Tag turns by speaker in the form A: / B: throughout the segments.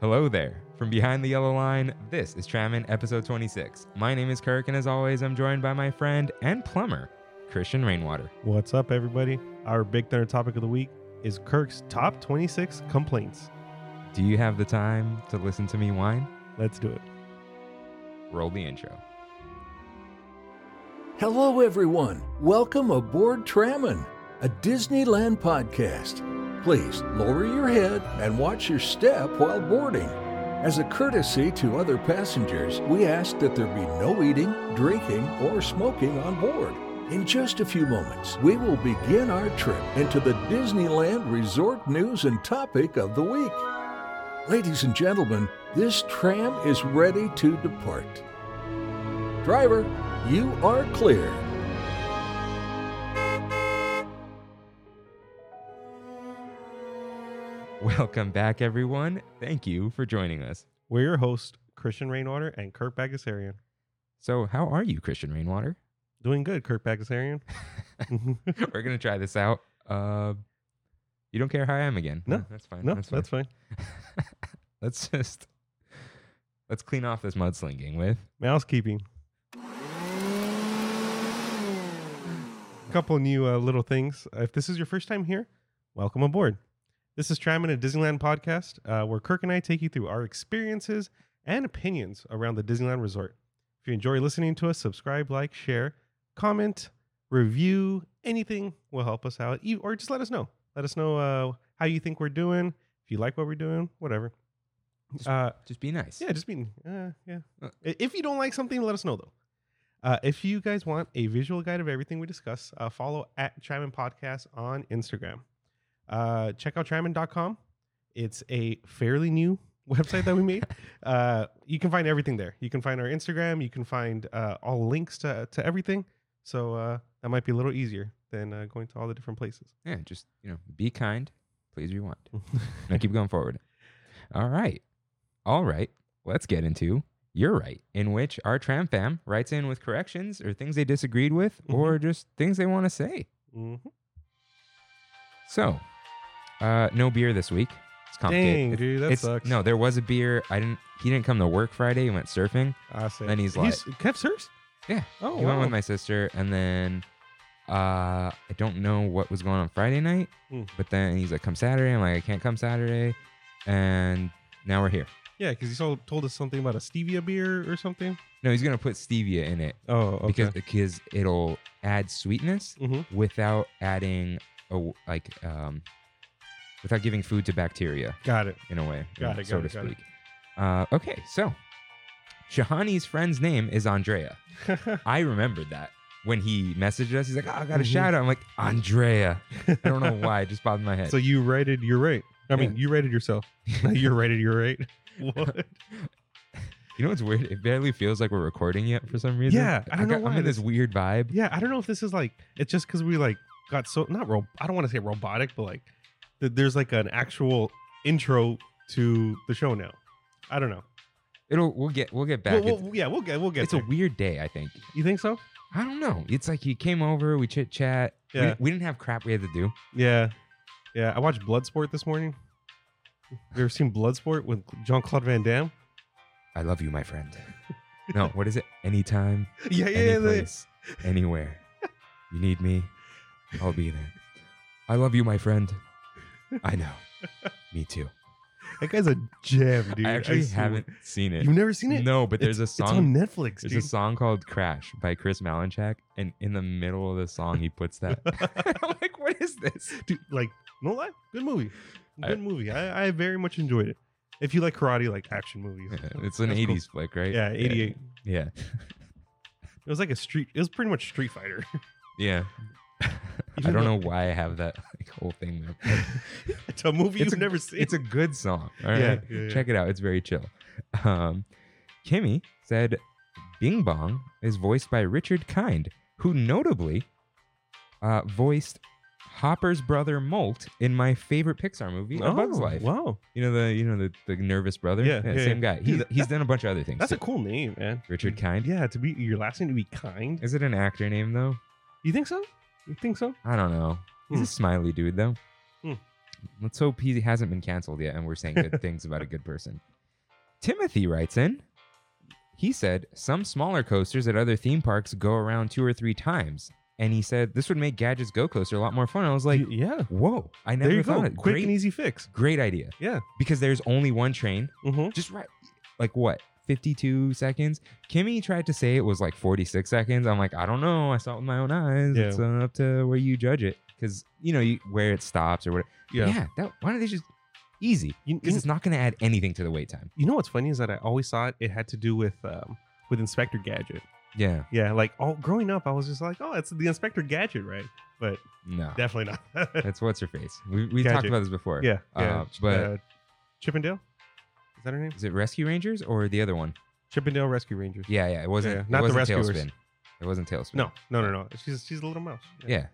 A: Hello there. From behind the yellow line, this is Tramin episode 26. My name is Kirk, and as always, I'm joined by my friend and plumber, Christian Rainwater.
B: What's up, everybody? Our Big Thunder topic of the week is Kirk's top 26 complaints.
A: Do you have the time to listen to me whine?
B: Let's do it.
A: Roll the intro.
C: Hello, everyone. Welcome aboard Tramon, a Disneyland podcast. Please lower your head and watch your step while boarding. As a courtesy to other passengers, we ask that there be no eating, drinking, or smoking on board. In just a few moments, we will begin our trip into the Disneyland Resort News and Topic of the Week. Ladies and gentlemen, this tram is ready to depart. Driver, you are clear.
A: Welcome back, everyone. Thank you for joining us.
B: We're your hosts, Christian Rainwater and Kirk Bagusarian.
A: So, how are you, Christian Rainwater?
B: Doing good, Kirk Bagusarian.
A: We're going to try this out. Uh, you don't care how I am again?
B: No.
A: Huh, that's fine.
B: no,
A: that's fine.
B: that's fine.
A: let's just let's clean off this mudslinging with
B: Mousekeeping. couple new uh, little things. If this is your first time here, welcome aboard. This is Tramon, a Disneyland podcast, uh, where Kirk and I take you through our experiences and opinions around the Disneyland Resort. If you enjoy listening to us, subscribe, like, share, comment, review, anything will help us out. You- Or just let us know. Let us know uh, how you think we're doing, if you like what we're doing, whatever. Uh,
A: just be nice.
B: yeah, just be uh, yeah.
A: Uh,
B: I- if you don't like something, let us know though. Uh, if you guys want a visual guide of everything we discuss, uh, follow at Tryman Podcast on Instagram. Uh, check out Tryman.com. It's a fairly new website that we made. uh, you can find everything there. You can find our Instagram. You can find uh, all links to, to everything. So uh, that might be a little easier than uh, going to all the different places.
A: Yeah, just you know, be kind. Please rewind. Now keep going forward. All right. All right. Let's get into You're Right, in which our tram fam writes in with corrections or things they disagreed with
B: Mm-hmm.
A: or just things they want to say.
B: Mhm.
A: So, uh, no beer this week. It's complicated.
B: Dang,
A: It-
B: dude, that
A: it's-
B: sucks.
A: No, there was a beer. I didn't. He didn't come to work Friday. He went surfing.
B: I see.
A: Then he's
B: Kev Sears?
A: Yeah.
B: Oh,
A: he went
B: wow.
A: with my sister, and then uh, I don't know what was going on Friday night,
B: Mm.
A: but then he's like, "Come Saturday." I'm like, "I can't come Saturday," and now we're here.
B: Yeah, because he told, told us something about a stevia beer or something.
A: No, he's gonna put stevia in it
B: Oh, okay.
A: because because it'll add sweetness
B: Mhm.
A: without adding a w like um without giving food to bacteria
B: Got it.
A: in a way, you
B: Got
A: know,
B: it,
A: so
B: got
A: to
B: it, got it.
A: speak. Uh, okay, so Shahani's friend's name is Andrea. I remembered that when he messaged us. He's like, oh, I got a
B: Mhm.
A: shout out. I'm like, Andrea. I don't know why. It just popped in my head.
B: so you rated you're right. I mean, you rated yourself. Not you rated you're right. What?
A: you know what's weird? It barely feels like we're recording yet for some reason.
B: Yeah, I don't know
A: got-
B: why
A: I'm in this weird vibe.
B: Yeah, I don't know if this is like it's just because we like got so not ro- I don't want to say robotic, but like th- there's like an actual intro to the show now. I don't know.
A: It'll we'll get we'll get
B: Well,
A: back.
B: well, yeah, we'll get we'll get.
A: it's it's a
B: there.
A: weird day, I think.
B: you think so?
A: I don't know. It's like he came over, we chit chat. We,
B: Yeah.
A: didn't- we didn't have crap we had to do.
B: Yeah, yeah. I watched Bloodsport this morning. You ever seen Bloodsport with Jean Claude Van Damme?
A: I love you, my friend. no, what is it? Anytime.
B: Yeah, yeah,
A: any
B: yeah. the-
A: place, anywhere. You need me, I'll be there. I love you, my friend. I know. Me too.
B: That guy's a gem, dude.
A: I actually
B: swear.
A: haven't seen it.
B: You've never seen it?
A: No, but there's a
B: It's on
A: song.
B: Netflix,
A: There's
B: dude.
A: a song called "Crash" by Chris Malinchak, and in the middle of the song, he puts that. I'm like, what is this?
B: dude, like, no lie, good movie.
A: I-
B: Good movie. I, I very much enjoyed it. If you like karate, like action movies,
A: Yeah, It's an
B: that's cool.
A: '80s flick, right?
B: Yeah, '88.
A: Yeah,
B: It was like a street. It was pretty much Street Fighter.
A: yeah. I
B: Even
A: don't
B: though-
A: know why I have that like, whole thing. There.
B: it's a movie
A: It's
B: you've
A: a-
B: never seen.
A: It's a good song. All right.
B: yeah, yeah, yeah.
A: Check it out. It's very chill. Um, Kimmy said Bing Bong is voiced by Richard Kind, who notably uh, voiced Hopper's brother Molt in my favorite Pixar movie, A Bug's
B: Oh,
A: Life.
B: Wow,
A: You know the you know the, the nervous brother?
B: Yeah, yeah,
A: same
B: yeah.
A: guy.
B: Dude,
A: He's, he's done a bunch of other things.
B: that's a
A: too.
B: cool name, man.
A: Richard Kind.
B: Yeah, to be your last name to be kind.
A: Is it an actor name though?
B: You think so? You think so?
A: I don't know. He's
B: Hmm.
A: a smiley dude though.
B: Hmm.
A: Let's hope he hasn't been canceled yet and we're saying good things about a good person. Timothy writes in. He said some smaller coasters at other theme parks go around two or three times. And he said this would make Gadget's Go Coaster a lot more fun. I was like,
B: Y- yeah.
A: whoa, I never
B: There you
A: thought
B: go.
A: of it.
B: Quick
A: great,
B: and easy fix.
A: great idea.
B: Yeah.
A: Because there's only one train.
B: hmm
A: Just right like what? 52 seconds. Kimmy tried to say it was like 46 seconds. I'm like, I don't know. I saw it with my own eyes.
B: Yeah.
A: It's uh, up to where you judge it. Because, you know, you, where it stops or what.
B: Yeah.
A: that, why don't they just easy?
B: You,
A: Because
B: you,
A: it's not going to add anything to the wait time.
B: you know what's funny is that I always thought it had to do with um, with Inspector Gadget.
A: Yeah.
B: Yeah, like all growing up, I was just like, oh, it's the Inspector Gadget, right? But
A: No.
B: definitely not.
A: That's what's her face. We, we talked
B: Gadget.
A: about this before.
B: yeah, yeah.
A: Uh, but
B: uh, Chippendale, is that her name?
A: is it Rescue Rangers or the other one?
B: Chippendale Rescue Rangers.
A: Yeah, yeah. It wasn't,
B: yeah.
A: it
B: Not the
A: wasn't
B: Rescuers.
A: Tailspin. It wasn't Tailspin.
B: No, no, no, no. She's she's a little mouse.
A: Yeah.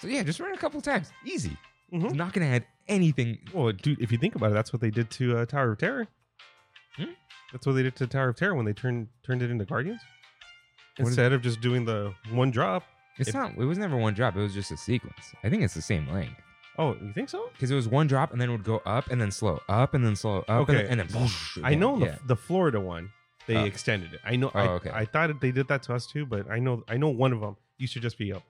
A: So yeah, just run it a couple times. Easy.
B: Mhm.
A: It's not going to add anything.
B: Well, dude, if you think about it, that's what they did to uh, Tower of Terror.
A: Hmm?
B: That's what they did to Tower of Terror when they turned turned it into Guardians.
A: What is-
B: Instead of just doing the one drop.
A: It's
B: It-
A: not. It was never one drop. It was just a sequence. I think it's the same length
B: Oh, you think so?
A: because it was one drop and then it would go up and then slow, up and then slow, up
B: Okay.
A: and, then, and then. whoosh
B: I
A: again.
B: know the,
A: Yeah.
B: the Florida one, they
A: Oh.
B: extended it. I know.
A: Oh,
B: I,
A: okay.
B: I thought that they did that to us too, but I know I know one of them used to just be up,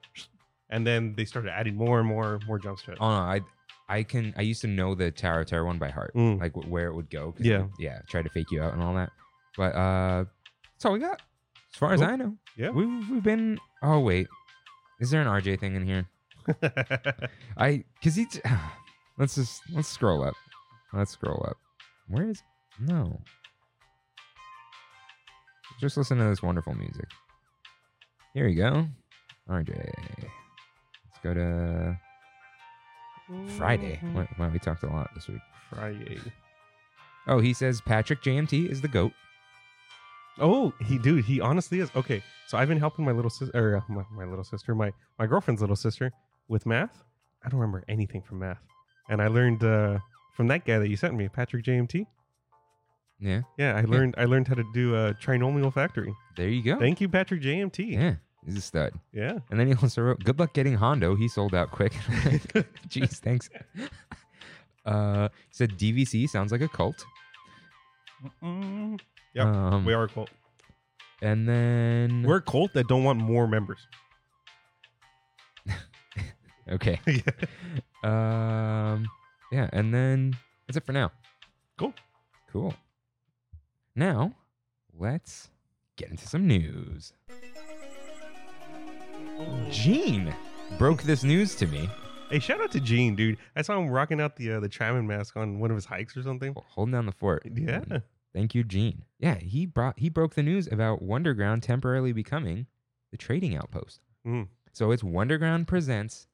B: and then they started adding more and more more jumps to it.
A: Oh no, I I can I used to know the Tower of Terror one by heart,
B: Mm.
A: like wh- where it would go. 'cause
B: Yeah.
A: it- yeah, try to fake you out and all that. But uh, that's all we got, as far as
B: Cool.
A: I know.
B: Yeah.
A: we we've been. Oh wait, is there an RJ thing in here?
B: Mm.
A: I because he. let's just let's scroll up. Let's scroll up. Where is no? Just listen to this wonderful music. Here we go, RJ. Let's go to Friday.
B: Mm-hmm.
A: Wow, wow, we talked a lot this week.
B: Friday.
A: Oh, he says Patrick JMT is the goat.
B: Oh, he dude, he honestly is okay. So I've been helping my little sister, or uh, my, my little sister, my my girlfriend's little sister with math. I don't remember anything from math, and I learned uh, from that guy that you sent me, Patrick JMT.
A: Yeah,
B: Yeah, I learned I learned how to do a trinomial factoring.
A: there you go.
B: Thank you, Patrick JMT.
A: yeah, he's a stud.
B: Yeah.
A: And then he also wrote, "Good luck getting Hondo. He sold out quick." Jeez, thanks. Uh, he said DVC sounds like a cult.
B: Yep,
A: Um,
B: We are a cult.
A: and then
B: We're a cult that don't want more members.
A: okay.
B: Yeah.
A: Um, yeah, and then that's it for now.
B: Cool.
A: Cool. Now, let's get into some news. Gene broke this news to me,
B: Hey, shout out to Gene, dude. I saw him rocking out the uh, the Traman mask on one of his hikes or something.
A: holding down the fort.
B: Yeah.
A: Thank you, Gene. Yeah, he brought he broke the news about Wonderground temporarily becoming the trading outpost.
B: Mm.
A: So it's Wonderground presents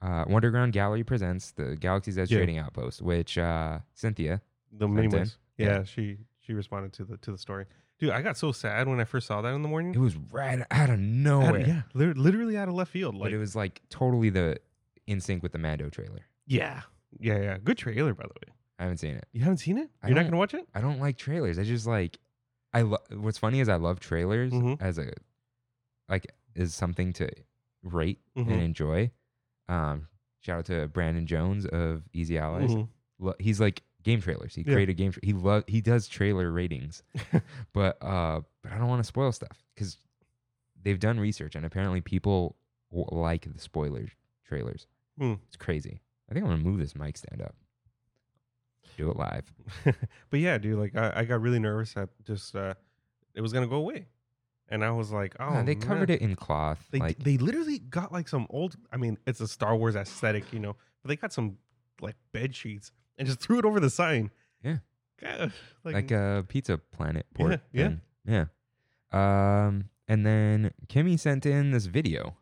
A: uh Wonderground Gallery presents the Galaxy's Edge
B: Yeah.
A: trading outpost, which uh Cynthia
B: The mini
A: Sent in?
B: ones. Yeah,
A: Yeah.
B: she she responded to the to the story. Dude, I got so sad when I first saw that in the morning.
A: it was right out of nowhere.
B: Out of- yeah, lit- literally out of left field. Like
A: but it was like totally the in sync with the Mando trailer.
B: yeah. Yeah, yeah. Good trailer by the way.
A: I haven't seen it.
B: You haven't seen it?
A: I
B: You're not
A: don't-
B: going to watch it?
A: I don't like trailers. I just like I lo- what's funny is I love trailers
B: Mhm.
A: as a like is something to rate and
B: Mhm.
A: enjoy. Um, shout out to Brandon Jones of Easy Allies.
B: Mhm.
A: Lo- he's like game trailers. He
B: Yeah.
A: created game. Tra- he love. He does trailer ratings, but uh, but I don't want to spoil stuff because they've done research and apparently people w- like the spoiler trailers.
B: Hmm.
A: It's crazy. I think I'm gonna move this mic stand up. Do it live.
B: but yeah, dude, like I, I got really nervous that just uh it was gonna go away. And I was like, oh
A: Nah, they covered
B: man.
A: it in cloth.
B: They
A: like
B: they literally got like some old I mean, it's a Star Wars aesthetic, you know, but they got some like bed sheets and just threw it over the sign.
A: Yeah.
B: God, like,
A: like uh, a pizza planet port.
B: yeah.
A: thing. yeah. Um, and then Kimmy sent in this video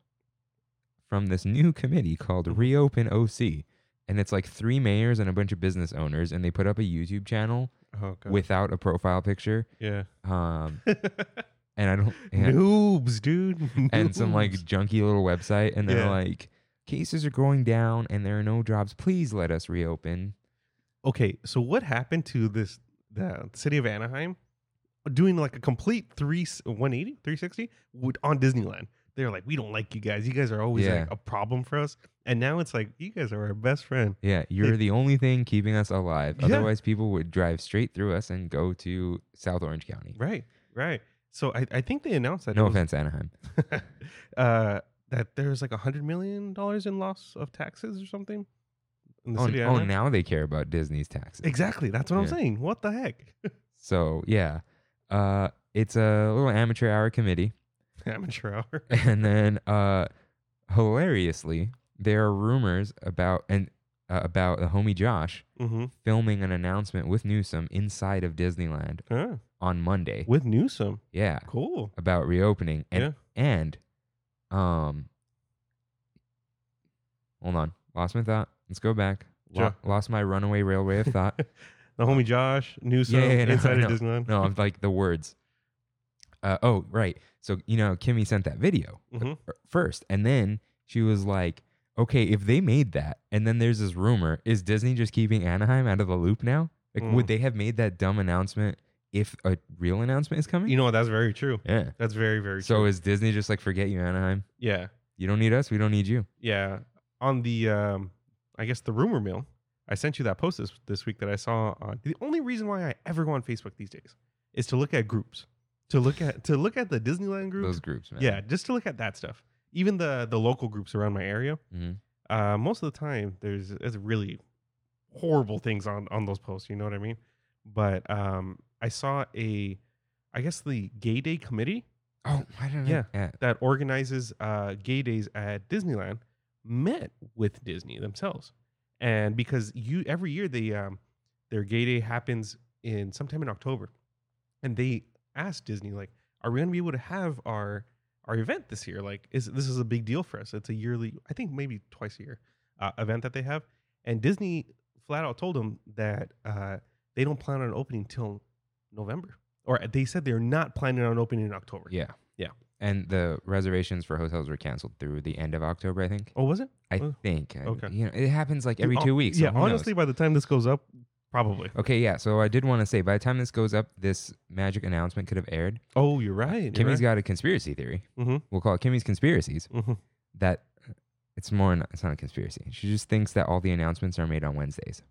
A: from this new committee called
B: Mm-hmm.
A: Reopen OC, and it's like three mayors and a bunch of business owners, and they put up a YouTube channel
B: oh, God.
A: without a profile picture.
B: yeah.
A: Um, and I don't and,
B: Noobs, dude.
A: and some like
B: Noobs.
A: junky little website, and they're
B: Yeah.
A: like. Cases are going down and there are no jobs. Please let us reopen.
B: Okay, so what happened to this the city of Anaheim doing like a complete 3 180 360 would- on Disneyland they're like, we don't like you guys. You guys are always
A: Yeah.
B: like a problem for us. And now it's like, you guys are our best friend.
A: Yeah, you're the only thing keeping us alive.
B: Yeah.
A: Otherwise, people would drive straight through us and go to South Orange County.
B: Right, right. So I, I think they announced that.
A: No
B: it was-
A: offense, Anaheim.
B: uh, that there's like a hundred million dollars in loss of taxes or something in the
A: Oh,
B: city. of
A: oh,
B: Anaheim.
A: now they care about Disney's taxes.
B: exactly. That's what I'm
A: Yeah.
B: saying. What the heck?
A: So yeah, uh, it's a little amateur hour committee,
B: Amateur hour.
A: and then uh, hilariously, there are rumors about and uh, about the homie Josh
B: hmm
A: filming an announcement with Newsom inside of Disneyland
B: Ah,
A: on Monday.
B: with Newsom.
A: yeah,
B: Cool.
A: about reopening and and um, hold on, lost my thought. Let's go back. Lo-
B: Sure.
A: lost my runaway railway of thought.
B: The homie Josh Newsom
A: Yeah, yeah, no,
B: inside
A: no,
B: of Disneyland.
A: No, I'm like the words. Uh, oh, right. So you know, Kimmy sent that video
B: Mhm.
A: f- first, and then she was like, "Okay, if they made that, and then there's this rumor, is Disney just keeping Anaheim out of the loop now? Like, would
B: Mm.
A: they have made that dumb announcement if a real announcement is coming?
B: You know what? That's very true.
A: yeah.
B: That's very very
A: So
B: true.
A: is Disney just like forget you, Anaheim?
B: yeah,
A: You don't need us. We don't need you.
B: yeah. On the um, I guess the rumor mill. I sent you that post this, this week that I saw on. The only reason why I ever go on Facebook these days is to look at groups, to look at to look at the Disneyland groups,
A: Those groups, man.
B: Yeah, just to look at that stuff. Even the the local groups around my area.
A: Mhm.
B: Uh, most of the time, there's there's really horrible things on on those posts. You know what I mean? But um, I saw a, I guess the Gay Day Committee
A: Oh, why didn't
B: Yeah.
A: I? Yeah.
B: that organizes uh, gay days at Disneyland met with Disney themselves, and because you every year they um, their gay day happens in sometime in October, and they asked Disney like, "Are we going to be able to have our our event this year? Like, is this is a big deal for us? It's a yearly, I think maybe twice a year uh, event that they have." And Disney flat out told them that uh, they don't plan on opening till November, or they said they're not planning on opening in October.
A: Yeah.
B: Yeah.
A: And the reservations for hotels were canceled through the end of October, I think.
B: Oh, was it?
A: I
B: Oh.
A: think. I-
B: Okay.
A: You know, it happens like every
B: Hon-
A: two weeks. so
B: Oh, Yeah,
A: who knows?
B: honestly, by the time this goes up, probably.
A: Okay, yeah. So I did want to say, by the time this goes up, this magic announcement could have aired.
B: Oh, you're right.
A: Kimmy's got a conspiracy theory.
B: Mhm.
A: We'll call it Kimmy's conspiracies.
B: got. hmm
A: That it's more. Not, it's not a conspiracy. She just thinks that all the announcements are made on Wednesdays.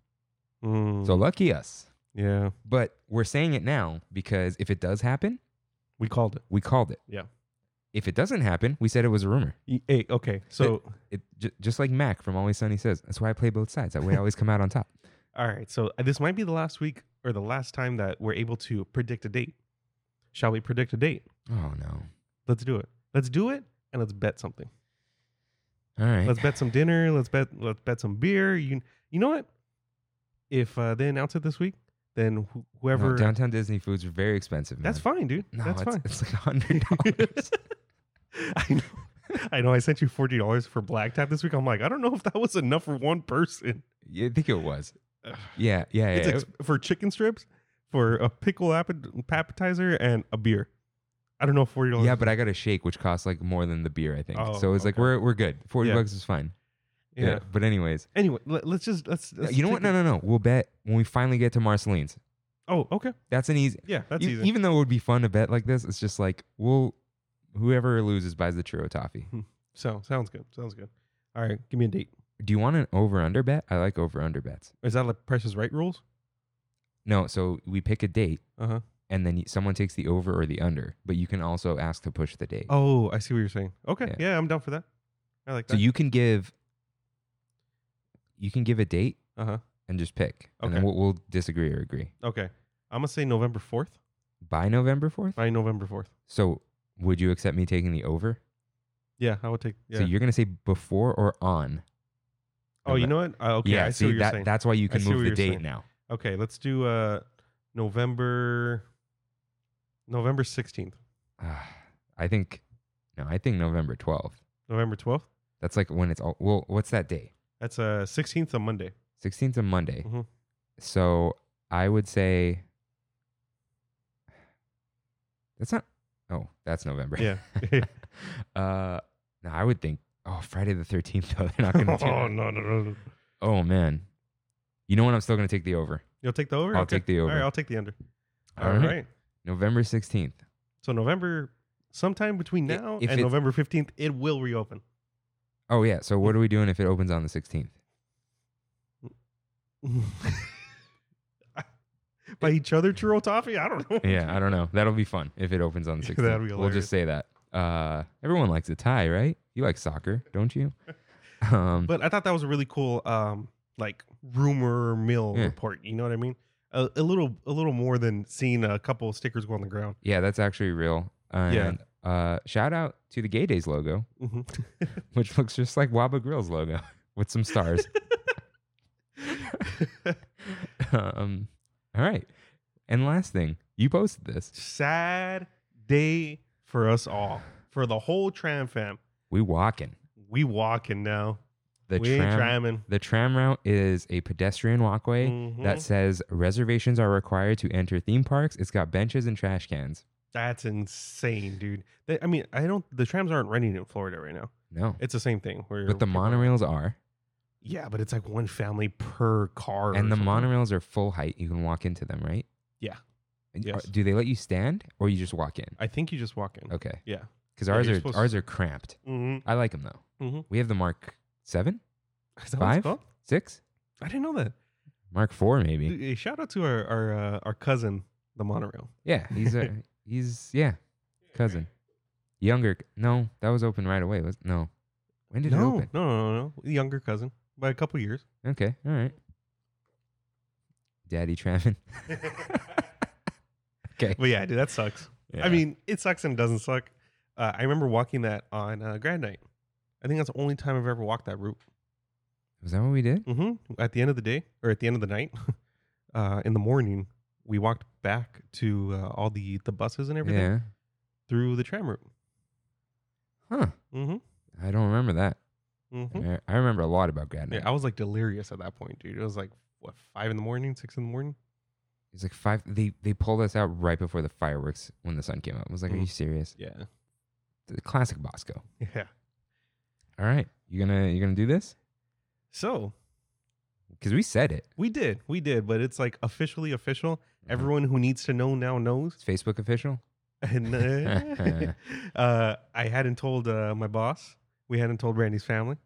A: So lucky us.
B: Mm-hmm. yeah,
A: But we're saying it now because if it does happen,
B: we called it.
A: we called it.
B: Yeah.
A: If it doesn't happen, we said it was a rumor.
B: Y- Hey, okay. So,
A: It j- just like Mac from Always Sunny says. That's why I play both sides. That way I always come out on top.
B: all right. So uh, this might be the last week or the last time that we're able to predict a date. Shall we predict a date?
A: Oh no.
B: Let's do it. Let's do it, and let's bet something.
A: All right.
B: Let's bet some dinner. Let's bet. Let's bet some beer. You you know what? If uh, they announce it this week, then wh-
A: No,
B: whoever.
A: downtown Disney foods are very expensive.
B: that's
A: man.
B: fine, dude.
A: No,
B: that's
A: it's,
B: fine.
A: it's like hundred dollars.
B: I know. I know. I sent you forty dollars for black tap this week. I'm like, I don't know if that was enough for one person.
A: yeah, I think it was. Yeah, yeah, yeah.
B: It's ex- for chicken strips, for a pickle appet- appetizer, and a beer. I don't know forty dollars.
A: yeah, but I got a shake which costs like more than the beer, I think.
B: Oh,
A: so it's like
B: okay.
A: we're we're good. Forty
B: Yeah.
A: bucks is fine.
B: yeah.
A: But anyways,
B: Anyway, let, us just let's, let's
A: you know what?
B: take
A: No,
B: it-
A: no, no. We'll bet when we finally get to Marceline's.
B: Oh, okay.
A: That's an easy.
B: Yeah, that's
A: e-
B: easy.
A: Even though it would be fun to bet like this, it's just like we'll whoever loses buys the churro toffee.
B: so sounds good. Sounds good. All right, give me a date.
A: Do you want an over under bet? I like over under bets.
B: Is that like Price is Right rules?
A: No, so we pick a date
B: Uh huh.
A: and then y- someone takes the over or the under, but you can also ask to push the date.
B: Oh, I see what you're saying. Okay,
A: Yeah.
B: yeah, I'm down for that. I like
A: So
B: that.
A: you can give you can give a date
B: uh huh.
A: and just pick, and then
B: Okay.
A: we'll, we'll disagree or agree
B: Okay, I'm gonna say November fourth.
A: by November fourth.
B: By November fourth.
A: So would you accept me taking the over?
B: Yeah, I would take. Yeah.
A: So you're gonna say before or on?
B: Oh, you
A: Nove-
B: know what? Uh, okay,
A: yeah.
B: I see,
A: see
B: what you're
A: that
B: saying.
A: that's why you
B: I
A: can
B: see what
A: move the
B: you're
A: date
B: saying.
A: now.
B: okay, let's do uh November November 16th.
A: Ah, I think no, I think November twelfth.
B: November 12th.
A: That's like when it's all. Well, what's that day?
B: That's uh 16th on Monday.
A: Sixteenth of Monday.
B: Mhm.
A: So I would say that's not. Oh, that's November.
B: Yeah.
A: uh, no, I would think. Oh, Friday the thirteenth. Though they're not going to do.
B: oh,
A: that.
B: no, no, no, no.
A: Oh man. You know what? I'm still going to take the over.
B: You'll take the over?
A: I'll take the
B: All
A: over.
B: right, I'll take the under.
A: All
B: All
A: right.
B: right.
A: November sixteenth.
B: So November sometime between
A: I-
B: now
A: if
B: and
A: it-
B: November 15th, it will reopen.
A: Oh yeah. So what are we doing if it opens on the 16th?
B: By each other, churro toffee? I don't know.
A: Yeah, I don't know. That'll be fun if it opens on the 16th.
B: That'd be
A: we'll just say that. Uh, everyone likes a tie, right? You like soccer, don't you? Um,
B: But I thought that was a really cool, um, like rumor mill
A: Yeah.
B: report. You know what I mean? A, a little, a little more than seeing a couple of stickers go on the ground.
A: yeah, that's actually real.
B: Yeah.
A: And, Uh, shout out to the Gay Days logo,
B: Mm-hmm.
A: which looks just like Waba Grill's logo with some stars. um, all right. And last thing, you posted this.
B: Sad day for us all, for the whole tram fam.
A: We walking
B: We walking now.
A: the
B: we ain't
A: tram.
B: tramming.
A: The tram route is a pedestrian walkway that
B: Mhm.
A: says reservations are required to enter theme parks. It's got benches and trash cans.
B: That's insane, dude. They- I mean, I don't. The trams aren't running in Florida right now.
A: No,
B: It's the same thing. Where
A: but the
B: people-
A: monorails are,
B: Yeah, but it's like one family per car. or
A: and the
B: something.
A: monorails are full height. You can walk into them, right?
B: Yeah.
A: And are-
B: Yes.
A: Do they let you stand or you just walk in?
B: I think you just walk in.
A: Okay.
B: Yeah.
A: Because
B: Yeah,
A: ours
B: you're
A: are
B: supposed to-
A: ours are cramped.
B: Mhm.
A: I like them though.
B: Mhm.
A: We have the Mark Seven,
B: Is that what it's
A: Five?
B: called?
A: Six,
B: I didn't know that.
A: Mark Four, maybe.
B: Dude, eh, Shout out to our our, uh, our cousin, the monorail.
A: Yeah, he's a he's yeah cousin, younger. No, that was open right away. Was no. When did it
B: No,
A: open?
B: no, no, no, no. Younger cousin by a couple years.
A: Okay, all right. Daddy Travin. okay.
B: But yeah, dude, that sucks. I
A: Yeah.
B: mean, it sucks and it doesn't suck. Uh, I remember walking that on uh, grad night. I think that's the only time I've ever walked that route.
A: was that what we did?
B: hmm At the end of the day, or at the end of the night, uh, in the morning, we walked back to uh, all the the buses and everything
A: Yeah.
B: through the tram route.
A: Huh.
B: Mm-hmm.
A: I don't remember that.
B: Mm-hmm.
A: I- I remember a lot about grad night.
B: Yeah, I was like delirious at that point, dude. It was like what five in the morning, six in the morning.
A: It's like five. They they pulled us out right before the fireworks when the sun came up. I was like, "Are
B: Mm.
A: you serious?"
B: Yeah,
A: The classic Bosco.
B: yeah.
A: All right, you gonna you gonna do this?
B: So
A: Because we said it.
B: we did, we did, but it's like officially official.
A: Mhm.
B: Everyone who needs to know now knows.
A: It's Facebook official.
B: And uh, uh, I hadn't told uh, my boss. We hadn't told Randy's family,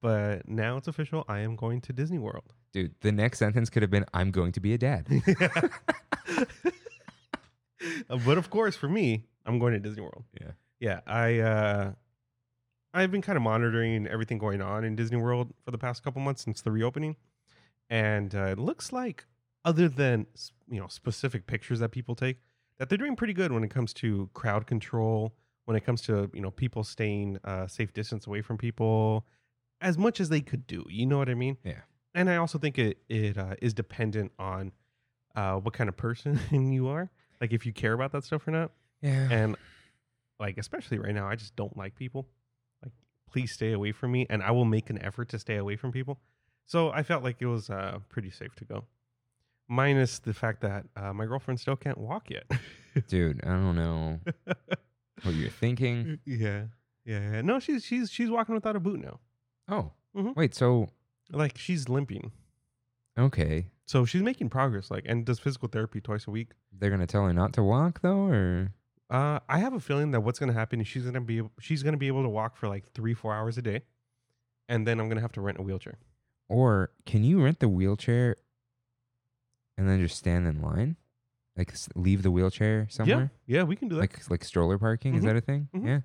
B: but now it's official. I am going to Disney World.
A: Dude, the next sentence could have been, "I'm going to be a dad."
B: Uh, but of course, for me, I'm going to Disney World.
A: Yeah.
B: yeah. I uh, I've been kind of monitoring everything going on in Disney World for the past couple months since the reopening, and uh, it looks like, other than s- you know specific pictures that people take, that they're doing pretty good when it comes to crowd control, when it comes to you know people staying uh, safe distance away from people, as much as they could do. You know what I mean?
A: Yeah.
B: And I also think it it uh, is dependent on uh, what kind of person you are, like if you care about that stuff or not.
A: yeah.
B: And like especially right now, I just don't like people. Like, please stay away from me, and I will make an effort to stay away from people. So I felt like it was uh, pretty safe to go, minus the fact that uh, my girlfriend still can't walk yet.
A: Dude, I don't know what you're thinking.
B: yeah, yeah. No, she's she's she's walking without a boot now.
A: Oh,
B: Mhm.
A: wait. So
B: Like she's limping.
A: okay,
B: So she's making progress. Like and does physical therapy twice a week.
A: they're gonna tell her not to walk though, or
B: Uh, I have a feeling that what's gonna happen is she's gonna be she's gonna be able to walk for like three four hours a day, and then I'm gonna have to rent a wheelchair.
A: or can you rent the wheelchair and then just stand in line, like s- leave the wheelchair somewhere,
B: Yeah, yeah, we can do that. Like,
A: like like stroller parking? Is
B: Mhm.
A: that a thing?
B: Mhm.
A: Yeah,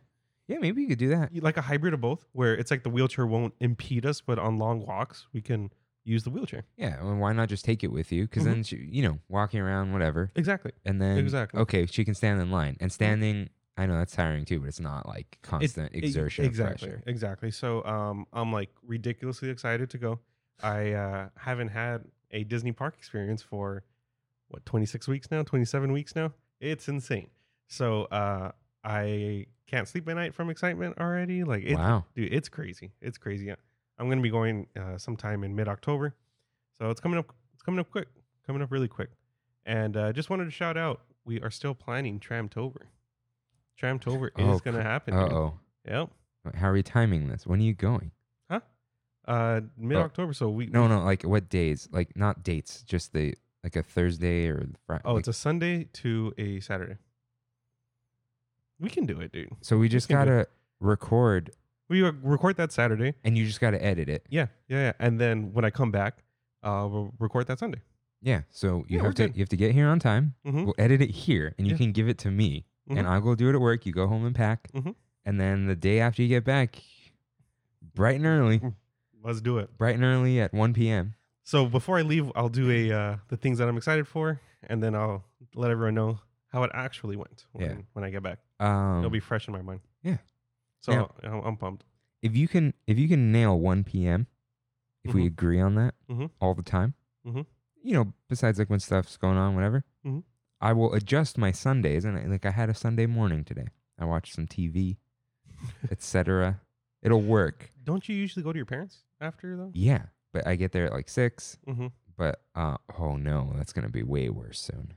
A: yeah. Maybe you could do that.
B: like a hybrid of both, where it's like the wheelchair won't impede us, but on long walks we can use the wheelchair.
A: Yeah. Well, why not just take it with you? Because
B: Mhm.
A: then she, you know, walking around, whatever,
B: Exactly.
A: and then
B: Exactly. Mm-hmm.
A: Okay, she can stand in line and standing. I know that's tiring too, but it's not like
B: It-
A: constant
B: it-
A: exertion. of
B: e-, exactly.
A: pressure.
B: Exactly. So um, I'm like ridiculously excited to go. I uh, haven't had a Disney park experience for what 26 weeks now, 27 weeks now. It's insane. So uh, I can't sleep at night from excitement already. Like it,
A: Wow.
B: dude, it's crazy. It's crazy. I'm gonna be going uh, sometime in mid October, so it's coming up. It's coming up quick. Coming up really quick. And uh, just wanted to shout out. We are still planning Tramtober. Tramtober
A: Oh,
B: is gonna happen.
A: Uh
B: dude.
A: oh.
B: Yep.
A: How are we timing this? When are you going?
B: Uh, mid October. So we
A: Oh. No, no, like what days? Like not dates, just the like a Thursday or Friday.
B: Oh, it's a Sunday to a Saturday. We can do it, dude.
A: So we just
B: can do
A: gotta record,
B: We uh, record that Saturday.
A: and you just gotta edit it.
B: Yeah, yeah, yeah. And then when I come back, uh, we'll record that Sunday.
A: Yeah. So you
B: Yeah, we're
A: have to
B: good.
A: you have to get here on time.
B: Mhm.
A: We'll edit it here, and you
B: Yeah.
A: can give it to me,
B: Mhm.
A: and I'll go do it at work. You go home and pack,
B: Mhm.
A: and then the day after you get back, bright and early,
B: Let's do it.
A: bright and early at one p.m.
B: So before I leave, I'll do a uh, the things that I'm excited for, and then I'll let everyone know how it actually went when,
A: Yeah.
B: when I get back.
A: Um,
B: It'll be fresh in my mind.
A: yeah.
B: So
A: Yeah.
B: I'm, I'm pumped.
A: if you can if you can nail 1 p.m. if we
B: Mhm.
A: agree on that
B: Mhm.
A: all the time
B: Mhm.
A: you know besides like when stuff's going on whatever
B: Mhm.
A: I will adjust my Sundays and I, like I had a Sunday morning today I watched some TV etc it'll work
B: Don't you usually go to your parents after though?
A: yeah but I get there at like 6
B: Mm-hmm.
A: but uh oh no that's going to be way worse soon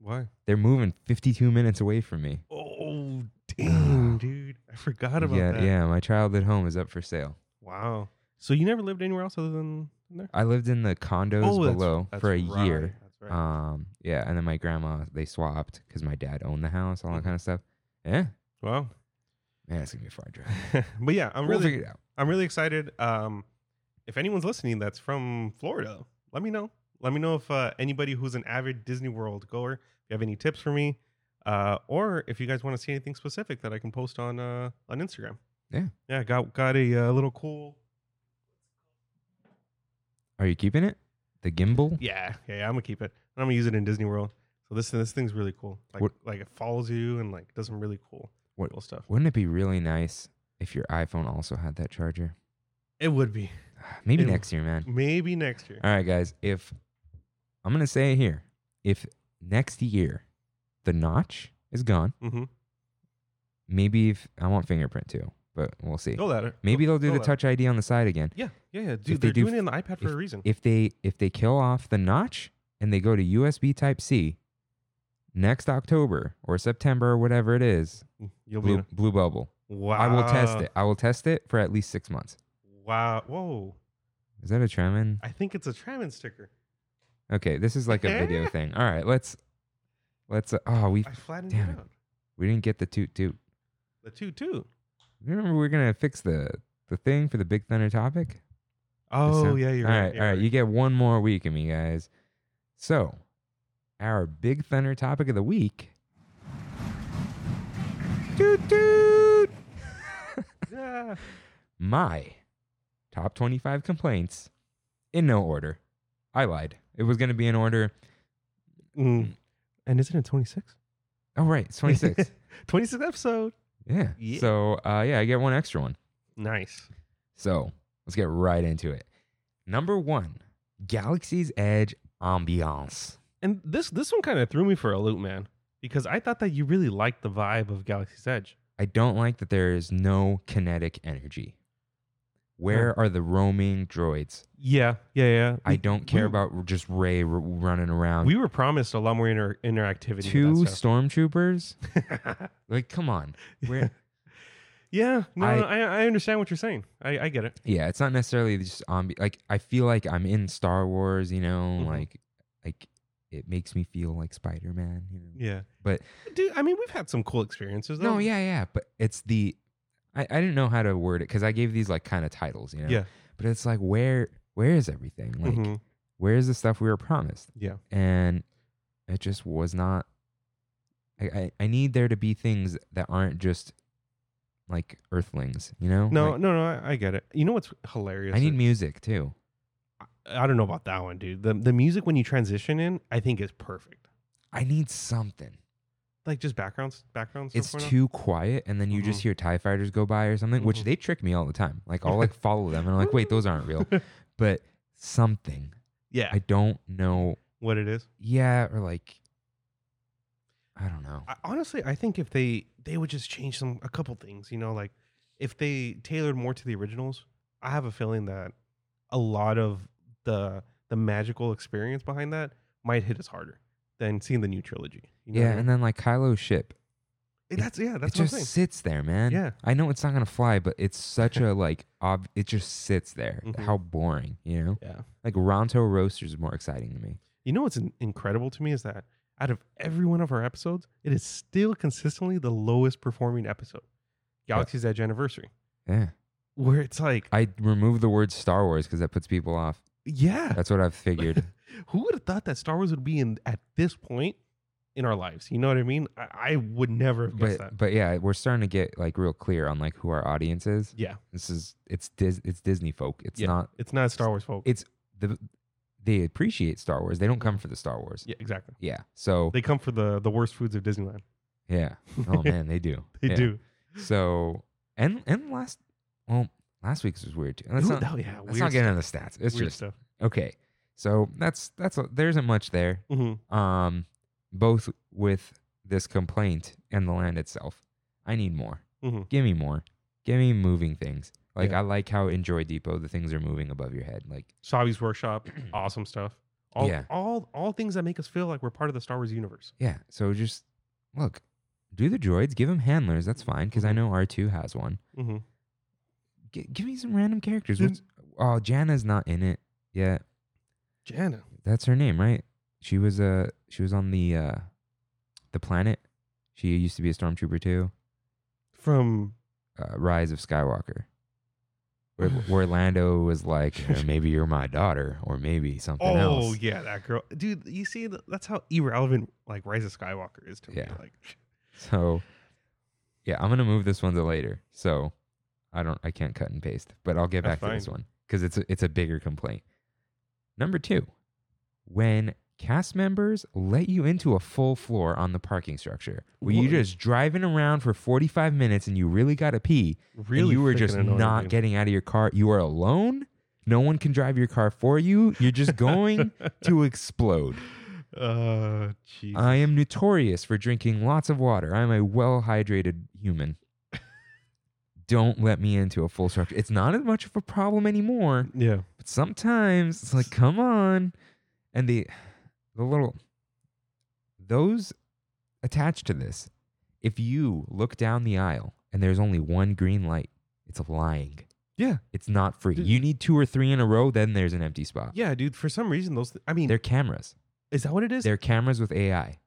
B: Why?
A: they're moving 52 minutes away from me
B: Oh, damn, dude! I forgot about
A: yeah
B: that.
A: yeah my childhood home is up for sale
B: Wow. So you never lived anywhere else other than there?
A: I lived in the condos
B: Oh, that's-
A: below
B: that's
A: for a
B: right,
A: year
B: That's right.
A: Um, yeah, and then my grandma they swapped because my dad owned the house, all that
B: Mhm.
A: kind of stuff. Yeah,
B: wow.
A: man, it's gonna be a far drive.
B: but yeah, I'm
A: we'll
B: really
A: figure it out.
B: I'm really excited. Um, if anyone's listening that's from Florida, let me know. Let me know if uh, anybody who's an avid Disney World goer, if you have any tips for me, uh, or if you guys want to see anything specific that I can post on uh, on Instagram.
A: Yeah.
B: yeah, got got a uh, little cool.
A: Are you keeping it? The gimbal?
B: Yeah, yeah, yeah, I'm gonna keep it. I'm gonna use it in Disney World. So this this thing's really cool. Like
A: What-
B: like it follows you and like does some really cool
A: What-
B: cool stuff.
A: Wouldn't it be really nice if your iPhone also had that charger?
B: It would be
A: Maybe
B: It-
A: next year, man.
B: maybe next year.
A: All right, guys. If I'm gonna say it here, if next year the notch is gone,
B: Mm-hmm.
A: maybe if I want fingerprint too, but we'll see.
B: Go that.
A: Maybe they'll do
B: go
A: the
B: that.
A: touch ID on the side again.
B: Yeah, yeah, yeah.
A: they
B: Dude, they're
A: do
B: doing it on the iPad for a reason.
A: if they if they kill off the notch and they go to USB Type C next October or September or whatever it is,
B: You'll be
A: Blue, Blue Bubble.
B: wow.
A: I will test it. I will test it for at least six months.
B: Wow. Whoa.
A: Is that a Tremin?
B: I think it's a Tramin sticker.
A: Okay, this is like a video thing. All right, let's let's. Uh, oh, we
B: I flattened
A: Damn
B: it
A: it.
B: out.
A: we didn't get the toot toot.
B: The two two.
A: Remember, we were gonna fix the the thing for the Big Thunder topic. The
B: Oh
A: sound-
B: yeah, you're
A: all
B: right.
A: right,
B: you're
A: all right.
B: right.
A: You get one more week of me, guys. So, our Big Thunder topic of the week. Doot doot.
B: Yeah.
A: My top 25 complaints in no order. I lied. It was going to be in order.
B: Mm. And isn't it 26?
A: Oh, right. It's 26.
B: 26 episode.
A: yeah.
B: Yeah.
A: So, uh, yeah, I get one extra one.
B: Nice.
A: So, let's get right into it. Number one Galaxy's Edge ambiance.
B: And this this one kind of threw me for a loop, man, because I thought that you really liked the vibe of Galaxy's Edge.
A: I don't like that there is no kinetic energy. Where are the roaming droids?
B: Yeah, yeah, yeah.
A: I don't care
B: we-
A: about just Ray r- running around.
B: We were promised a lot more inter- interactivity.
A: Two
B: with that
A: stormtroopers?
B: stuff.
A: Like, come on. Where?
B: yeah, no,
A: I-
B: no, I, I understand what you're saying. I, I get it.
A: yeah, it's not necessarily just ambi- like I feel like I'm in Star Wars. You know,
B: Mhm.
A: like like it makes me feel like Spider Man. You know?
B: Yeah,
A: But
B: dude. I mean, we've had some cool experiences. Though.
A: no, yeah, yeah. But it's the I, I didn't know how to word it because I gave these like kind of titles. You know.
B: Yeah.
A: But it's like where where is everything? Like
B: Mhm.
A: where is the stuff we were promised?
B: yeah.
A: and it just was not I, I i need there to be things that aren't just like earthlings you know
B: No,
A: Like,
B: no, no. I, I get it. You know what's hilarious?
A: i need
B: is-
A: music too
B: I don't know about that one, dude. The the music when you transition in, I think is perfect.
A: i need something
B: Like just backgrounds, backgrounds.
A: it's too quiet and then you
B: Mm-hmm.
A: just hear tie fighters go by or something which
B: Mhm.
A: they trick me all the time like i'll like follow them and i'm like wait those aren't real but something
B: yeah.
A: i don't know
B: what it is?
A: yeah or like i don't know
B: I, honestly, I think if they they would just change some a couple things, you know, like if they tailored more to the originals, I have a feeling that a lot of the the magical experience behind that might hit us harder than seeing the new trilogy. You know
A: yeah
B: what I
A: and
B: mean?
A: then like kylo's ship
B: Eh, that's yeah, that's
A: it
B: what I'm
A: just
B: saying.
A: sits there, man.
B: Yeah.
A: I know it's not gonna fly, but it's such a like ob- it just sits there.
B: Mhm.
A: How boring, you know?
B: Yeah.
A: Like Ronto Roaster's more exciting to me.
B: You know what's in- incredible to me is that out of every one of our episodes, it is still consistently the lowest performing episode. Galaxy's Edge Anniversary,
A: Yeah.
B: where it's like,
A: I removed the word Star Wars because that puts people off.
B: yeah,
A: That's what I've figured.
B: who would have thought that Star Wars would be in at this point in our lives? You know what I mean? I, I would never have guessed that.
A: but but yeah, we're starting to get like real clear on like who our audience is.
B: Yeah,
A: This is it's Dis- it's Disney folk. It's
B: Yeah.
A: not
B: it's not Star Wars, folks.
A: It- the they appreciate Star Wars. They don't come for the Star Wars.
B: Mm-hmm. yeah, exactly.
A: Yeah. So
B: They come for the the worst foods of Disneyland.
A: yeah. Oh man, they do.
B: They
A: Yeah.
B: do.
A: So and and last well last week's was weird too. Let's
B: Ooh,
A: not,
B: that- yeah,
A: let's not get into the stats. It's
B: weird
A: just
B: stuff.
A: okay. So that's that's a, there isn't much there.
B: hmm
A: Um, both with this complaint and the land itself. I need more.
B: Mhm.
A: Give me more. Give me moving things. Like
B: Yeah.
A: I like how in Joy Depot the things are moving above your head. Like
B: Sabi's workshop, awesome stuff. All,
A: Yeah.
B: all all things that make us feel like we're part of the Star Wars universe.
A: Yeah. So just look, do the droids, give them handlers. That's fine because I
B: Mhm.
A: know R2 has one.
B: Mm-hmm.
A: G- give me some random characters.
B: Then-
A: What's, oh, Jana's not in it yet.
B: Jana,
A: That's her name, right? She was uh she was on the uh the planet. She used to be a stormtrooper too.
B: from
A: Uh, Rise of Skywalker. Where, where Lando was like, "Uh, maybe you're my daughter, or maybe something
B: oh
A: else.
B: yeah, that girl, dude. You see, th- that's how irrelevant like Rise of Skywalker is to me.
A: Yeah.
B: Like,
A: So, yeah, I'm gonna move this one to later. So, I don't, I can't cut and paste, but I'll get
B: That's
A: back to this
B: fine.
A: one because it's a, it's a bigger complaint. Number two, when cast members let you into a full floor on the parking structure, where
B: What?
A: you're just driving around for 45 minutes and you really gotta pee, and
B: really,
A: you were
B: freaking
A: just
B: annoying,
A: not
B: dude.
A: getting out of your car. You are alone. No one can drive your car for you. You're just going to explode.
B: Uh, jeez.
A: I am notorious for drinking lots of water. I'm a well hydrated human. Don't let me into a full structure. It's not as much of a problem anymore,
B: yeah,
A: but sometimes it's like, come on. And the the little those attached to this, if you look down the aisle and there's only one green light, it's lying.
B: yeah,
A: It's not free.
B: Dude.
A: You need two or three in a row, then there's an empty spot.
B: yeah, dude. For some reason, those. I mean,
A: They're cameras.
B: is that what it is?
A: They're cameras with AI.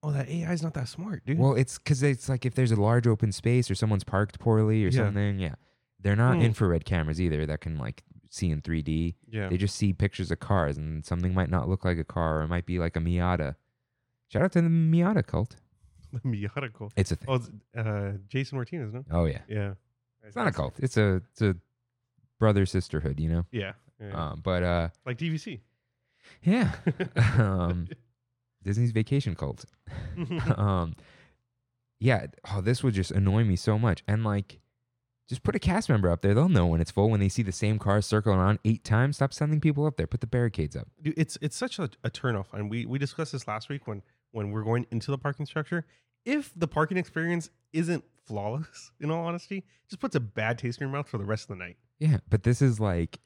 B: Oh, that AI is not that smart, dude.
A: Well, it's because it's like if there's a large open space or someone's parked poorly or
B: Yeah.
A: something. Yeah, they're not
B: Hmm.
A: infrared cameras either that can like see in 3D.
B: yeah,
A: They just see pictures of cars, and something might not look like a car, or it might be like a Miata. Shout out to the Miata cult.
B: the Miata cult.
A: It's a thing.
B: Oh, it's, uh, Jason Martinez, no?
A: Oh yeah,
B: Yeah,
A: it's not a cult. It's a it's a brother sisterhood, you know.
B: Yeah, yeah.
A: Um, but uh,
B: like DVC.
A: yeah, um, Disney's vacation cult. um yeah oh this would just annoy me so much and like just put a cast member up there they'll know when it's full when they see the same car circling around eight times stop sending people up there put the barricades up
B: Dude, it's it's such a, a turnoff, and we we discussed this last week when when we're going into the parking structure. If the parking experience isn't flawless, in all honesty, just puts a bad taste in your mouth for the rest of the night.
A: yeah but this is like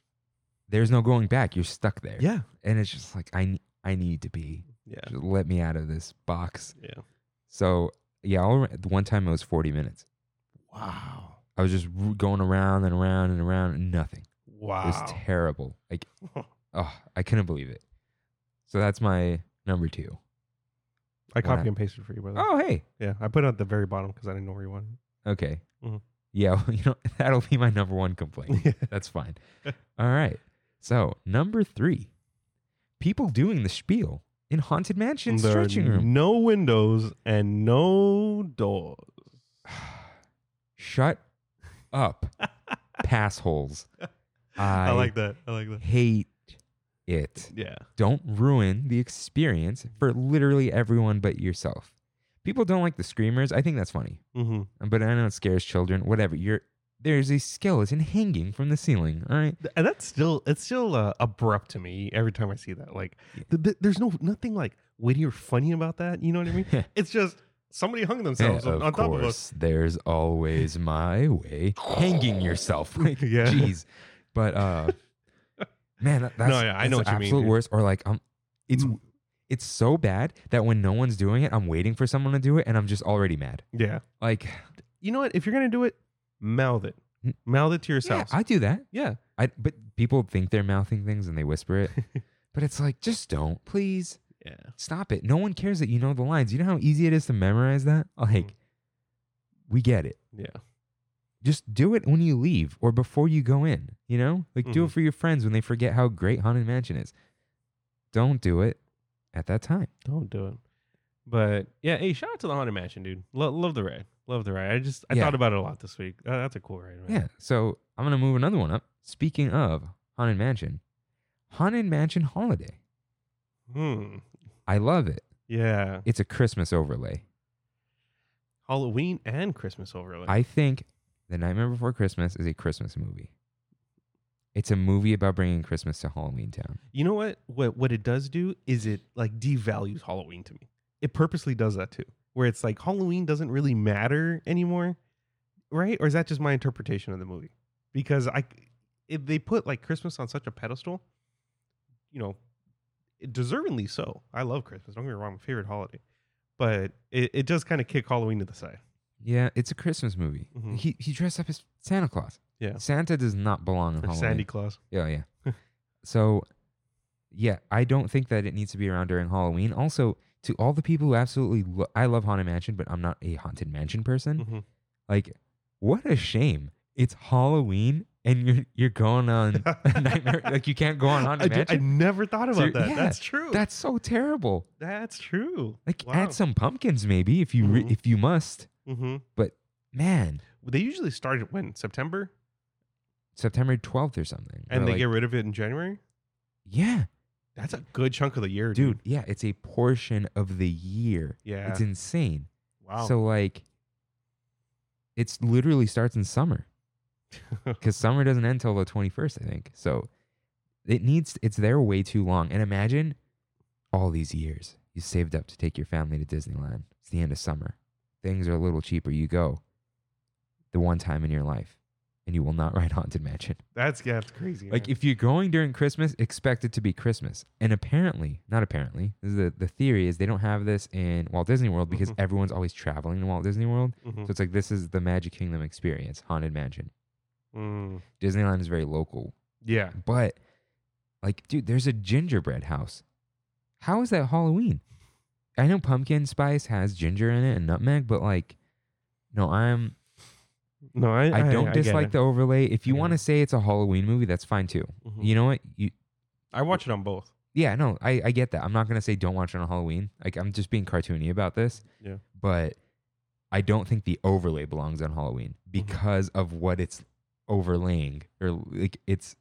A: there's no going back you're stuck there
B: Yeah,
A: and it's just like i, ne- I need to be
B: yeah,
A: just let me out of this box
B: yeah.
A: so yeah I'll, re- the one time it was 40 minutes
B: Wow,
A: i was just r- going around and around and around and nothing it was
B: wow.
A: terrible like oh i couldn't believe it so that's my number two
B: I copied
A: Wow.
B: and pasted for you, brother.
A: Oh, hey.
B: Yeah, I put it at the very bottom because I didn't know where you wanted.
A: Okay.
B: Mhm.
A: Yeah, well, you know that'll be my number one complaint.
B: it.
A: That's fine. All right. So number three, people doing the spiel in haunted mansion
B: There are
A: stretching room.
B: No windows and no doors.
A: Shut up, passholes. I,
B: I like that. I like that.
A: hate it.
B: Yeah.
A: Don't ruin the experience for literally everyone but yourself. People don't like the screamers. I think that's funny.
B: Mm-hmm.
A: but I know it scares children. Whatever. You're there's a skeleton hanging from the ceiling. All right.
B: Th- And that's still it's still uh, abrupt to me every time I see that. Like, th- th- there's no nothing like witty or funny about that. You know what I mean? it's just somebody hung themselves on, on top of us.
A: Eh, There's always my way. Hanging yourself. Like,
B: Yeah.
A: Jeez. But uh, man, that- that's,
B: No, yeah, I
A: that's
B: know
A: the
B: what you mean,
A: absolute
B: dude.
A: worst. Or like, um, it's
B: Mm.
A: it's so bad that when no one's doing it, I'm waiting for someone to do it, and I'm just already mad.
B: Yeah.
A: Like,
B: You know what? If you're gonna do it, mouth it.
A: Mm.
B: Mouth it to
A: yeah,
B: yourself.
A: I do that.
B: Yeah.
A: I but people think they're mouthing things and they whisper it, but it's like just don't, please.
B: Yeah.
A: Stop it. No one cares that you know the lines. You know how easy it is to memorize that? Like, we get it.
B: Yeah.
A: Just do it when you leave or before you go in, you know? Like, do it for your friends when they forget how great Haunted Mansion is. Don't do it at that time.
B: Don't do it. But yeah, hey, shout out to the Haunted Mansion, dude. Lo- love the ride. Love the ride. I just I
A: Yeah.
B: thought about it a lot this week. Uh, that's a cool ride, man.
A: Yeah. So I'm going to move another one up. Speaking of Haunted Mansion, Haunted Mansion Holiday.
B: Hmm.
A: I love it.
B: Yeah.
A: It's a Christmas overlay.
B: Halloween and Christmas overlay.
A: I think The Nightmare Before Christmas is a Christmas movie. It's a movie about bringing Christmas to Halloween Town.
B: you know what? What what it does do is it like devalues Halloween to me. It purposely does that too, where it's like Halloween doesn't really matter anymore, right? Or is that just my interpretation of the movie? Because I, if they put like Christmas on such a pedestal, you know, deservingly so. I love Christmas. Don't get me wrong, my favorite holiday, but it, it does kind of kick Halloween to the side.
A: Yeah, it's a Christmas movie.
B: Mhm.
A: He he dressed up as Santa Claus.
B: Yeah.
A: Santa does not belong on
B: Or
A: Halloween.
B: Sandy Claus.
A: Yeah, yeah. so, yeah, I don't think that it needs to be around during Halloween. Also, to all the people who absolutely, lo- I love Haunted Mansion, but I'm not a Haunted Mansion person.
B: Mhm.
A: Like, what a shame! It's Halloween and you're you're going on nightmare. Like you can't go on
B: Mm-hmm. I,
A: Haunted
B: d- I
A: Mansion.
B: never thought about
A: Ser-
B: that.
A: yeah,
B: That's true.
A: That's so terrible.
B: That's true.
A: Like
B: Wow.
A: add some pumpkins maybe if you re-
B: Mhm.
A: if you must.
B: Mm-hmm.
A: Man,
B: They usually start it when September,
A: September 12th or something.
B: and
A: Or,
B: they
A: like-
B: get rid of it in January.
A: yeah,
B: That's a good chunk of the year, dude.
A: dude. Yeah, it's a portion of the year.
B: Yeah.
A: It's insane.
B: wow.
A: So like, it's literally starts in summer because summer doesn't end till the 21st, I think. So it needs it's there way too long. And imagine all these years you saved up to take your family to Disneyland. It's the end of summer. Things are a little cheaper. You go the one time in your life, and you will not ride Haunted Mansion.
B: that's yeah, that's crazy.
A: Like
B: man.
A: if you're going during Christmas, expect it to be Christmas. And apparently, not apparently, this is the, the theory is they don't have this in Walt Disney World because
B: Mhm.
A: everyone's always traveling to Walt Disney World.
B: Mhm.
A: So it's like this is the Magic Kingdom experience, Haunted Mansion.
B: Mm.
A: Disneyland is very local.
B: yeah,
A: But like, dude, there's a gingerbread house. How is that Halloween? I know pumpkin spice has ginger in it and nutmeg, but like no, I'm
B: no, I
A: I don't dislike the overlay. If you
B: I get
A: want to
B: it.
A: say it's a Halloween movie, that's fine too.
B: Mhm.
A: You know what? You
B: I watch it on both.
A: Yeah, no, I, I get that. I'm not gonna say don't watch it on Halloween. Like I'm just being cartoony about this.
B: Yeah.
A: But I don't think the overlay belongs on Halloween
B: Mm-hmm.
A: because of what it's overlaying or like it's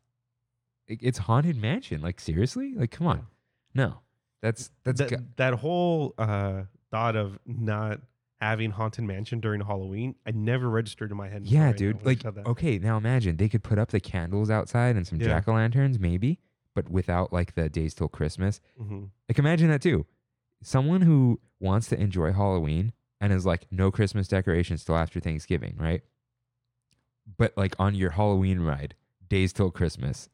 A: it- it's haunted mansion. Like seriously? Like come on. No. That's that's
B: that,
A: go-
B: that whole uh, thought of not having haunted mansion during Halloween. I never registered in my head. until
A: yeah,
B: right now
A: dude.
B: when you
A: Like
B: said that.
A: okay, now imagine they could put up the candles outside and some
B: Yeah.
A: jack-o'-lanterns maybe, but without like the days till Christmas.
B: Mhm.
A: Like imagine that too. Someone who wants to enjoy Halloween and is like no Christmas decorations till after Thanksgiving, right? But like on your Halloween ride, days till Christmas.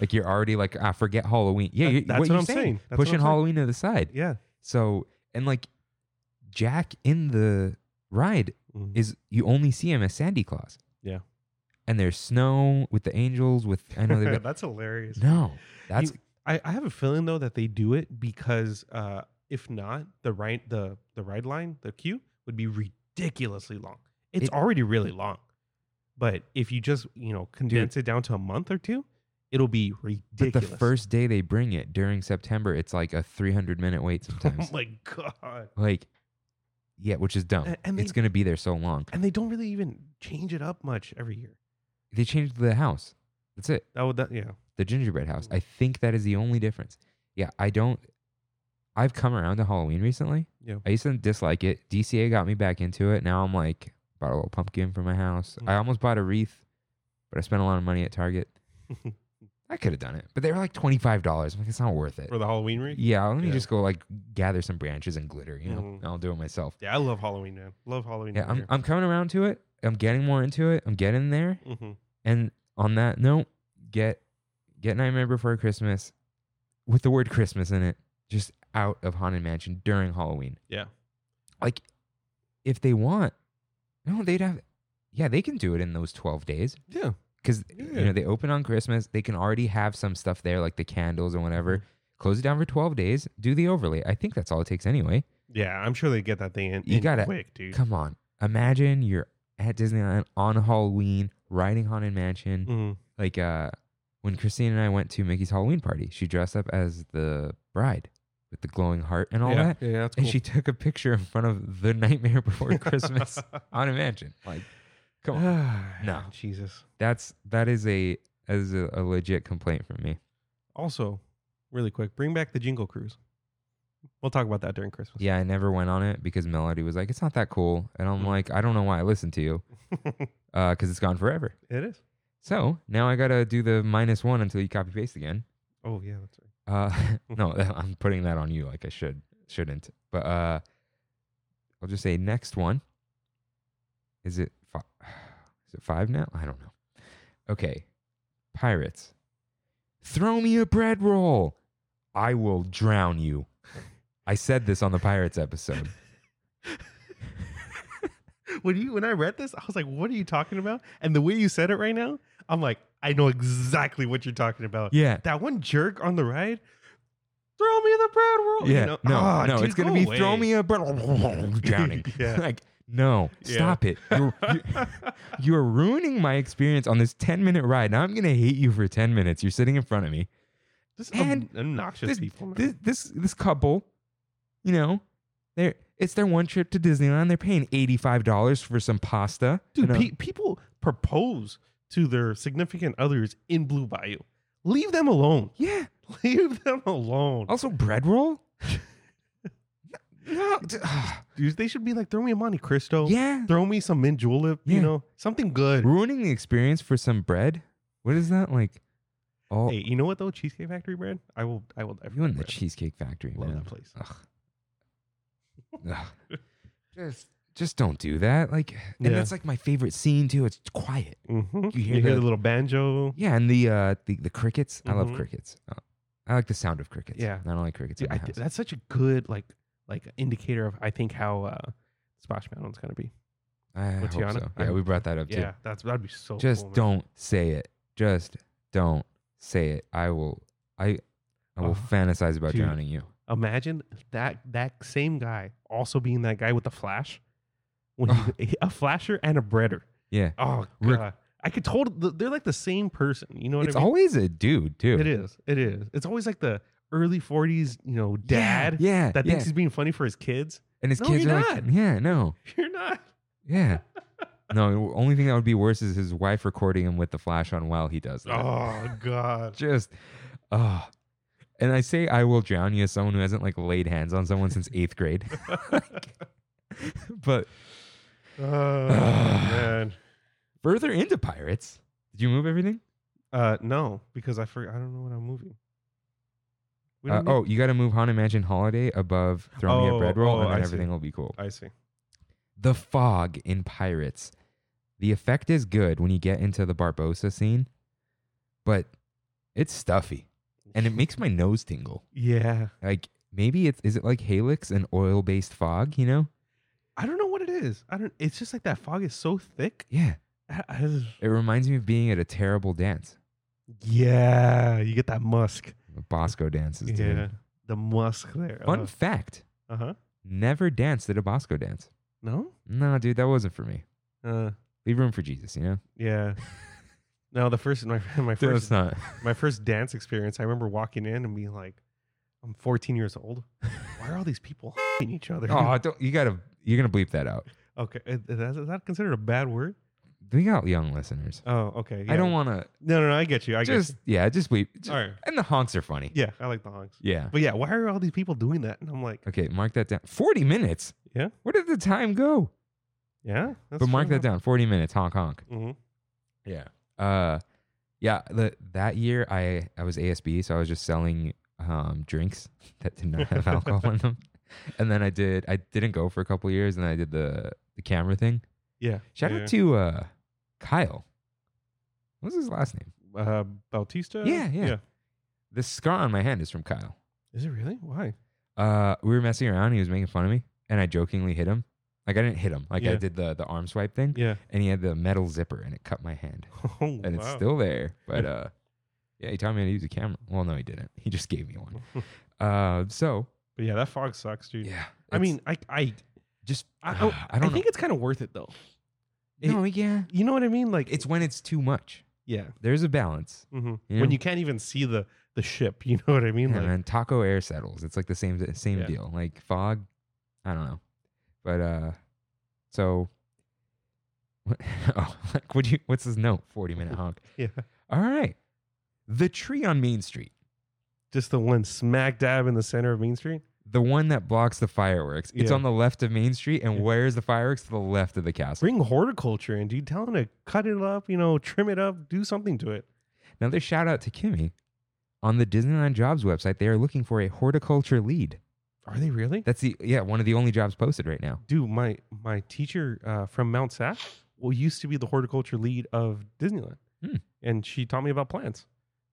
A: Like you're already like ah forget Halloween. Yeah,
B: That-
A: you
B: that's what
A: you're
B: I'm saying. That's what
A: pushing
B: I'm saying.
A: Halloween to the side.
B: yeah,
A: So and like Jack in the ride
B: Mhm.
A: is you only see him as Sandy Claus.
B: Yeah.
A: And there's snow with the angels with I know they've got
B: that's hilarious.
A: No. That's
B: You- I, I have a feeling though that they do it because uh, if not, the right the the ride line, the queue would be ridiculously long. It's
A: It-
B: already really long, but if you just you know condense it down to a month or two, it'll be
A: But
B: ridiculous.
A: the first day they bring it during September, it's like a 300 minute wait
B: oh
A: sometimes.
B: my god!
A: like, yeah, which is dumb.
B: And- and
A: it's
B: they-
A: going to be there so long.
B: And they don't really even change it up much every year.
A: They changed the house. That's it.
B: That would that yeah.
A: The gingerbread house.
B: Mm.
A: I think that is the only difference. Yeah, I don't. I've come around to Halloween recently.
B: Yeah.
A: I used to dislike it. DCA got me back into it. Now I'm like, bought a little pumpkin for my house. I
B: Mm.
A: almost bought a wreath, but I spent a lot of money at Target. I could have done it, but they were like $25. I'm like, it's not worth it.
B: For the Halloween wreath.
A: Yeah, let me
B: Yeah.
A: just go like gather some branches and glitter, you know.
B: Mhm.
A: I'll do it myself.
B: Yeah, I love Halloween, man. Love Halloween.
A: Yeah, I'm I'm coming around to it. I'm getting more into it. I'm getting there.
B: hmm
A: And on that note, get get Nightmare Before Christmas with the word Christmas in it, just out of Haunted Mansion during Halloween.
B: Yeah.
A: Like if they want, no, they'd have yeah, they can do it in those 12 days
B: Yeah.
A: because
B: Yeah. Mm-hmm.
A: you know they open on Christmas. They can already have some stuff there, like the candles and whatever. Close it down for 12 days. Do the overlay. I think that's all it takes anyway.
B: Yeah, I'm sure they get that thing in,
A: You
B: in
A: gotta-
B: quick, dude.
A: Come on. Imagine you're at Disneyland on Halloween riding Haunted Mansion.
B: Mhm.
A: Like uh, when Christine and I went to Mickey's Halloween party, she dressed up as the bride with the glowing heart and all
B: yeah.
A: that.
B: Yeah, that's
A: And she took a picture in front of the Nightmare Before Christmas Haunted Mansion. Like, come on. No.
B: Jesus.
A: That's that is a as a, a legit complaint from me.
B: Also, really quick, bring back the Jingle Cruise. We'll talk about that during Christmas.
A: Yeah, I never went on it because Melody was like, "It's not that cool," and I'm
B: Mm.
A: like, "I don't know why I listened to you because it's gone forever."
B: it is.
A: So now I gotta do the minus one until you copy paste again.
B: Oh yeah, that's right.
A: Uh, no, I'm putting that on you like I should shouldn't, but uh, I'll just say next one. Is it fi- is it five now? I don't know. Okay, pirates, throw me a bread roll. I will drown you. I said this on the pirates episode.
B: When you when I read this, I was like, "What are you talking about?" And the way you said it right now, I'm like, "I know exactly what you're talking about."
A: Yeah,
B: That one jerk on the ride, throw me the bread roll.
A: Yeah.
B: You know?
A: No,
B: Ah,
A: no,
B: dude,
A: it's gonna
B: go
A: be
B: away.
A: throw me a bur- drowning.
B: Yeah.
A: Like, no,
B: Yeah.
A: stop it. You're, you- you're ruining my experience on this 10 minute ride. Now I'm gonna hate you for 10 minutes. You're sitting in front of me.
B: this is
A: and
B: obnoxious
A: this-
B: people. man.
A: This this this couple, you know, they're it's their one trip to Disneyland. They're paying $85 for some pasta.
B: Dude,
A: and uh, a-
B: pe- people propose to their significant others in Blue Bayou. Leave them alone.
A: yeah.
B: Leave them alone.
A: Also bread roll? no. d- ah,
B: Dude, they should be like, throw me a Monte Cristo.
A: yeah.
B: Throw me some mint julep.
A: Yeah.
B: You know, something good.
A: Ruining the experience for some bread? What is that? Like oh
B: Hey, you know what though? Cheesecake Factory bread. I will. I will. die for
A: You in the
B: bread.
A: Cheesecake Factory,
B: Love
A: man. Uh,
B: that place.
A: Ugh. Ugh. Just, just don't do that. Like, and
B: Yeah.
A: that's like my favorite scene too. It's quiet.
B: Mhm.
A: You
B: You
A: hear
B: hear, the,
A: the-
B: little banjo.
A: Yeah, and the uh, the, the crickets. I love
B: Mhm.
A: crickets. Uh, I like the sound of crickets.
B: Yeah.
A: I don't like crickets.
B: Dude,
A: in my
B: I,
A: house.
B: that's such a good like like indicator of I think how uh, Splash Mountain's gonna be.
A: I hope
B: Tiana?
A: so.
B: I
A: Yeah, we
B: hope
A: brought that up
B: Yeah, that's that'd be so.
A: too. Just
B: cool, man.
A: don't say it. Just don't say it. I will. I. I will
B: Oh,
A: fantasize about
B: dude.
A: drowning you.
B: Imagine that that same guy also being that guy with the flash, when he, a flasher and a breader.
A: Yeah.
B: Oh
A: Rick-
B: god, I could totally. They're like the same person. You know what
A: it's
B: I mean?
A: always a dude too.
B: it is. It is. It's always like the early forties. You know,
A: Yeah,
B: dad
A: Yeah.
B: that
A: yeah.
B: thinks he's being funny for his kids.
A: and his
B: No,
A: kids
B: you're
A: are like,
B: not.
A: yeah, no.
B: You're not.
A: Yeah. No, only thing that would be worse is his wife recording him with the flash on while he does that.
B: Oh god.
A: Just, oh. And I say I will drown you as someone who hasn't like laid hands on someone since eighth grade. but
B: Oh, man.
A: further into pirates, did you move everything?
B: Uh, no, because I forgot. I don't know what I'm moving. We
A: Uh,
B: don't need-
A: oh, you got to move Haunted Mansion Holiday above Throw Me a
B: Oh,
A: Bread Roll,
B: oh,
A: and then
B: I see.
A: everything will be cool.
B: I see.
A: The fog in Pirates. The effect is good when you get into the Barbosa scene, but it's stuffy and it makes my nose tingle.
B: Yeah,
A: like maybe it's is it like Halix and oil based fog, you know?
B: I don't know what it is. I don't. It's just like that fog is so thick.
A: Yeah.
B: I- I-
A: It reminds me of being at a terrible dance.
B: Yeah, you get that musk.
A: The Bosco dances, dude.
B: Yeah, the musk there.
A: Fun fact.
B: Uh huh.
A: Never danced at a Bosco dance.
B: No.
A: No, dude, that wasn't for me.
B: Uh.
A: Leave room for Jesus, you know?
B: Yeah. no, the first my my
A: Dude,
B: first
A: not.
B: my first dance experience. I remember walking in and being like, I'm 14 years old. Why are all these people each other?
A: oh, don't you gotta you're gonna bleep that out.
B: Okay, is is that, is that considered a bad word?
A: We got young listeners.
B: Oh, okay.
A: I
B: yeah.
A: don't wanna
B: No, no, no. I get you. I
A: just
B: get
A: yeah, just bleep.
B: you.
A: Just-
B: All right.
A: And the honks are funny.
B: Yeah, I like the honks.
A: Yeah.
B: But yeah, why are all these people doing that? And I'm like,
A: Okay, mark that down. Forty minutes.
B: Yeah.
A: Where did the time go?
B: yeah. That's
A: but mark that down. Forty minutes, honk honk.
B: hmm
A: Yeah. Uh yeah, the, that year I I was ASB, so I was just selling um drinks that did not have alcohol in them. And then I did I didn't go for a couple years and then I did the the camera thing.
B: Yeah.
A: Shout
B: yeah.
A: out to uh Kyle. What was his last name?
B: uh, Bautista.
A: Yeah, yeah. The scar on my hand is from Kyle.
B: Is it really? Why?
A: Uh we were messing around, he was making fun of me, and I jokingly hit him. Like I didn't hit him. Like I
B: Yeah.
A: did the the arm swipe thing
B: Yeah.
A: and he had the metal zipper and it cut my hand.
B: Oh,
A: And
B: wow.
A: it's still there. But uh Yeah, he taught me how to use a camera. Well, no, he didn't. He just gave me one. Uh, so
B: But yeah, that fog sucks, dude.
A: yeah,
B: I
A: it's
B: mean, I I
A: just
B: I,
A: ah, I don't know.
B: think it's kind of worth it though. it-
A: no, yeah,
B: You know what I mean? Like
A: it's when it's too much.
B: yeah.
A: There's a balance.
B: hmm
A: Yeah.
B: When you can't even see the the ship, you know what I mean?
A: Yeah,
B: like
A: man, Taco Air settles. It's like the same same
B: Yeah.
A: deal. Like fog, I don't know. But uh, so what? Oh, like, would you? What's this note? Forty minute honk.
B: yeah,
A: All right, the tree on Main Street,
B: just the one smack dab in the center of Main Street.
A: the one that blocks the fireworks. It's
B: Yeah.
A: on the left of Main Street, and
B: Yeah.
A: where's the fireworks? To the left of the castle.
B: Bring horticulture in, dude. Tell them to cut it up, you know, trim it up, do something to it.
A: Another shout out to Kimmy. On the Disneyland jobs website, they are looking for a horticulture lead.
B: Are they really?
A: That's the yeah one of the only jobs posted right now.
B: Dude, my my teacher uh, from Mount Sac well used to be the horticulture lead of Disneyland,
A: Hmm.
B: and she taught me about plants.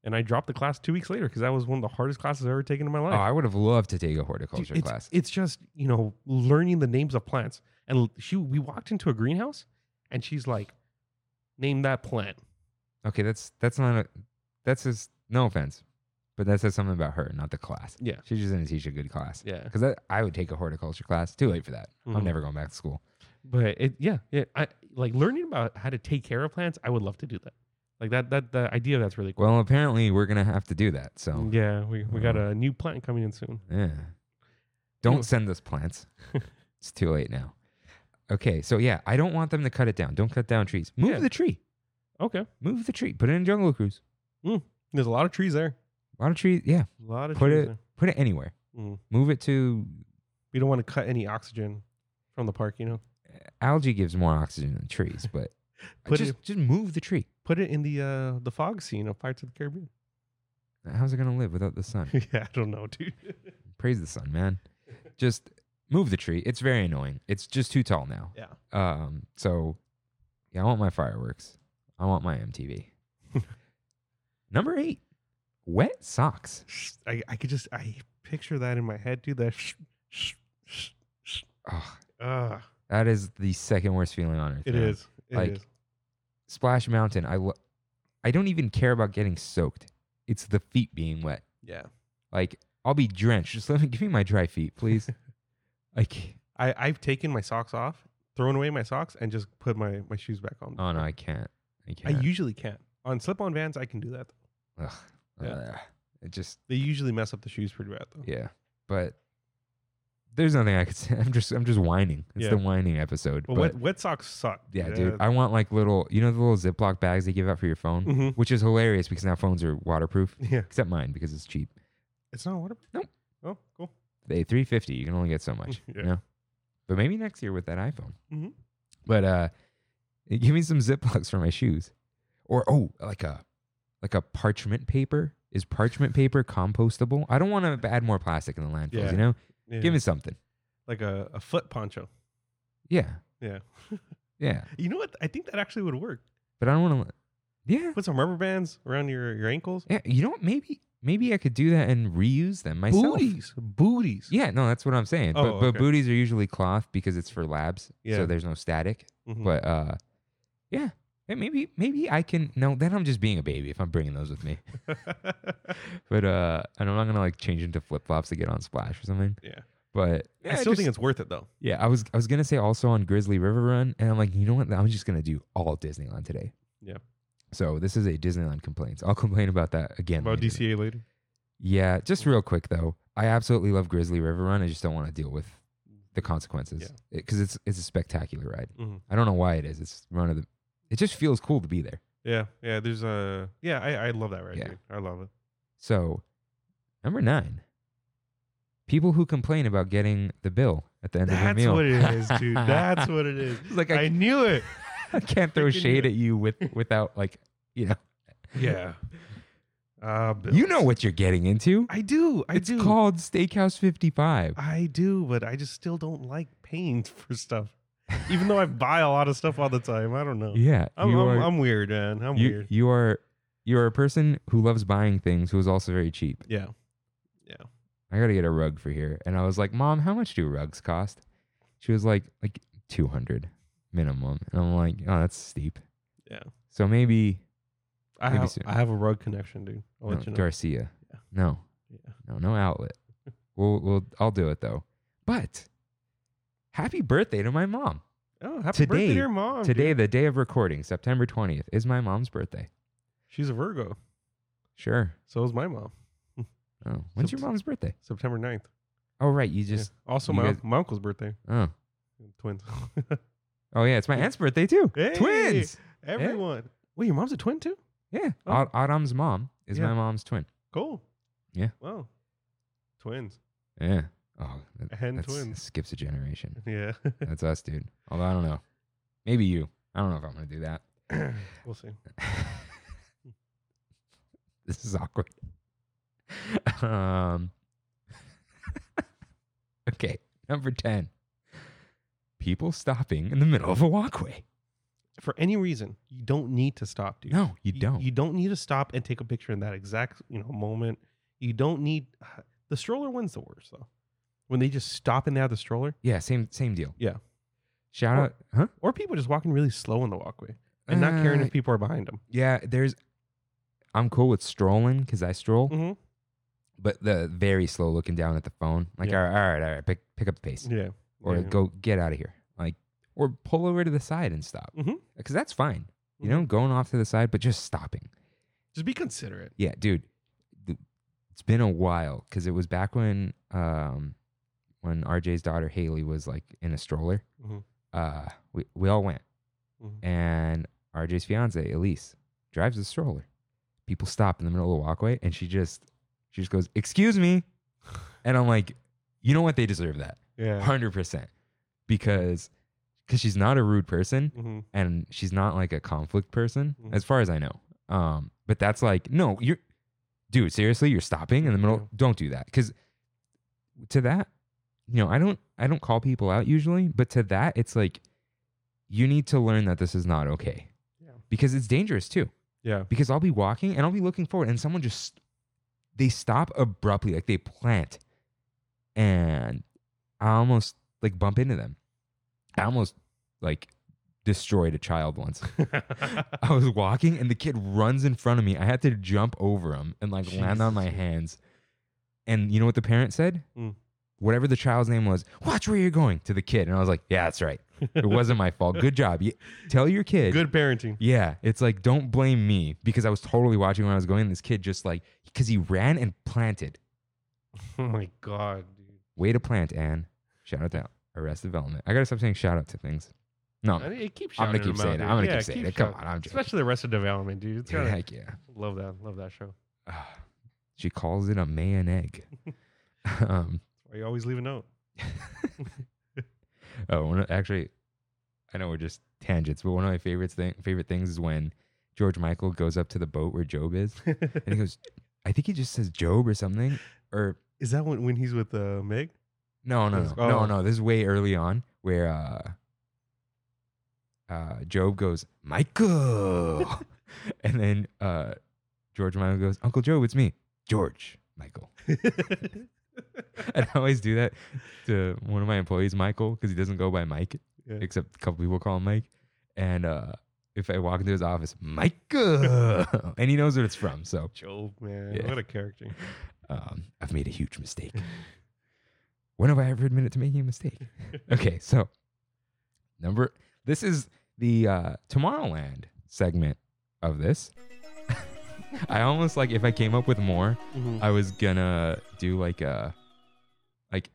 B: And I dropped the class two weeks later because that was one of the hardest classes I've ever taken in my
A: Oh,
B: life.
A: I would have loved to take a
B: Dude,
A: horticulture
B: it's,
A: class.
B: It's just you know learning the names of plants. And l- she we walked into a greenhouse, and she's like, "Name that plant."
A: Okay, that's that's not a that's just no offense, but that says something about her, not the class.
B: Yeah.
A: she just didn't teach a good class.
B: Yeah,
A: Because I would take a horticulture class. Too late for that.
B: Mhm.
A: I'm never going back to school.
B: but it, yeah, yeah. I like learning about how to take care of plants. I would love to do that. Like that that the idea of that's really cool.
A: Well, apparently we're gonna have to do that. So
B: Yeah, we, we got
A: Oh.
B: a new plant coming in soon.
A: yeah,
B: Ooh.
A: don't send us plants. it's too late now. Okay, so yeah, I don't want them to cut it down. Don't cut down trees. Move
B: Yeah.
A: the tree.
B: Okay,
A: Move the tree. Put it in Jungle Cruise.
B: there's a lot of trees there.
A: A lot of trees. Yeah,
B: A lot of
A: Put
B: trees
A: it-
B: there.
A: put it anywhere.
B: Mm.
A: Move it to
B: We don't want to cut any oxygen from the park. You know,
A: algae gives more oxygen than trees, but
B: Put
A: just
B: it-
A: just move the tree.
B: put it in the uh the fog scene of Pirates of the Caribbean.
A: How's it gonna live without the sun?
B: yeah, I don't know, dude.
A: Praise the sun, man. Just move the tree. It's very annoying. It's just too tall now.
B: yeah.
A: Um, so yeah, I want my fireworks. I want my MTV. Number eight, wet socks.
B: I, I could just I picture that in my head, dude. That
A: Ugh,
B: uh,
A: that is the second worst feeling on earth.
B: it
A: man.
B: is. It
A: Like-
B: is.
A: Splash Mountain. I lo- I don't even care about getting soaked. It's the feet being wet.
B: Yeah.
A: Like I'll be drenched. Just let me give me my dry feet, please. like
B: I I've taken my socks off, thrown away my socks, and just put my my shoes back on.
A: oh no, I can't. I
B: I
A: can't.
B: usually can't. On slip on Vans, I can do that.
A: Ugh.
B: Yeah.
A: Ugh. it just
B: They usually mess up the shoes pretty bad though.
A: Yeah, but there's nothing I could say. I'm just I'm just whining. It's
B: Yeah.
A: the whining episode.
B: But,
A: but
B: wet wet socks suck.
A: yeah, dude, I want like little, you know, the little Ziploc bags they give out for your phone,
B: Mhm.
A: which is hilarious because now phones are waterproof,
B: Yeah.
A: except mine because it's cheap.
B: It's not waterproof.
A: Nope.
B: Oh, cool.
A: They 350, you can only get so much.
B: Yeah.
A: You know? But maybe next year with that iPhone.
B: Mhm.
A: But uh give me some Ziplocs for my shoes, or oh, like a like a parchment paper. Is parchment paper compostable? I don't want to add more plastic in the landfills.
B: Yeah.
A: You know,
B: Yeah.
A: give me something.
B: like a, a foot poncho.
A: Yeah,
B: Yeah.
A: yeah.
B: You know what? I think that actually would work.
A: But I don't want to. Yeah,
B: Put some rubber bands around your, your ankles.
A: yeah. You know what? Maybe maybe I could do that and reuse them myself.
B: Booties. Booties.
A: Yeah, no, that's what I'm saying. but
B: Oh,
A: but
B: okay.
A: booties are usually cloth because it's for labs,
B: Yeah.
A: so there's no static.
B: Mhm.
A: But uh, yeah, Eh, maybe maybe I can. No, then I'm just being a baby if I'm bringing those with me. But uh, and I'm not gonna like change into flip flops to get on Splash or something.
B: Yeah.
A: But
B: I still think it's worth it though.
A: yeah. I was I was gonna say also on Grizzly River Run, and I'm like, you know what? I'm just gonna do all Disneyland today.
B: Yeah.
A: So this is a Disneyland complaints. I'll complain about that again.
B: About
A: later.
B: DCA later.
A: Yeah, just real quick though, I absolutely love Grizzly River Run. I just don't want to deal with the consequences because it's it's a spectacular ride.
B: Mhm.
A: I don't know why it is. It's run of the. It just feels cool to be there.
B: Yeah, yeah. There's a yeah. I, I love that ride,
A: Yeah.
B: dude. I love it.
A: So, number nine, people who complain about getting the bill at the end of
B: That's
A: a meal.
B: what it is, dude. That's what it is.
A: It's like
B: I,
A: I,
B: knew it.
A: I can't throw
B: freaking knew
A: shade
B: it.
A: at you with without like you know
B: Yeah. Uh, Bill.
A: you know what you're getting into.
B: I do. I
A: it's
B: do.
A: called Steakhouse 55.
B: I do, but I just still don't like paying for stuff, even though I buy a lot of stuff all the time. I don't know.
A: Yeah,
B: I'm,
A: you
B: I'm,
A: are-
B: I'm weird, man. I'm
A: you,
B: weird.
A: you are you are a person who loves buying things who is also very cheap.
B: Yeah.
A: I gotta get a rug for here, and I was like, Mom, how much do rugs cost? She was like, like two hundred minimum, and I'm like, oh, that's steep.
B: Yeah.
A: So maybe
B: I
A: Maybe
B: have,
A: soon. Oh,
B: I have a rug connection, dude. I'll
A: No,
B: let you know.
A: Garcia. No,
B: Yeah.
A: no, no outlet. we'll, we'll, I'll do it though. But happy birthday to my mom.
B: Oh, happy
A: Today-
B: birthday to your mom. dude.
A: Today, the day of recording, September 20th, is my mom's birthday.
B: She's a Virgo.
A: Sure.
B: So is my mom.
A: Oh, when's your
B: Sept-
A: mom's birthday?
B: September 9th.
A: Oh, right. You
B: Yeah.
A: just,
B: Also,
A: you
B: my,
A: guys-
B: unc- my uncle's birthday.
A: oh.
B: Twins.
A: Oh, yeah. It's my aunt's birthday too.
B: Hey!
A: Twins.
B: Everyone. Wait, your mom's a twin too?
A: Yeah.
B: Oh.
A: Ad- Adam's mom is
B: Yeah.
A: my mom's twin.
B: Cool.
A: Yeah.
B: Wow. Twins.
A: Yeah. Oh, that
B: And
A: that's-
B: twins.
A: skips a generation.
B: Yeah.
A: That's us, dude. Although I don't know. Maybe you. I don't know if I'm going to do that.
B: we'll see.
A: this is awkward. um, okay, number 10. People stopping in the middle of a walkway.
B: For any reason, you don't need to stop, dude.
A: No, you don't.
B: You don't need to stop and take a picture in that exact you know moment. You don't need the stroller one's the worst though. When they just stop and they have the stroller,
A: yeah, same same deal.
B: Yeah.
A: Shout
B: Or-
A: out, huh?
B: or people just walking really slow in the walkway and not caring
A: Uh,
B: if people are behind them.
A: Yeah, there's. I'm cool with strolling because I stroll,
B: Mm-hmm.
A: but the very slow looking down at the phone. Like,
B: Yeah.
A: all right, all right, all right, pick pick up the pace,
B: Yeah.
A: or
B: yeah.
A: go get out of here, like, or pull over to the side and stop, because
B: Mhm.
A: that's fine.
B: Mm-hmm.
A: you know, going off to the side, but just stopping.
B: Just be considerate.
A: Yeah, dude, th- it's been a while because it was back when um when RJ's daughter Haley was like in a stroller.
B: Mhm.
A: Uh, we we all went,
B: Mhm.
A: and RJ's fiance Elise drives a stroller. People stop in the middle of the walkway, and she just she just goes, "Excuse me," and I'm like, "You know what? They deserve that,
B: Yeah.
A: hundred percent, because." Because she's not a rude person,
B: Mm-hmm.
A: and she's not like a conflict person
B: Mhm.
A: as far as I know. Um, but that's like, no, you're, dude, seriously, you're stopping in the middle.
B: Yeah.
A: Don't do that. Cause to that, you know, I don't, I don't call people out usually, but to that, it's like, you need to learn that this is not okay
B: Yeah.
A: because it's dangerous too.
B: Yeah.
A: Because I'll be walking and I'll be looking forward and someone just, they stop abruptly, like they plant and I almost like bump into them. I almost like destroyed a child once. I was walking and the kid runs in front of me. I had to jump over him and like land on
B: Jesus,
A: my
B: dude.
A: hands. And you know what the parent said?
B: Mm.
A: Whatever the child's name was, watch where you're going to the kid. And I was like, yeah, that's right. It wasn't my fault. Good job. You, tell your kid.
B: Good parenting.
A: Yeah. It's like, don't blame me because I was totally watching when I was going. And this kid just like, because he ran and planted.
B: Oh my god, dude.
A: Way to plant, Ann. Shout out to Arrest Development. I got to stop saying shout out to things. No.
B: I mean, it keeps
A: I'm gonna
B: shouting
A: keep
B: them out,
A: saying it.
B: dude.
A: I'm gonna
B: Yeah,
A: keep saying it. Come
B: shouting.
A: on, I'm joking.
B: Especially the rest of development, dude. It's gotta,
A: Heck yeah.
B: love that. Love that show.
A: Ah, she calls it a man egg. um,
B: Why you always leave a note?
A: oh, one of- actually, I know we're just tangents, but one of my favorites thing, favorite things is when George Michael goes up to the boat where Job is, and he goes, I think he just says Job or something, or
B: Is that when, when he's with uh, Meg?
A: no, no, no,
B: This-
A: no,
B: oh.
A: no. This is way early on where uh, uh, Job goes Michael, and then uh, George Michael goes Uncle Job, it's me, George Michael. And I always do that to one of my employees, Michael, because he doesn't go by Mike,
B: Yeah.
A: except a couple people call him Mike. And uh, if I walk into his office, Michael, and he knows what it's from. So
B: Job, man.
A: Yeah.
B: What a character.
A: um, I've made a huge mistake. when have I ever admitted to making a mistake? okay, so number this is the uh, Tomorrowland segment of this. I almost like if I came up with more,
B: Mhm.
A: I was gonna do like a like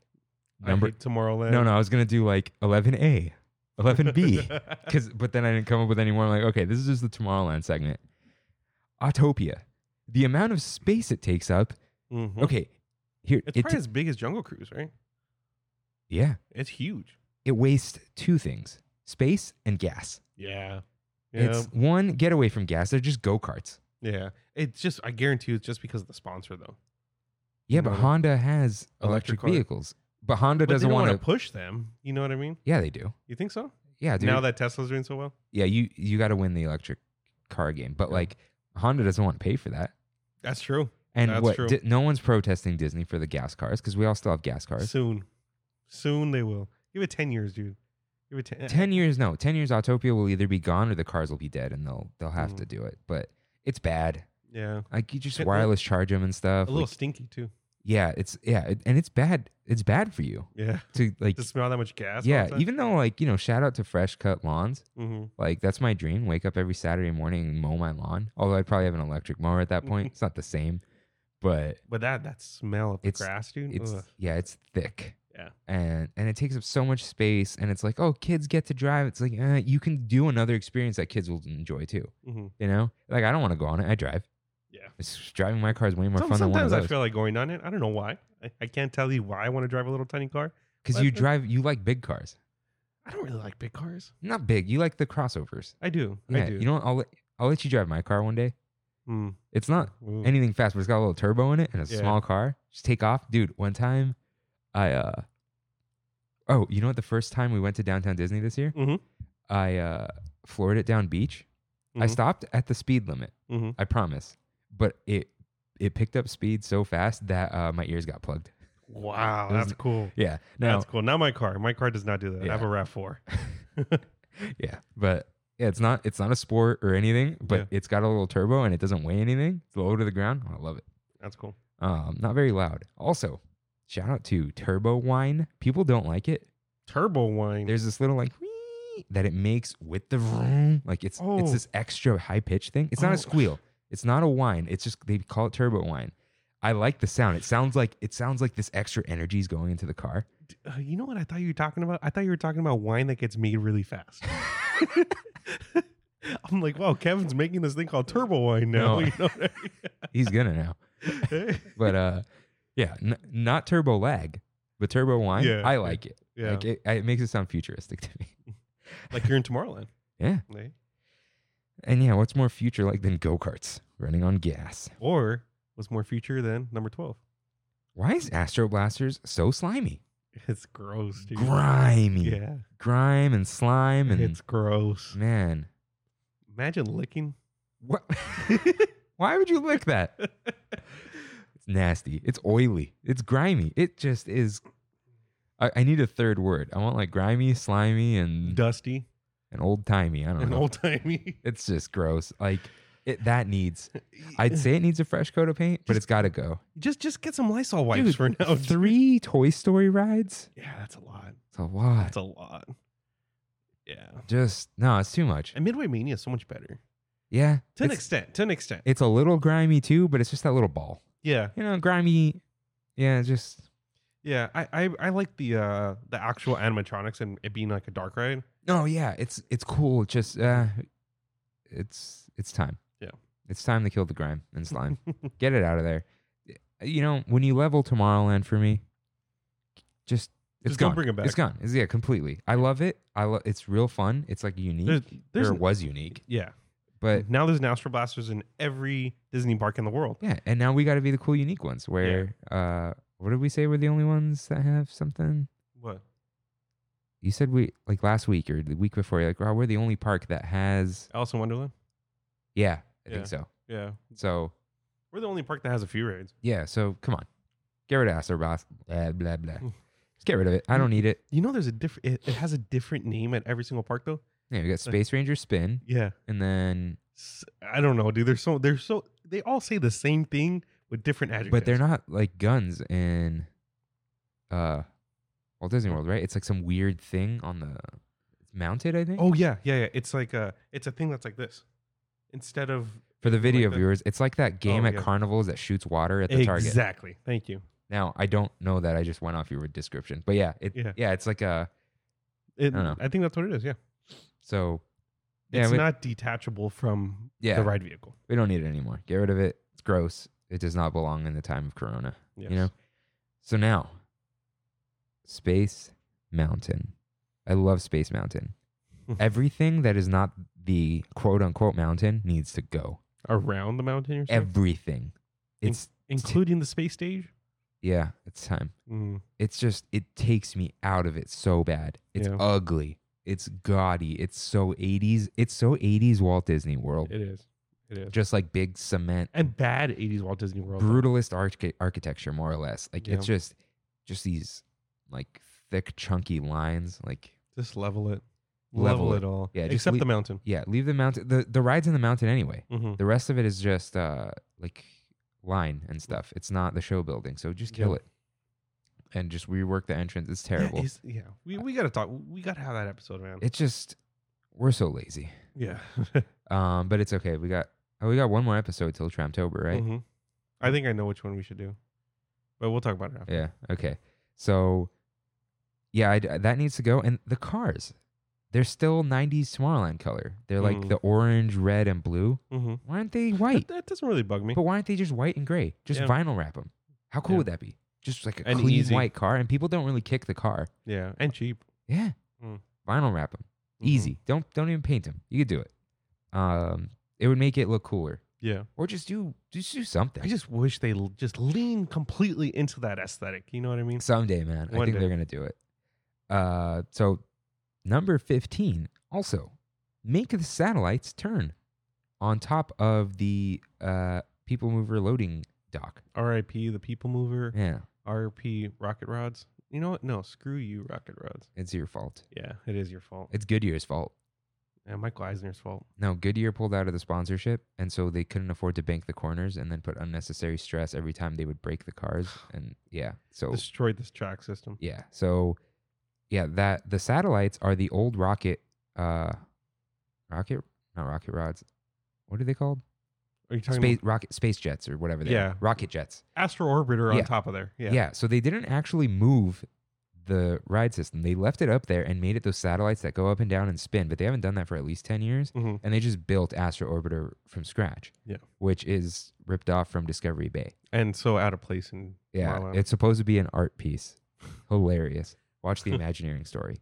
A: number
B: I hate Tomorrowland.
A: No, no, I was gonna do like 11A, 11B, because but then I didn't come up with any more. I'm like, okay, this is just the Tomorrowland segment. Autopia, the amount of space it takes up.
B: Mhm.
A: Okay, here
B: It's
A: it
B: probably
A: ta-
B: as big as Jungle Cruise, right?
A: yeah,
B: It's huge.
A: it wastes two things: space and gas.
B: Yeah. Yeah.
A: It's one get away from gas. They're just go karts.
B: yeah. It's just, I guarantee you, it's just because of the sponsor, though.
A: Yeah, but
B: No.
A: Honda has
B: Electric
A: electric,
B: car.
A: vehicles, but Honda
B: But they
A: doesn't
B: don't
A: want
B: wanna
A: to.
B: push them. You know what I mean?
A: Yeah, they do.
B: You think so?
A: Yeah, dude.
B: Now that Tesla's doing so well?
A: yeah, you you got to win the electric car game, but
B: Yeah.
A: like Honda doesn't want to pay for that.
B: That's true.
A: And
B: That's
A: what?
B: true.
A: Di- no one's protesting Disney for the gas cars because we all still have gas cars.
B: Soon. Soon they will. Give it 10 years, dude. Give it 10.
A: ten years, no, ten years, Autopia will either be gone or the cars will be dead, and they'll they'll have
B: Mm.
A: to do it. But It's bad.
B: Yeah.
A: Like you just
B: Yeah, well,
A: wireless charge them and
B: A
A: stuff.
B: little
A: like-
B: stinky too.
A: yeah, it's yeah, it- and it's bad. It's bad for you
B: Yeah.
A: to like.
B: To smell that much gas.
A: yeah, even though like you know, shout out to Fresh Cut Lawns.
B: hmm
A: Like that's my dream. Wake up every Saturday morning and mow my lawn. Although I'd probably have an electric mower at that point. it's not the same, but
B: But that that smell of
A: It's-
B: grass, dude.
A: it's
B: ugh.
A: yeah, it's thick.
B: Yeah.
A: And and it takes up so much space. And it's like, oh, kids get to drive. It's like eh, you can do another experience that kids will enjoy too.
B: Mhm.
A: You know, like I don't want to go on it. I drive.
B: Yeah.
A: It's, driving my car is way more
B: Some-
A: fun than one of
B: sometimes I
A: those.
B: feel like going on it. I don't know why. I, I can't tell you why I want to drive a little tiny car.
A: Because
B: like
A: you
B: that.
A: drive, you like big cars.
B: I don't really like big cars.
A: Not big. You like the crossovers.
B: I do.
A: Yeah,
B: I do.
A: You know, what? I'll let, I'll let you drive my car one day.
B: Mm.
A: It's not
B: Ooh.
A: anything fast, but it's got a little turbo in it and a
B: Yeah.
A: small car. Just take off, dude. One time, I uh, oh, you know what? The first time we went to downtown Disney this year,
B: Mhm.
A: I uh, floored it down beach. I
B: Mhm.
A: stopped at the speed limit.
B: Mhm.
A: I promise, but it it picked up speed so fast that uh, my ears got plugged.
B: Wow,
A: It was-
B: that's cool.
A: Yeah, no,
B: That's cool. Not my car. My car does not do that. I have a Rav Four.
A: yeah, but yeah, it's not it's not a sport or anything, but
B: Yeah.
A: it's got a little turbo and it doesn't weigh anything. It's low to the ground. Oh, I love it.
B: That's cool.
A: Um, not very loud. Also, shout out to Turbo Wine. People don't like it.
B: Turbo wine.
A: There's this little like whee that it makes with the vroom. like it's it's
B: Oh.
A: this extra high pitched thing. It's not
B: Oh.
A: a squeal. It's not a whine. It's just they call it turbo wine. I like the sound. It sounds like it sounds like this extra energy is going into the car.
B: Uh, you know what I thought you were talking about? I thought you were talking about wine that gets made really fast. I'm like, wow, Kevin's making this thing called turbo wine now.
A: No.
B: You know what
A: He's gonna now.
B: I mean?
A: But uh yeah, n- not turbo lag, but turbo wine.
B: Yeah,
A: I
B: yeah.
A: like it.
B: yeah,
A: Like it, it makes it sound futuristic to me.
B: like you're in Tomorrowland.
A: Yeah.
B: right?
A: And yeah, what's more future like than go karts running on gas?
B: Or was more future than number twelve?
A: Why is Astro Blasters so slimy?
B: It's gross, dude.
A: Grimy.
B: Yeah,
A: Grime and slime and
B: it's gross.
A: man.
B: Imagine licking.
A: What why would you lick that? It's nasty. It's oily. It's grimy. It just is I, I need a third word. I want like grimy, slimy, and
B: Dusty
A: and old timey. I don't
B: and
A: know.
B: old timey.
A: it's just gross. Like it that needs I'd say it needs a fresh coat of paint, but
B: Just-
A: it's gotta go.
B: just just get some Lysol wipes
A: Dude,
B: for now.
A: Three Toy Story rides?
B: Yeah, that's a lot.
A: It's a lot.
B: That's a lot. Yeah.
A: Just no, it's too much.
B: And Midway Mania is so much better.
A: Yeah.
B: To an
A: it's,
B: extent. To an extent.
A: it's a little grimy too, but it's just that little ball.
B: yeah.
A: You know, grimy. Yeah, it's just
B: Yeah. I, I I like the uh the actual animatronics and it being like a dark ride.
A: no, yeah, it's it's cool. It's just uh it's it's time.
B: Yeah.
A: It's time to kill the grime and slime. Get it out of there. You know, when you level Tomorrowland for me, just it's
B: Just don't
A: gone.
B: bring it back.
A: It's gone. It's, yeah, completely. I love it. I love it's real fun. It's like unique.
B: There's there's
A: or it was unique.
B: yeah.
A: But
B: now there's Nostro Blasters in every Disney park in the world.
A: yeah, and now we got to be the cool, unique ones. Where uh, what did we say? We're the only ones that have something.
B: What?
A: You said we like last week or the week before. You're like, wow, we're the only park that has.
B: Alice in Wonderland?
A: Yeah, I
B: Yeah.
A: think so.
B: Yeah.
A: So
B: We're the only park that has a few rides.
A: yeah, so come on, get rid of Astro Blast. Blah blah blah. Just get rid of it. I don't need it.
B: You know there's a different it, it has a different name at every single park though?
A: Yeah, we got Space Ranger Spin,
B: Yeah.
A: and then
B: S- I don't know, dude. They're so they're so they all say the same thing with different adjectives.
A: but they're not like guns in uh Walt Disney World, right? It's like some weird thing on the it's mounted. I think.
B: Oh yeah, yeah, yeah. It's like a it's a thing that's like this. Instead of
A: For the video
B: the-
A: viewers, it's like that game
B: Oh,
A: at
B: yeah.
A: carnivals that shoots water at the target.
B: exactly. Thank you.
A: Now, I don't know that. I just went off your description. But yeah, it, yeah.
B: Yeah.
A: it's like a
B: It,
A: dunno.
B: I think that's what it is. Yeah.
A: so yeah,
B: It's
A: we,
B: not detachable from
A: Yeah.
B: the ride vehicle.
A: we don't need it anymore. Get rid of it. It's gross. It does not belong in the time of corona.
B: Yes.
A: You know? So now Space Mountain. I love Space Mountain. Everything that is not the quote unquote mountain needs to go.
B: around the mountain or something,
A: Everything.
B: In-
A: It's
B: including the space stage.
A: yeah, it's time.
B: Mm.
A: it's just it takes me out of it so bad. It's
B: Yeah.
A: ugly. It's gaudy. It's so 80s. It's so 80s Walt Disney World.
B: It is. It is.
A: Just like big cement,
B: And bad '80s Walt Disney World. though.
A: brutalist arch- architecture, more or less. Like it's
B: Yeah.
A: just, just these like thick, chunky lines. Like
B: Just level it.
A: level
B: Level
A: it.
B: it all.
A: Yeah, just
B: except
A: lea-
B: the mountain.
A: Yeah, leave the mountain. The the ride's in the mountain anyway.
B: Mm-hmm.
A: The rest of it is just uh like line and stuff. It's not the show building. So just kill
B: Yeah.
A: it. And just rework the entrance. It's terrible.
B: Yeah, we, we gotta talk. We gotta have that episode, man.
A: it's just we're so lazy.
B: yeah,
A: Um, but it's okay. We got oh, we got one more episode till Tramptober, right?
B: Mhm. I think I know which one we should do, but we'll talk about it after.
A: Yeah. Okay. So, yeah, I'd, that needs to go. And the cars, they're still '90s Tomorrowland color. They're like
B: Mm.
A: the orange, red, and blue.
B: Mm-hmm.
A: Why aren't they
B: That,
A: white?
B: that doesn't really bug me.
A: But why aren't they just white and gray? Just
B: Yeah.
A: vinyl wrap them. How cool
B: Yeah.
A: would that be? Just like a
B: And
A: clean
B: easy.
A: white car, and people don't really kick the car.
B: yeah, and cheap.
A: Yeah.
B: Mm.
A: Vinyl wrap them.
B: Mhm.
A: Easy. Don't don't even paint them. You could do it. Um, it would make it look cooler.
B: Yeah,
A: Or just do just do something.
B: I just wish they l- just lean completely into that aesthetic. You know what I mean?
A: Someday, man. I
B: One
A: think
B: day.
A: they're gonna do it. Uh, so number fifteen. Also, make the satellites turn on top of the uh people mover loading dock.
B: R.I.P. the People Mover.
A: Yeah,
B: R.I.P. Rocket Rods. You know what? No, screw you, Rocket Rods.
A: it's your fault.
B: Yeah, it is your fault.
A: It's Goodyear's fault.
B: and Michael Eisner's fault.
A: No, Goodyear pulled out of the sponsorship, and so they couldn't afford to bank the corners and then put unnecessary stress every time they would break the cars. And yeah, so
B: Destroyed this track system.
A: Yeah. So yeah, that the satellites are the old rocket uh rocket not rocket rods. What are they called?
B: Are you talking
A: Space rocket space jets or whatever they
B: Yeah.
A: are. Rocket jets.
B: about Astro Orbiter
A: Yeah.
B: on top of there? Yeah.
A: Yeah. So they didn't actually move the ride system. They left it up there and made it those satellites that go up and down and spin, but they haven't done that for at least 10 years.
B: Mhm.
A: And they just built Astro Orbiter from scratch.
B: Yeah.
A: Which is ripped off from Discovery Bay.
B: And so out of place in
A: Yeah,
B: Tomorrowland.
A: it's supposed to be an art piece. Hilarious. Watch the Imagineering story.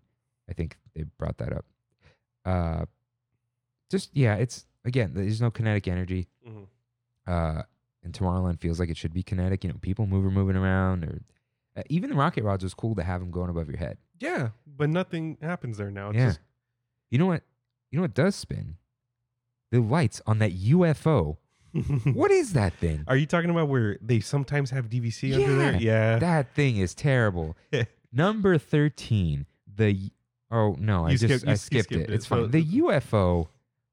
A: I think they brought that up. Uh, just yeah, it's again. There's no kinetic energy.
B: Mhm.
A: Uh, and Tomorrowland feels like it should be kinetic. You know, people move are moving around, or uh, even the rocket rods was cool to have them going above your head.
B: yeah, but nothing happens there now. It's
A: Yeah.
B: just
A: You know what? You know what does spin? The lights on that UFO. what is that thing?
B: Are you talking about where they sometimes have DVC under there? Yeah.
A: That thing is terrible. Number 13, the y- Oh no, I
B: You
A: just
B: skipped-
A: I
B: you- you
A: skipped,
B: skipped
A: it.
B: it,
A: It's
B: so-
A: fine. The UFO.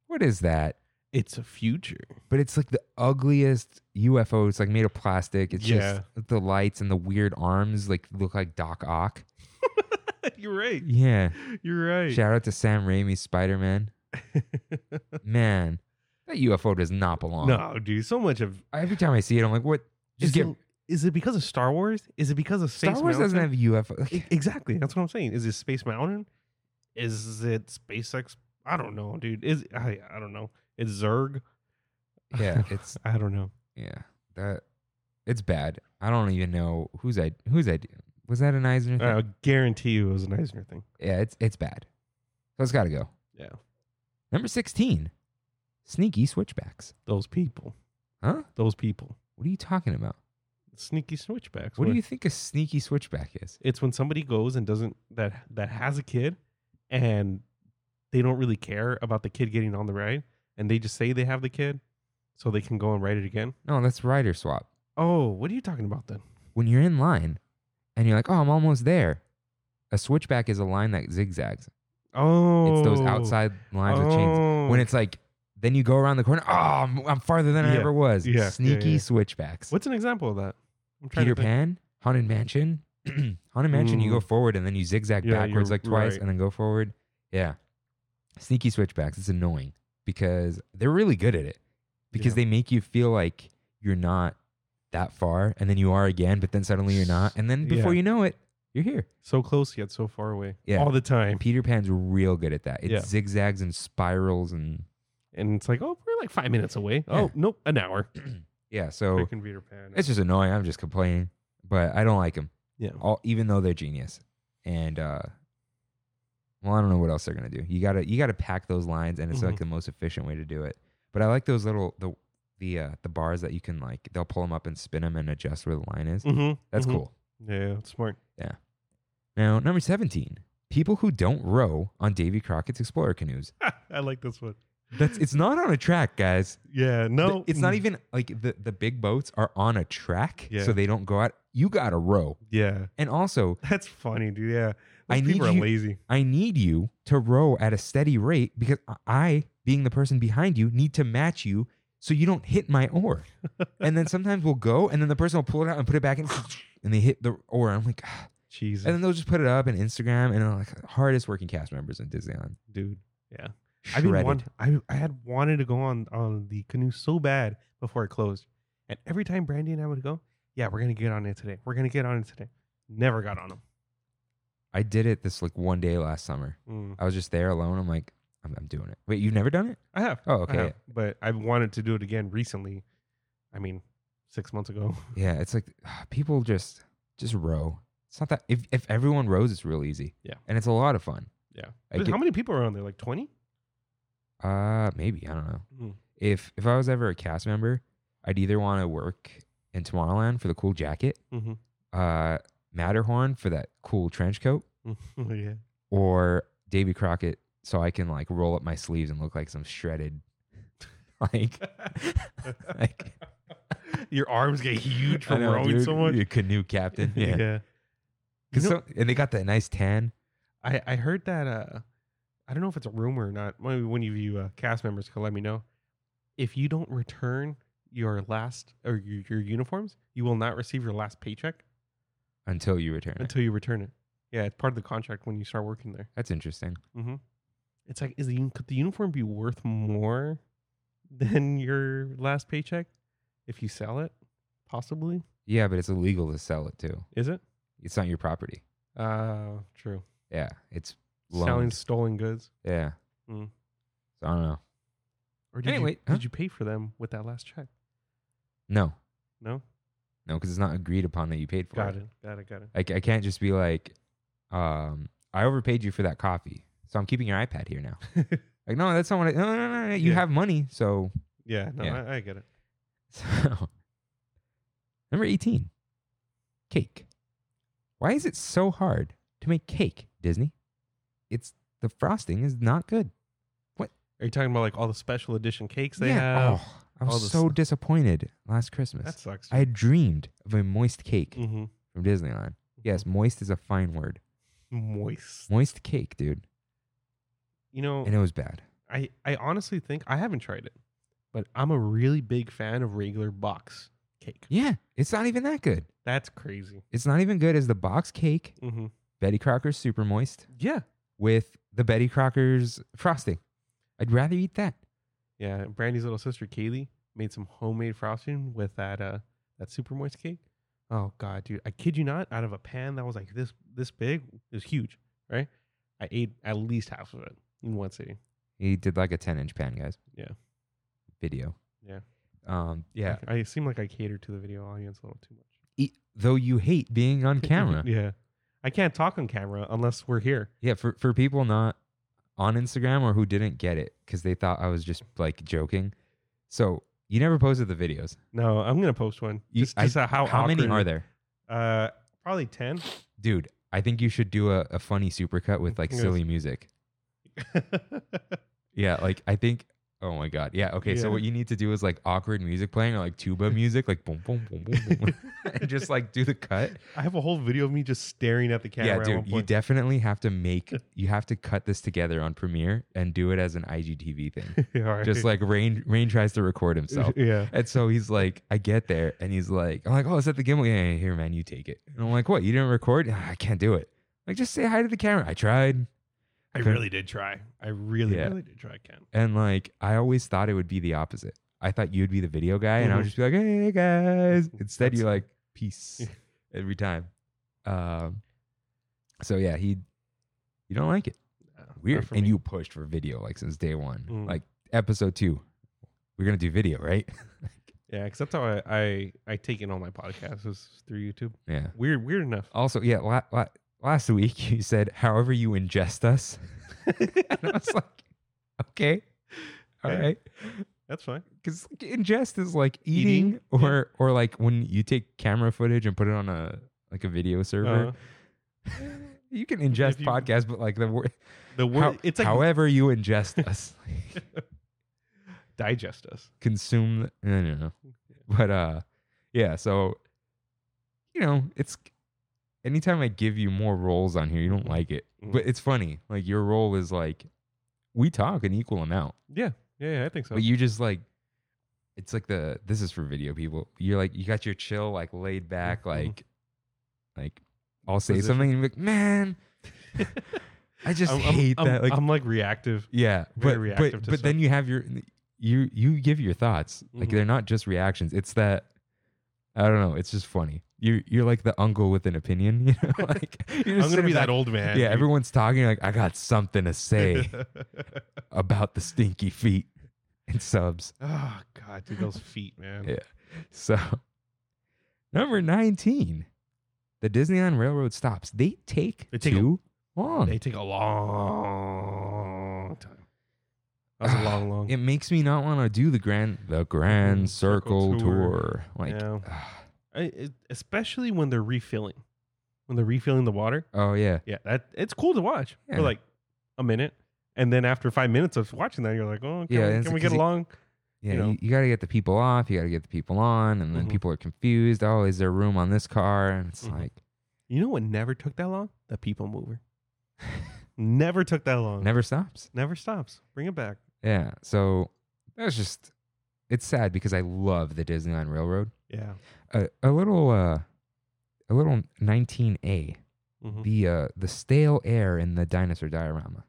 A: What is that?
B: it's a future.
A: But it's like the ugliest UFO. It's like made of plastic. It's
B: Yeah.
A: just the lights and the weird arms like look like Doc Ock.
B: You're right.
A: Yeah.
B: You're right.
A: Shout out to Sam Raimi's Spider-Man. Man, that UFO does not belong.
B: no, dude. So much of
A: Every time I see it, I'm like, what? Just
B: is,
A: get
B: it, is it because of Star Wars? Is it because of Space
A: Star Wars doesn't
B: Mountain?
A: have UFO. Like,
B: E- Exactly. That's what I'm saying. Is it Space Mountain? Is it SpaceX? I don't know, dude. Is I, I don't know. It's Zerg.
A: yeah, it's
B: I don't know.
A: Yeah, that it's bad. I don't even know whose I whose idea was that an Eisner thing?
B: I guarantee you, it was an Eisner thing.
A: yeah, it's it's bad. So it's got to go.
B: Yeah.
A: Number sixteen, sneaky switchbacks.
B: Those people.
A: Huh?
B: Those people.
A: What are you talking about?
B: Sneaky switchbacks.
A: What do
B: When-
A: you think a sneaky switchback is?
B: It's when somebody goes and doesn't that that has a kid, and they don't really care about the kid getting on the ride, and they just say they have the kid, so they can go and ride it again.
A: No, that's rider swap.
B: Oh, what are you talking about then?
A: When you're in line, and you're like, "Oh, I'm almost there." A switchback is a line that zigzags.
B: Oh,
A: It's those outside lines with chains. When
B: Oh.
A: it's like, then you go around the corner. Oh, I'm, I'm farther than I
B: Yeah.
A: ever was.
B: Yeah. Yeah, yeah,
A: Sneaky
B: yeah.
A: switchbacks.
B: What's an example of that? I'm
A: Peter
B: think.
A: Pan, Haunted Mansion. Haunted Mansion, you go
B: Mm.
A: forward and then you zigzag
B: Yeah, you're
A: backwards like twice
B: right.
A: and then go forward. Yeah. Sneaky switchbacks. It's annoying because they're really good at it because
B: Yeah.
A: they make you feel like you're not that far and then you are again, but then suddenly you're not. And then before
B: Yeah.
A: you know it, you're here.
B: So close yet so far away.
A: Yeah.
B: All the time.
A: And Peter Pan's real good at that. It
B: Yeah.
A: zigzags and spirals and
B: And it's like, oh, we're like five minutes away.
A: Yeah.
B: Oh, nope, an hour.
A: yeah. So
B: Freaking Peter Pan.
A: it's just annoying. I'm just complaining, but I don't like them.
B: yeah.
A: all even though they're genius. And uh well, I don't know what else they're gonna do. You gotta you gotta pack those lines, and it's like
B: Mhm.
A: the most efficient way to do it. But I like those little the the uh, the bars that you can like they'll pull them up and spin them and adjust where the line is.
B: Mm-hmm.
A: That's cool.
B: Yeah, it's smart.
A: Now number seventeen, people who don't row on Davy Crockett's Explorer canoes.
B: I like this one.
A: That's it's not on a track, guys.
B: Yeah,
A: The-
B: no.
A: it's not
B: mm.
A: even like the the big boats are on a track,
B: Yeah.
A: so they don't go out You got to row.
B: Yeah.
A: And also,
B: That's funny, dude. Yeah. Those
A: I need
B: people are
A: you-
B: lazy.
A: I need you to row at a steady rate because I, being the person behind you, need to match you so you don't hit my oar. and then sometimes we'll go, and then the person will pull it out and put it back in, and they hit the oar. I'm like, "Ah."
B: Jesus,
A: and then they'll just put it up in Instagram, and they're like hardest working cast members in Disneyland.
B: dude. Yeah. I've been
A: Shredded.
B: want, I, I had wanted to go on, on the canoe so bad before it closed. And every time Brandy and I would go, yeah, we're going to get on it today. We're going to get on it today. Never got on them.
A: I did it this like one day last summer.
B: Mm.
A: I was just there alone. I'm like, I'm, I'm doing it. Wait, you've never done it?
B: I have.
A: Oh,
B: I
A: okay.
B: have, But I wanted to do it again recently. I mean, six months ago.
A: Yeah, it's like ah, people just just row. It's not that if if everyone rows, it's real easy.
B: Yeah.
A: and it's a lot of fun.
B: Yeah.
A: I
B: But
A: get-
B: how many people are on there? Like 20?
A: Uh, maybe I don't know.
B: Hmm.
A: If if I was ever a cast member, I'd either want to work in Tomorrowland for the cool jacket,
B: Mm-hmm.
A: uh, Matterhorn for that cool trench coat,
B: yeah.
A: or Davy Crockett so I can like roll up my sleeves and look like some shredded, like like
B: Your arms get huge
A: I
B: from
A: know,
B: rowing
A: dude,
B: so much.
A: you canoe captain. Yeah,
B: You
A: 'Cause
B: know-
A: some- and they got that nice tan.
B: I, I heard that uh I don't know if it's a rumor or not. Maybe one of you uh, cast members could let me know. If you don't return your last or your, your uniforms, you will not receive your last paycheck
A: Until you return. it.
B: until you return it. Yeah, it's part of the contract when you start working there.
A: That's interesting.
B: Mm-hmm. It's like, is the un- could the uniform be worth more than your last paycheck if you sell it? Possibly.
A: Yeah, but it's illegal to sell it too.
B: Is it?
A: It's not your property.
B: Uh, true.
A: Yeah, it's
B: Selling
A: loaned.
B: stolen goods.
A: Yeah.
B: Mm.
A: So I don't know.
B: Or did
A: Anyway,
B: you,
A: huh?
B: did you pay for them with that last check?
A: No,
B: No.
A: no, because it's not agreed upon that you paid for
B: Got it. Got it. Got it.
A: I, ca- I can't just be like, um, I overpaid you for that coffee, so I'm keeping your iPad here now. like, no, that's not what. I, no, no, no, no, you
B: Yeah.
A: have money, so.
B: Yeah. No,
A: Yeah.
B: I, I get it.
A: so. Number eighteen, cake. Why is it so hard to make cake, Disney? It's the frosting is not good.
B: Are you talking about like all the special edition cakes they
A: yeah.
B: have?
A: oh, I
B: all
A: was
B: the
A: so
B: s-
A: disappointed last Christmas.
B: that sucks.
A: I had dreamed of a moist cake
B: mm-hmm.
A: from Disneyland. Yes, moist is a fine word.
B: Moist.
A: Moist cake, dude.
B: You know,
A: And it was bad.
B: I, I honestly think I haven't tried it, but I'm a really big fan of regular box cake.
A: Yeah, it's not even that good.
B: That's crazy.
A: It's not even good as the box cake,
B: Mm-hmm.
A: Betty Crocker's super moist,
B: Yeah.
A: with the Betty Crocker's frosting. I'd rather eat that.
B: Yeah. Brandy's little sister Kaylee made some homemade frosting with that uh that super moist cake. Oh god, dude. I kid you not, out of a pan that was like this this big, it was huge, right? I ate at least half of it in one sitting.
A: He did like a 10 inch pan, guys.
B: Yeah.
A: Video.
B: Yeah.
A: Um, yeah.
B: I, I seem like I cater to the video audience a little too much.
A: Eat, though you hate being on camera.
B: yeah. I can't talk on camera unless we're here.
A: Yeah, for for people not on Instagram or who didn't get it because they thought I was just like joking. So you never posted the videos.
B: No, I'm gonna post one.
A: You-
B: just, just, uh, how
A: How many
B: awkward-
A: are there,
B: Uh, probably ten.
A: dude? I think you should do a, a funny supercut with like
B: Yes.
A: silly music. Yeah, like I think. Oh my god. Yeah. Okay. So
B: Yeah.
A: what you need to do is like awkward music playing or like tuba music, like boom, boom, boom, boom, boom, and just like do the cut.
B: I have a whole video of me just staring at the camera.
A: yeah,
B: at one
A: dude. You
B: point.
A: definitely have to make. You have to cut this together on Premiere and do it as an IGTV thing.
B: All right.
A: Just like Rain. Rain tries to record himself.
B: yeah.
A: And so he's like, I get there, and he's like, I'm like, oh, is that the gimbal? Yeah, yeah, here, man, you take it. And I'm like, what? You didn't record? "Ah, I can't do it. Like, just say hi to the camera. I tried,
B: I
A: couldn't-
B: really did try. I really,
A: Yeah.
B: really did try, Ken.
A: and like, I always thought it would be the opposite. I thought you'd be the video guy, and I would
B: Mhm.
A: just be like, hey guys. Instead,
B: That's-
A: you're like, peace
B: Yeah.
A: every time. Um, so yeah, he, you don't like it.
B: No, not
A: Weird.
B: for
A: And
B: me.
A: you pushed for video like since day one,
B: Mm.
A: like episode two. We're gonna do video, right?
B: yeah, because that's how I, I I take in all my podcasts is through YouTube.
A: yeah.
B: Weird, weird enough.
A: Also, yeah, la- la- last week you said, however you ingest us. and I was like, okay, all
B: Yeah.
A: right.
B: That's fine.
A: Because ingest is like eating,
B: Eating, yeah.
A: or or like when you take camera footage and put it on a like a video
B: Uh,
A: server. you can ingest
B: Uh-huh. you-
A: podcasts, but like the word,
B: The word
A: how-
B: it's like
A: however you ingest us,
B: digest us.
A: consume. The, I don't know, but uh, yeah. So you know, it's anytime I give you more roles on here, you don't like it.
B: Mhm.
A: But it's funny. Like your role is like we talk an equal amount.
B: Yeah, yeah, yeah, I think so.
A: But you just like it's like the this is for video people. You're like you got your chill, like laid back,
B: Mhm.
A: like like I'll say
B: Position.
A: something and you're like, man, I just
B: I'm, I'm-
A: hate
B: I'm-
A: that. Like
B: I'm like reactive.
A: yeah,
B: very
A: but
B: reactive
A: but,
B: to
A: but then
B: stuff.
A: you have your you you give your thoughts. Like
B: Mhm.
A: they're not just reactions. It's that I don't know. It's just funny. You you're like the uncle with an opinion. You know, like you're
B: I'm
A: just
B: gonna
A: sitting
B: be that
A: back-
B: old man.
A: Yeah,
B: dude.
A: everyone's talking. Like I got something to say about the stinky feet and subs.
B: oh god, dude, those feet, man.
A: Yeah. So number nineteen, the Disneyland Railroad stops. They take
B: They take a-
A: too long.
B: They take a long time. That was a long, long.
A: it makes me not want to do the grand the grand
B: Mhm,
A: circle,
B: circle
A: tour.
B: tour.
A: Like,
B: Yeah.
A: ah,
B: I, it, especially when they're refilling, when they're refilling the water.
A: oh yeah,
B: Yeah, that it's cool to watch
A: Yeah.
B: for like a minute, and then after five minutes of watching that, you're like, oh, can
A: Yeah,
B: we,
A: it's
B: can we
A: 'cause
B: get
A: you-
B: along?
A: yeah. You,
B: You know.
A: you, got to get the people off. You got to get the people on, and then
B: Mhm.
A: people are confused. Oh, is there room on this car? And it's
B: Mhm.
A: like
B: You know what never took that long? The people mover. never took that long.
A: never stops.
B: never stops. Bring it back.
A: Yeah. So that's just it's sad because I love the Disneyland Railroad.
B: Yeah.
A: A a little uh, a little 19A.
B: Mhm.
A: The uh, the stale air in the dinosaur diorama.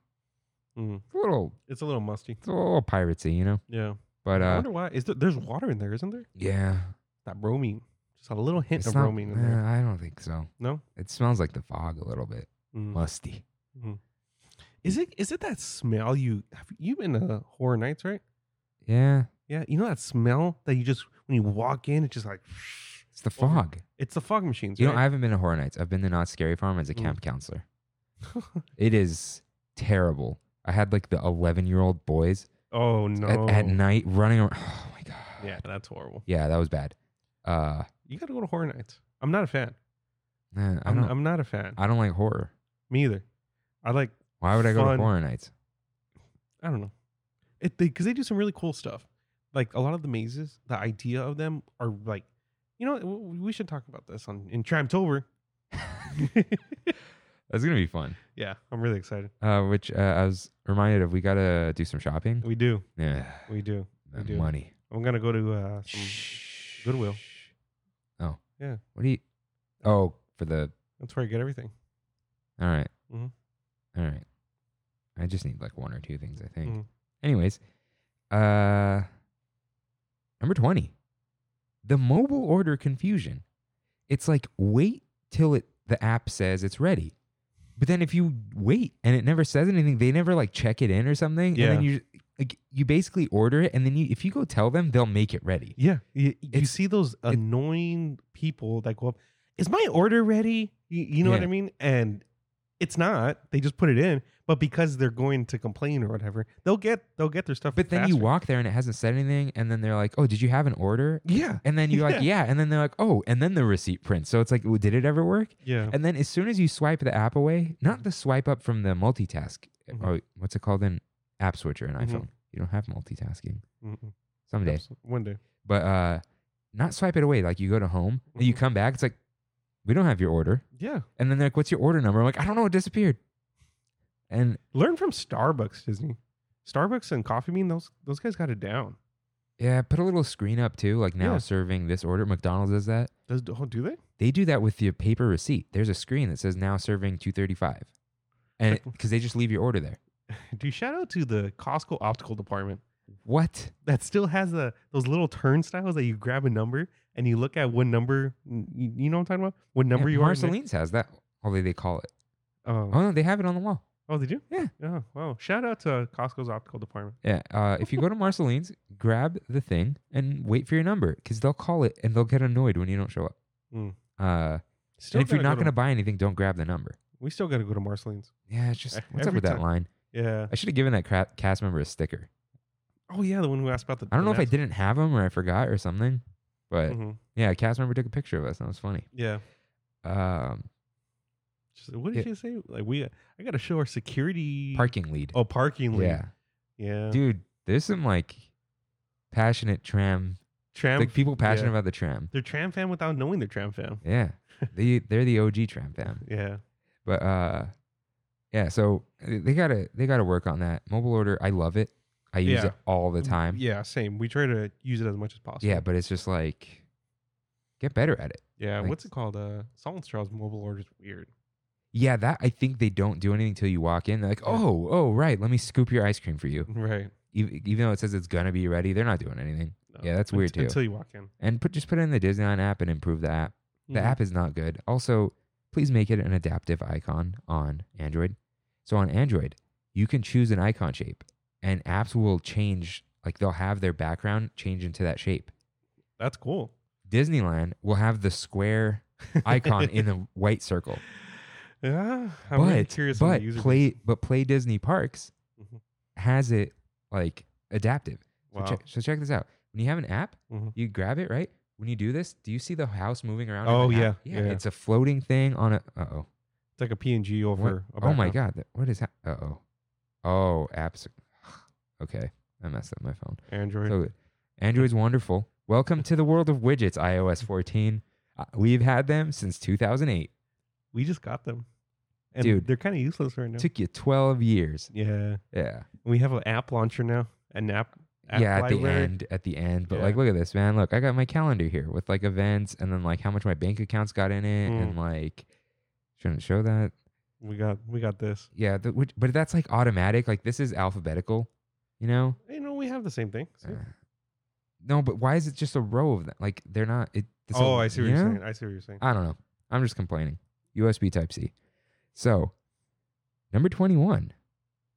B: Mhm.
A: It's a little
B: It's a little musty.
A: it's a little piratey, you know.
B: Yeah.
A: But
B: I
A: uh,
B: wonder why. Is there, there's water in there, isn't there?
A: yeah,
B: That bromine. Just had a little hint of bromine in
A: eh,
B: there.
A: I don't think so.
B: No?
A: It smells like the fog a little bit.
B: Mm.
A: Musty.
B: Is it is it that smell you have you been to horror nights, right?
A: Yeah.
B: Yeah. You know that smell that you just when you walk in, it's just like
A: It's the
B: Over-
A: fog.
B: it's the fog machines,
A: You know, I
B: right?
A: haven't been to Horror Nights. I've been to Not Scary Farm as a
B: Mm.
A: camp counselor. It is terrible. I had like the 11 year old boys
B: oh
A: at,
B: no.
A: at night running around. Oh my God.
B: Yeah, that's horrible.
A: Yeah, that was bad. Uh,
B: You gotta go to horror nights. I'm not a fan.
A: eh, I
B: I'm,
A: don't,
B: I'm not a fan.
A: I don't like horror.
B: Me either. I like
A: Why would I go
B: Fun.
A: to Horror Nights?
B: I don't know. It because they, do some really cool stuff. Like a lot of the mazes, the idea of them are like, you know, w- w- we should talk about this on in Tramtober.
A: That's going to be fun.
B: yeah, I'm really excited.
A: Uh, which uh, I was reminded of. We got to do some shopping.
B: We do,
A: Yeah.
B: we do.
A: That
B: do.
A: money.
B: I'm gonna go to uh, some,
A: Shh.
B: Goodwill.
A: Oh.
B: Yeah.
A: What do you? Oh, for the.
B: that's where I get everything.
A: All right.
B: Mhm.
A: All right. I just need like one or two things, I think.
B: Mhm.
A: Anyways, uh, number 20, the mobile order confusion. It's like wait till it the app says it's ready. But then if you wait and it never says anything, they never like check it in or something. And then
B: Yeah.
A: you like you basically order it and then you if you go tell them, they'll make it ready.
B: Yeah, you, you
A: It's-
B: see those annoying people that go up. Is my order ready? You, you know what
A: Yeah.
B: I mean? And it's not. They just put it in, but because they're going to complain or whatever, they'll get they'll get their stuff.
A: But then you
B: faster.
A: walk there and it hasn't said anything, and then they're like, "Oh, did you have an order?"
B: Yeah,
A: And then you're like, "Yeah," and then they're like, "Oh," and then the receipt prints. So it's like, well, did it ever work?
B: yeah.
A: And then as soon as you swipe the app away, not the swipe up from the multitask.
B: Mhm.
A: Oh, what's it called in App Switcher in
B: Mhm.
A: iPhone? You don't have multitasking
B: Mm-mm.
A: someday,
B: Abs- Mm-hmm. One day.
A: but uh, not swipe it away. Like you go to home and you
B: Mhm.
A: come back, it's like we don't have your order.
B: Yeah.
A: And then they're like, "What's your order number?" I'm like, "I don't know. It disappeared." And
B: Learn from Starbucks, Disney. Starbucks and Coffee Bean, those those guys got it down.
A: yeah, put a little screen up too. Like now
B: Yeah.
A: serving this order, McDonald's does that.
B: Does oh, do they?
A: they do that with your paper receipt. There's a screen that says now serving 235. And because they just leave your order there.
B: Do shout out to the Costco optical department
A: What?
B: that still has the those little turnstiles that you grab a number and you look at what number you, you know what I'm talking about? What number
A: Yeah,
B: you are. and they-
A: Marceline's has that. Although they call it. Oh
B: Oh,
A: no, they have it on the wall.
B: oh, they do?
A: Yeah.
B: Oh, wow. Shout out to Costco's optical department.
A: Yeah. Uh, if you go to Marceline's, grab the thing and wait for your number because they'll call it and they'll get annoyed when you don't show up.
B: Mm.
A: Uh,
B: Still
A: and if you're
B: gotta
A: not
B: go
A: going to buy anything, don't grab the number.
B: we still gotta go to Marceline's.
A: Yeah, it's just
B: E-
A: what's up
B: every
A: with that
B: time.
A: line?
B: Yeah.
A: I should have given that cra- cast member a sticker.
B: Oh yeah, the one who asked about the.
A: I don't know if I
B: did.
A: didn't have him or I forgot or something, but
B: Mm-hmm.
A: yeah, a cast member took a picture of us. And that was funny.
B: Yeah.
A: Um,
B: Just- what did
A: Yeah.
B: you say? Like we, uh, I gotta show our security.
A: parking lead.
B: Oh, parking lead.
A: Yeah.
B: Yeah.
A: Dude, there's some like passionate tram,
B: tram.
A: like people passionate
B: yeah.
A: about the tram.
B: They're tram fan without knowing they're tram fan.
A: Yeah. they they're the OG Tram fam.
B: yeah.
A: But uh, yeah. So uh, they gotta they gotta work on that mobile order. I love it. I use
B: Yeah. Mm,
A: it all the time.
B: Yeah, same. We try to use it as much as possible.
A: Yeah, but it's just like get better at it.
B: Yeah,
A: Like-
B: what's it called? Uh, Solomon Charles mobile order is weird.
A: Yeah, that I think they don't do anything till you walk in. They're like,
B: Yeah.
A: oh, oh, right, let me scoop your ice cream for you.
B: Right.
A: Even, even though it says it's gonna be ready, they're not doing anything.
B: No.
A: Yeah, that's weird
B: Unt-
A: too.
B: Until you walk in.
A: And put just put it in the Disneyland app and improve the app. The
B: Mhm.
A: app is not good. Also, please make it an adaptive icon on Android. So on Android, you can choose an icon shape, and apps will change. Like they'll have their background change into that shape.
B: That's cool.
A: Disneyland will have the square icon in the white circle.
B: Yeah,
A: but
B: I'm really curious. on the
A: but
B: user base.
A: play but play Disney Parks
B: Mhm.
A: has it like adaptive. So,
B: Wow.
A: check, so check this out. When you have an app,
B: Mhm.
A: you grab it right. When you do this, do you see the house moving around? in
B: Oh,
A: the app?
B: yeah,
A: yeah,
B: yeah.
A: It's a floating thing on a. Uh oh.
B: It's like a PNG over. a
A: What? Oh my
B: background.
A: god, that, what is that? Uh oh. Oh, apps. Okay, I messed up my phone.
B: Android.
A: So Android's wonderful. Welcome to the world of widgets, iOS 14. Uh, We've had them since 2008.
B: we just got them, and
A: Dude.
B: they're kind of useless right now.
A: Took you 12 years.
B: yeah,
A: Yeah.
B: we have an app launcher now. An app. app
A: yeah, at the
B: library.
A: end, at the end. But
B: Yeah.
A: like, look at this, man. Look, I got my calendar here with like events, and then like how much my bank accounts got in it,
B: Mm.
A: and like shouldn't show that.
B: We got we got this.
A: Yeah, the, which, but that's like automatic. Like this is alphabetical, you know.
B: You know, we have the same thing. See?
A: Uh, no, but why is it just a row of them? Like they're not. It, it's a-
B: oh, I see what
A: you
B: you're
A: know?
B: saying. I see what you're saying.
A: I don't know. I'm just complaining. USB Type C. So, number 21,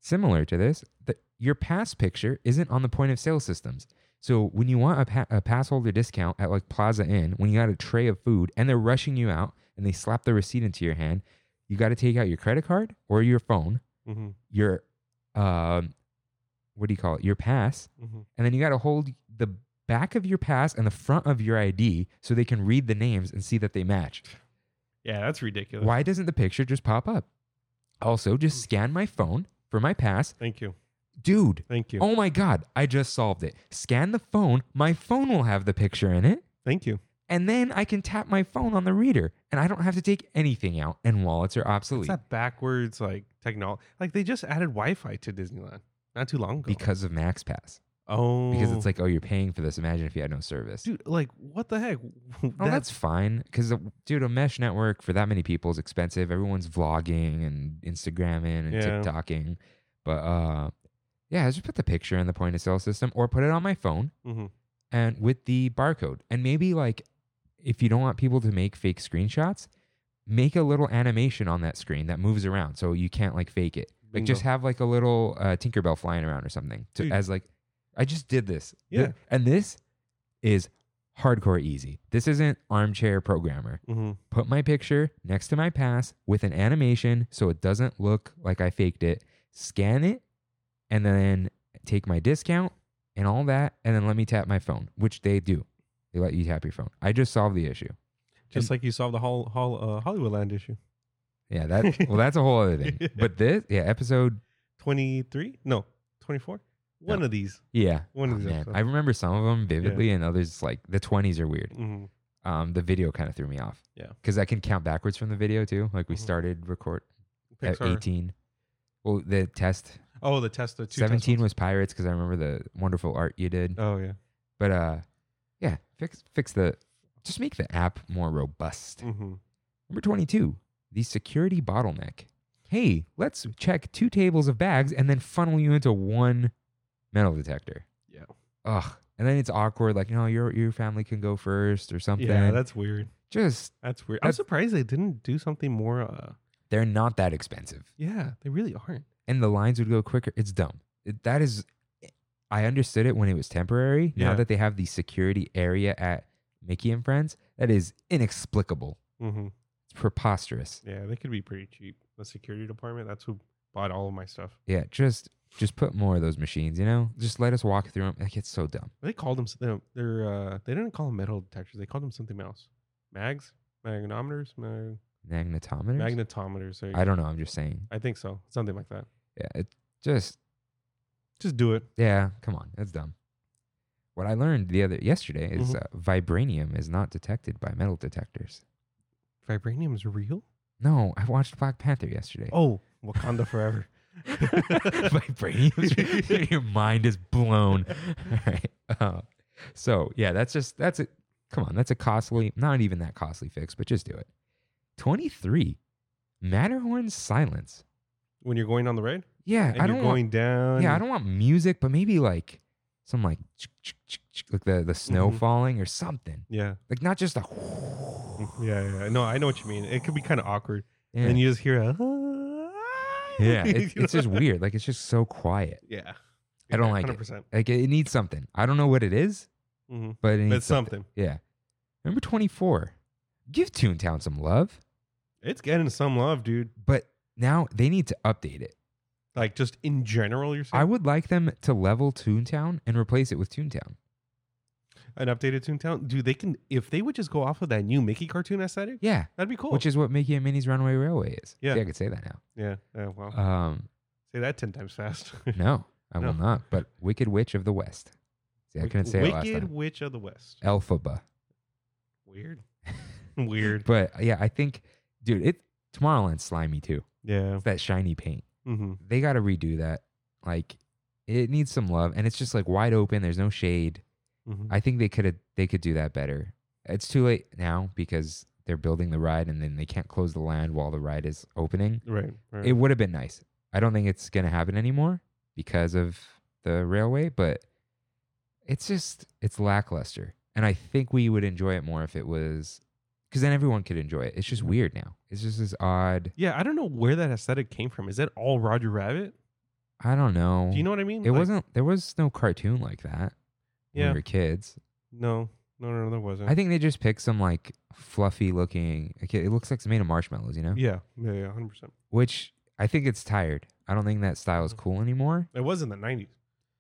A: similar to this, the, your pass picture isn't on the point of sale systems. So, when you want a, pa- a pass holder discount at like Plaza Inn, when you got a tray of food and they're rushing you out and they slap the receipt into your hand, you got to take out your credit card or your phone,
B: mm-hmm,
A: your, um, what do you call it, your pass,
B: mm-hmm.
A: and then you got to hold the back of your pass and the front of your ID so they can read the names and see that they match.
B: Yeah, Hmm. that's ridiculous.
A: Why doesn't the picture just pop up? Also, just scan my phone for my pass.
B: Thank you.
A: Dude,
B: Thank you.
A: oh my God, I just solved it. Scan the phone, my phone will have the picture in it,
B: Thank you.
A: and then I can tap my phone on the reader, and I don't have to take anything out, and wallets are
B: It's
A: obsolete
B: that backwards like technology. Like they just added Wi-Fi to Disneyland not too long ago.
A: because of MaxPass.
B: oh,
A: Because it's like, oh, you're paying for this. Imagine if you had no service.
B: dude, like what the heck?
A: Oh, that's fine. Because dude, a mesh network for that many people is expensive. Everyone's vlogging and Instagramming and
B: Yeah.
A: TikToking, but uh, yeah, just put the picture in the point of sale system or put it on my phone
B: Mhm.
A: and with the barcode. And maybe like, if you don't want people to make fake screenshots, make a little animation on that screen that moves around so you can't like fake it. Like just
B: Bingo.
A: have like a little uh, Tinkerbell flying around or something to,
B: Dude.
A: as like, I just did this. Th-
B: Yeah.
A: and this is hardcore easy. This isn't armchair programmer.
B: Mhm.
A: Put my picture next to my pass with an animation so it doesn't look like I faked it. Scan it and then take my discount and all that and then let me tap my phone, which they do. They let you tap your phone. I just solved the issue.
B: just like you solved the whole, whole uh, Hollywood land issue.
A: Yeah, that well that's a whole other thing. But this yeah, episode
B: Twenty three? No, twenty four. One
A: No.
B: of these.
A: yeah.
B: One of
A: Oh,
B: these
A: man.
B: episodes.
A: I remember some of them vividly and others like the 20s are weird.
B: Mhm.
A: um, the video kind of threw me off.
B: Yeah.
A: Because I can count backwards from the video too. Like we
B: Mhm.
A: started record at
B: Pixar.
A: 18. Well, the test
B: Oh, the test. The two test
A: 17
B: ones.
A: was pirates because I remember the wonderful art you did.
B: Oh yeah.
A: But uh, yeah, fix fix the just make the app more robust.
B: Mm-hmm.
A: Number 22, the security bottleneck. Hey, let's check two tables of bags and then funnel you into one metal detector.
B: Yeah.
A: Ugh. And then it's awkward. Like, no, your your family can go first or something.
B: Yeah, that's weird.
A: just
B: That's weird. I'm
A: That's-
B: surprised they didn't do something more. Uh,
A: they're not that expensive.
B: yeah, they really aren't.
A: and the lines would go quicker. It's dumb. It, that is, I understood it when it was temporary. Now
B: Yeah.
A: that they have the security area at Mickey and Friends, that is inexplicable.
B: Mm-hmm.
A: It's preposterous.
B: Yeah, they could be pretty cheap. The security department. That's who bought all of my stuff.
A: Yeah, just just put more of those machines. You know, just let us walk through them. Like it's so dumb.
B: They called them. They're, they're uh, they didn't call them metal detectors. They called them something else. Mags, magnometers, mag-
A: Magnetometers.
B: magnetometers. there you
A: I
B: go.
A: don't know. I'm just saying.
B: I think so. Something like that.
A: Yeah, it just
B: Just do it.
A: yeah. Come on, that's dumb. What I learned the other yesterday is
B: Mhm.
A: uh, vibranium is not detected by metal detectors.
B: Vibranium is real?
A: No, I watched Black Panther yesterday.
B: Oh, Wakanda forever.
A: my brain is- your mind is blown all right uh, so yeah that's just that's it come on that's a costly not even that costly fix but just do it 23 matterhorn silence
B: when you're going on the ride
A: yeah
B: and
A: i
B: you're
A: don't
B: going down.
A: want yeah i don't want music but maybe like some like like the, the snow
B: Mhm.
A: falling or something
B: Yeah.
A: like not just a
B: Yeah, yeah. No, I know what you mean. It could be kind of awkward.
A: yeah,
B: And you just hear a.
A: yeah it-
B: You
A: it's just
B: know?
A: weird like it's just so quiet
B: Yeah.
A: I don't like it.
B: 100%.
A: like it, it needs something i don't know what it is
B: hmm
A: but it
B: But
A: needs
B: it's something.
A: Yeah. Number 24. Give Toontown some love,
B: It's getting some love, dude.
A: but now they need to update it.
B: Like just in general, you're
A: I
B: saying
A: would like them to level Toontown and replace it with Toontown.
B: an updated Toontown, dude. They can if they would just go off of that new Mickey cartoon aesthetic,
A: Yeah.
B: that'd be cool.
A: Which is what Mickey and Minnie's Runaway Railway is.
B: Yeah.
A: See, I could say that now.
B: yeah, yeah. Well,
A: Um,
B: say that ten times fast.
A: no, I will
B: No.
A: not. But Wicked Witch of the West. See, I couldn't say it last
B: Wicked
A: time.
B: Witch of the West.
A: Elphaba.
B: Weird, weird.
A: But yeah, I think, dude, it Tomorrowland's slimy too.
B: Yeah.
A: It's that shiny paint.
B: Mm-hmm.
A: they got to redo that. Like it needs some love and it's just like wide open, there's no shade.
B: Mhm.
A: I think they could have they could do that better. It's too late now because they're building the ride and then they can't close the land while the ride is opening.
B: Right. right.
A: It would have been nice. I don't think it's going to happen anymore because of the railway, but it's just it's lackluster. And I think we would enjoy it more if it was cuz then everyone could enjoy it. It's just weird now. It's just this odd,
B: yeah, I don't know where that aesthetic came from. Is that all Roger Rabbit?
A: I don't know.
B: Do you know what I mean?
A: It
B: Like,
A: wasn't. There was no cartoon like that when
B: Yeah.
A: we were kids.
B: No, no, no, no, there wasn't.
A: I think they just picked some like fluffy looking. like, It looks like it's made of marshmallows, you know.
B: Yeah. Yeah. Yeah. Hundred percent.
A: Which I think it's tired. I don't think that style is
B: Mhm.
A: cool anymore.
B: It was in the nineties.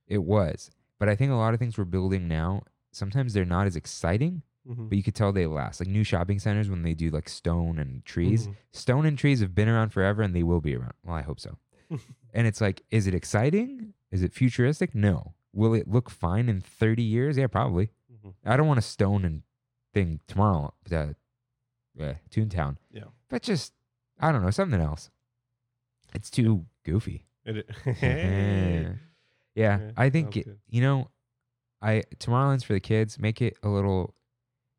A: It was, but I think a lot of things we're building now. Sometimes they're not as exciting,
B: Mm-hmm.
A: but you could tell they last. Like new shopping centers when they do like stone and
B: Mm-hmm.
A: trees. Stone and trees have been around forever, and they will be around. Well, I hope so. and it's like, is it exciting? Is it futuristic? No. Will it look fine in thirty years? Yeah, probably.
B: Mm-hmm,
A: I don't want a stone and thing tomorrow. Uh, yeah, Toontown.
B: Yeah.
A: but just I don't know something else. It's too goofy.
B: mm-hmm. It,
A: yeah,
B: Yeah,
A: I
B: sounds
A: think it,
B: good.
A: you know, I Tomorrowland's for the kids. Make it a little.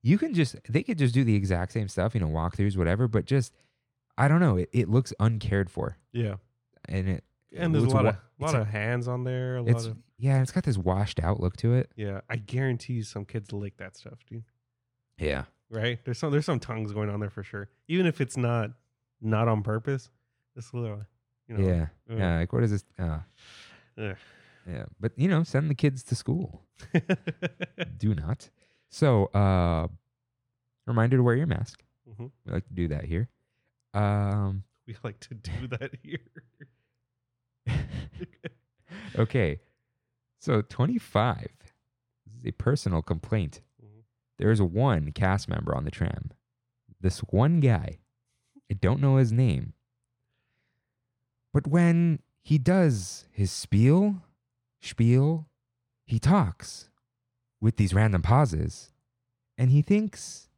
A: You can just they could just do the exact same stuff, you know, walkthroughs, whatever. But just I don't know. It, it looks uncared for,
B: yeah.
A: and it
B: And there's a
A: it's
B: lot
A: wa-
B: of lot
A: it's a-
B: of hands on there. A lot
A: it's
B: of
A: yeah, it's got this washed out look to it.
B: yeah. I guarantee you some kids lick that stuff, dude.
A: Yeah,
B: Right? There's some there's some tongues going on there for sure. Even if it's not not on purpose, it's a little, you know.
A: yeah,
B: uh,
A: yeah. Like what is this? Uh,
B: Ugh.
A: yeah, but you know, send the kids to school. do not. So, uh, reminder to wear your mask.
B: Mhm.
A: We like to do that here. Um,
B: We like to do that here. Mm-hmm.
A: okay. So, 25. This is a personal complaint.
B: Mhm.
A: There is one cast member on the tram. This one guy, I don't know his name, but when he does his spiel, spiel, he talks with these random pauses and he thinks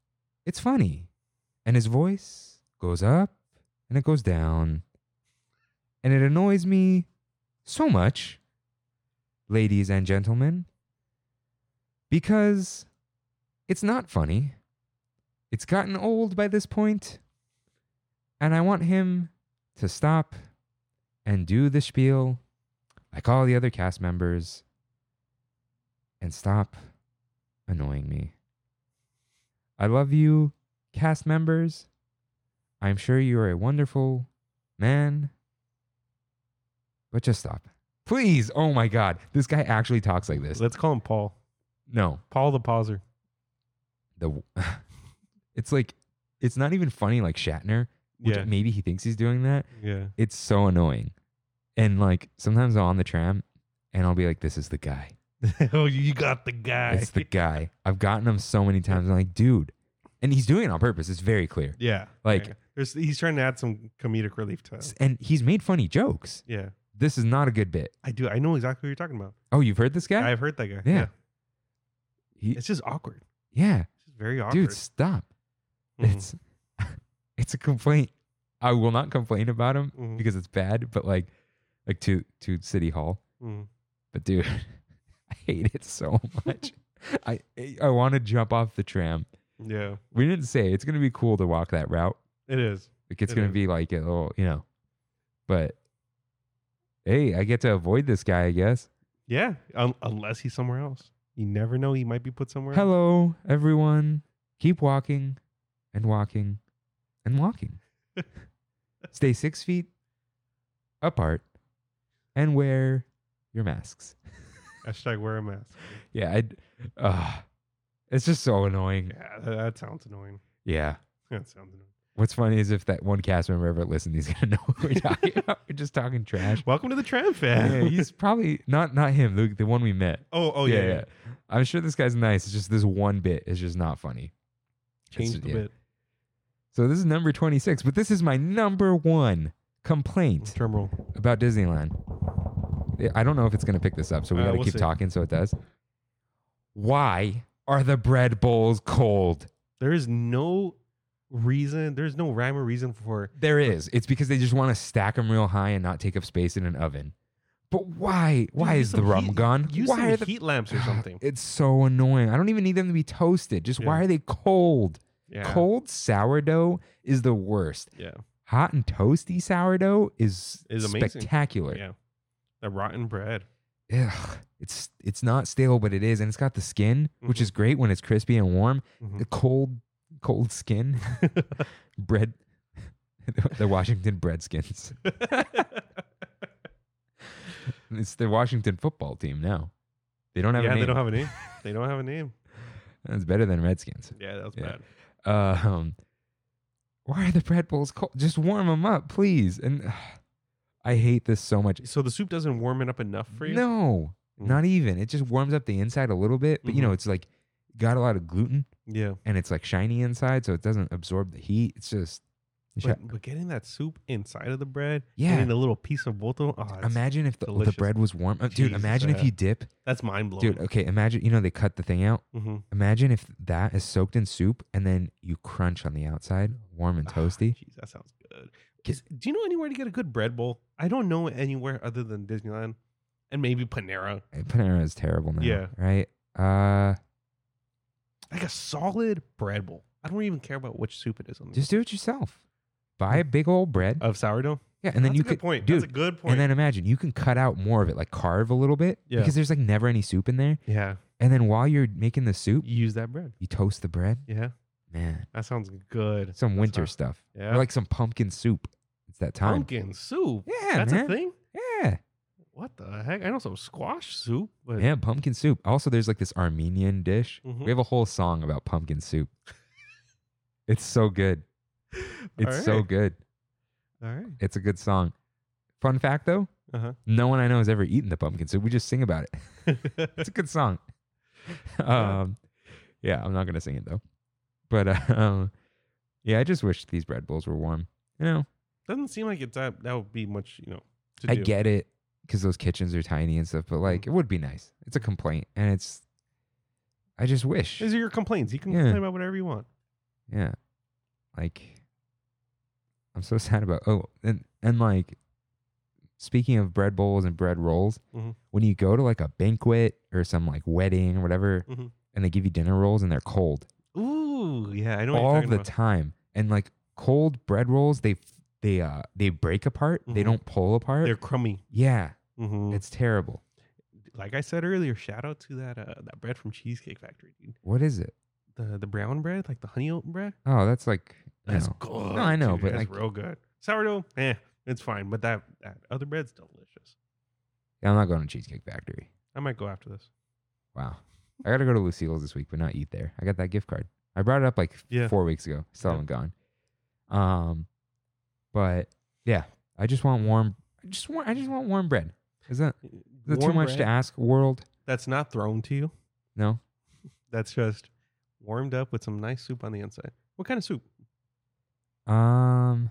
A: it's funny. And his voice goes up and it goes down. And it annoys me so much, ladies and gentlemen, because it's not funny. It's gotten old by this point, and I want him to stop and do the spiel like all the other cast members and stop annoying me. I love you, cast members. I'm sure you are a wonderful man, but just stop. Please. Oh my God. This guy actually talks like this.
B: Let's call him Paul.
A: No,
B: Paul the pauser.
A: the it's like it's not even funny like Shatner. Which
B: Yeah.
A: Maybe he thinks he's doing that.
B: Yeah.
A: It's so annoying. And like sometimes I'm on the tram and I'll be like, this is the guy.
B: oh, you got the guy.
A: It's the guy. I've gotten him so many times. I'm like, dude. And he's doing it on purpose. It's very clear.
B: yeah.
A: Like-
B: yeah. There's, he's trying to add some comedic relief to it.
A: S- And he's made funny jokes.
B: Yeah.
A: This is not a good bit.
B: I do. I know exactly what you're talking about.
A: Oh, you've heard this guy?
B: I've heard that guy.
A: Yeah.
B: It's just awkward.
A: He- yeah.
B: It's just very awkward.
A: Dude, stop.
B: Mhm.
A: It's it's a complaint. I will not complain about them
B: Mhm.
A: because it's bad, but like like to to City Hall.
B: Mm.
A: But dude, I hate it so much. I I want to jump off the tram.
B: Yeah,
A: We didn't say it's gonna be cool to walk that route.
B: it is.
A: Like it's
B: It
A: gonna
B: is.
A: be like a little, you know. But hey, I get to avoid this guy, I guess.
B: Yeah, um, unless he's somewhere else. You never know. He might be put somewhere. else.
A: Hello, everyone. Keep walking and walking and walking. Stay six feet apart and wear your masks.
B: Hashtag wear a mask.
A: Yeah, I, uh, it's just so annoying.
B: Yeah, that, that sounds annoying.
A: Yeah.
B: That sounds annoying.
A: What's funny is if that one cast member ever listened, he's gonna know what we're talking about. We're just talking trash.
B: Welcome to the tram
A: Yeah,
B: fan.
A: he's probably not not him, the, the one we met.
B: oh, oh yeah, yeah.
A: I'm sure this guy's nice. It's just this one bit is just not funny.
B: Change
A: It's-
B: the
A: yeah.
B: bit.
A: So this is number 26, but this is my number one complaint
B: Drum roll.
A: about Disneyland. Yeah, I don't know if it's going to pick this up, so we
B: Uh,
A: got to
B: we'll
A: keep
B: see.
A: talking so it does. Why are the bread bowls cold?
B: There is no reason. There's no rhyme or reason for.
A: There is. It's because they just want to stack them real high and not take up space in an oven. But why? Why
B: Dude, use
A: is the
B: some
A: rum
B: heat-
A: gone?
B: Use
A: why
B: some
A: are the
B: heat lamps or something.
A: It's so annoying. I don't even need them to be toasted. Just why
B: Yeah.
A: are they cold?
B: Yeah.
A: Cold sourdough is the worst.
B: Yeah.
A: Hot and toasty sourdough is,
B: Is amazing.
A: spectacular.
B: Yeah. The rotten bread.
A: Ugh. It's it's not stale, but it is, and it's got the skin, which
B: Mhm.
A: is great when it's crispy and warm.
B: Mhm.
A: The cold, cold skin, bread, the Washington Breadskins. It's the Washington football team now. They don't have a
B: yeah,
A: name.
B: they don't have a name. They don't have a name.
A: That's better than Redskins.
B: Yeah, that was
A: Yeah.
B: bad.
A: Uh, um, why are the bread bowls cold? Just warm them up, please. And ugh, I hate this so much.
B: So the soup doesn't warm it up enough for you?
A: No,
B: Mm. Mm-hmm.
A: not even. It just warms up the inside a little bit, but you know, it's like got a lot of gluten
B: Yeah.
A: and it's like shiny inside, so it doesn't absorb the heat. It's just Sh-
B: But, but getting that soup inside of the bread,
A: Yeah.
B: getting the little piece of boto, oh, that's,
A: imagine if the, the
B: delicious.
A: bread was warm, Uh, dude.
B: Jesus,
A: Imagine if
B: yeah.
A: you dip,
B: that's mind blowing.
A: dude. Okay, imagine you know they cut the thing out.
B: mm-hmm.
A: Imagine if that is soaked in soup and then you crunch on the outside, warm and toasty.
B: Ah, Jeez, that sounds good. 'Cause do you know anywhere to get a good bread bowl? I don't know anywhere other than Disneyland and maybe Panera.
A: Uh, Panera is terrible now.
B: Yeah.
A: Right. Uh,
B: Like a solid bread bowl. I don't even care about which soup it is on
A: just do it yourself. Buy a big old bread.
B: of sourdough.
A: yeah, and then
B: Uh, That's
A: you
B: a good
A: could
B: point.
A: dude.
B: that's a good point.
A: and then imagine you can cut out more of it, like carve a little bit,
B: Yeah.
A: because there's like never any soup in there.
B: yeah,
A: And then while you're making the soup,
B: you use that bread.
A: you toast the bread.
B: Yeah,
A: Man,
B: that sounds good.
A: some winter
B: hot.
A: stuff.
B: Yeah,
A: Or like some pumpkin soup. It's that time.
B: pumpkin soup.
A: Yeah,
B: that's
A: man.
B: a thing.
A: Yeah.
B: What the heck? I know some squash soup, but
A: Yeah, pumpkin soup. Also, there's like this Armenian dish.
B: Mhm.
A: We have a whole song about pumpkin soup. it's so good. It's
B: All
A: so
B: right.
A: good.
B: All right.
A: It's a good song. Fun fact though,
B: Uh-huh.
A: no one I know has ever eaten the pumpkin soup. We just sing about it. It's a good song. um, yeah, I'm not gonna sing it though. But uh, um, yeah, I just wish these bread bowls were warm. You know,
B: Doesn't seem like it's that. That would be much, you know. To
A: I
B: do. Mm-hmm.
A: get it because those kitchens are tiny and stuff, but like it would be nice. It's a complaint, and it's I just wish,
B: These are your complaints. You can
A: Yeah.
B: complain about whatever you want.
A: yeah. Like I'm so sad about oh, and and like speaking of bread bowls and bread rolls,
B: Mhm.
A: when you go to like a banquet or some like wedding or whatever,
B: Mhm.
A: and they give you dinner rolls and they're cold
B: Ooh, yeah, I know.
A: all
B: what you're
A: the
B: talking about.
A: time, and like cold bread rolls, they they uh they break apart, they
B: Mhm.
A: don't pull apart.
B: They're crummy.
A: yeah,
B: Mhm.
A: it's terrible.
B: Like I said earlier, shout out to that uh, that bread from Cheesecake Factory, dude.
A: What is it?
B: The the brown bread, like the honey oat bread.
A: Oh, that's like you
B: That's
A: know.
B: good.
A: No, I know,
B: dude.
A: but,
B: that's
A: like-
B: real good. Sourdough, eh, it's fine. But that that other bread's delicious.
A: Yeah, I'm not going to Cheesecake Factory.
B: I might go after this.
A: Wow. I got to go to Lucille's this week, but not eat there. I got that gift card. I brought it up like
B: Yeah.
A: four weeks ago. Still
B: Yeah.
A: haven't gone. Um, but yeah, I just want warm. I just want. I just want warm bread. Is that, is that too
B: Warm
A: much to
B: bread
A: ask? World?
B: That's not thrown to you.
A: No.
B: That's just warmed up with some nice soup on the inside. What kind of soup?
A: Um,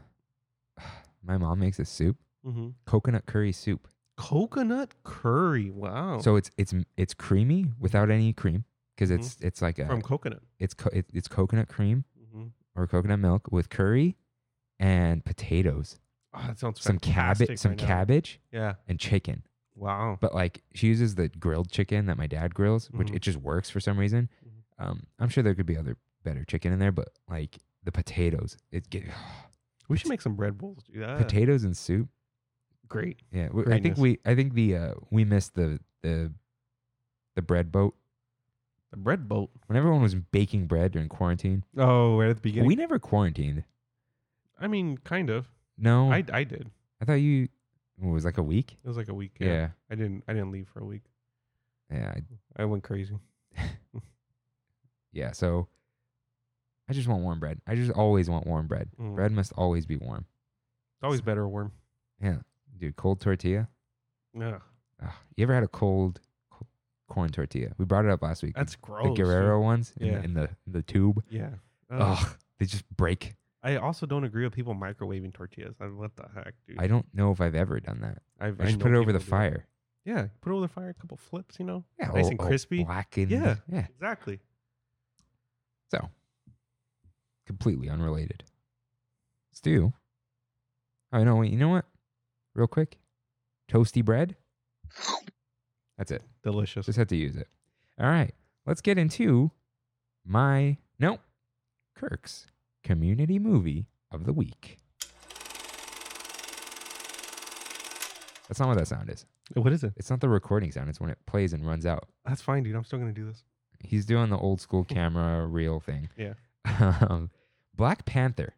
A: my mom makes a soup,
B: Mm-hmm.
A: coconut curry soup.
B: Coconut curry. Wow.
A: So it's it's it's creamy without any cream because it's it's like a
B: Mm-hmm. from coconut.
A: it's co- it, it's coconut cream
B: Mm-hmm.
A: or coconut milk with curry and potatoes,
B: Oh, that sounds
A: some
B: fantastic
A: cabbage, some
B: right now.
A: cabbage,
B: Yeah.
A: and chicken.
B: Wow.
A: But like she uses the grilled chicken that my dad grills, which
B: Mhm.
A: it just works for some reason.
B: Mm-hmm.
A: Um, I'm sure there could be other better chicken in there, but like the potatoes, it get
B: We should make some bread bowls. Dude. Ah,
A: potatoes and soup.
B: Great.
A: Yeah, w- I think
B: Greatness.
A: we I think the uh, we missed the the the bread boat.
B: The bread boat.
A: When everyone was baking bread during quarantine,
B: Oh, right at the beginning.
A: we never quarantined.
B: I mean, kind of.
A: No,
B: I,
A: I,
B: I did.
A: thought you what, it was like a week.
B: It was like a week.
A: Yeah, yeah.
B: I didn't. I didn't leave for a week.
A: yeah I
B: I went crazy.
A: yeah so i just want warm bread i just always want warm bread
B: Mm.
A: bread must always be warm
B: It's always better warm.
A: yeah dude cold tortilla
B: Yeah.
A: Ugh. you ever had a cold co- corn tortilla we brought it up last week
B: That's
A: the
B: gross. dude.
A: guerrero ones in,
B: Yeah.
A: the, in the in the tube
B: Yeah. Ugh.
A: Ugh, they just break
B: I also don't agree with people microwaving tortillas. I, what the heck, dude?
A: i don't know if i've ever done that
B: I've,
A: i just
B: know
A: put it over
B: people
A: the
B: do
A: fire
B: Yeah, put it over the fire, a couple flips, you know,
A: yeah
B: nice
A: all-
B: and
A: all
B: crispy.
A: blackened.
B: Yeah.
A: yeah
B: Exactly.
A: completely unrelated stew oh no wait you know what real quick toasty bread that's it
B: Delicious.
A: Just had to use it. All right. Let's get into my no Kirk's community movie of the week. That's not what that sound is.
B: what is it?
A: It's not the recording sound. It's when it plays and runs out.
B: That's fine, dude. I'm still gonna do this.
A: He's doing the old school camera reel thing.
B: Hmm. Yeah.
A: Um, Black Panther.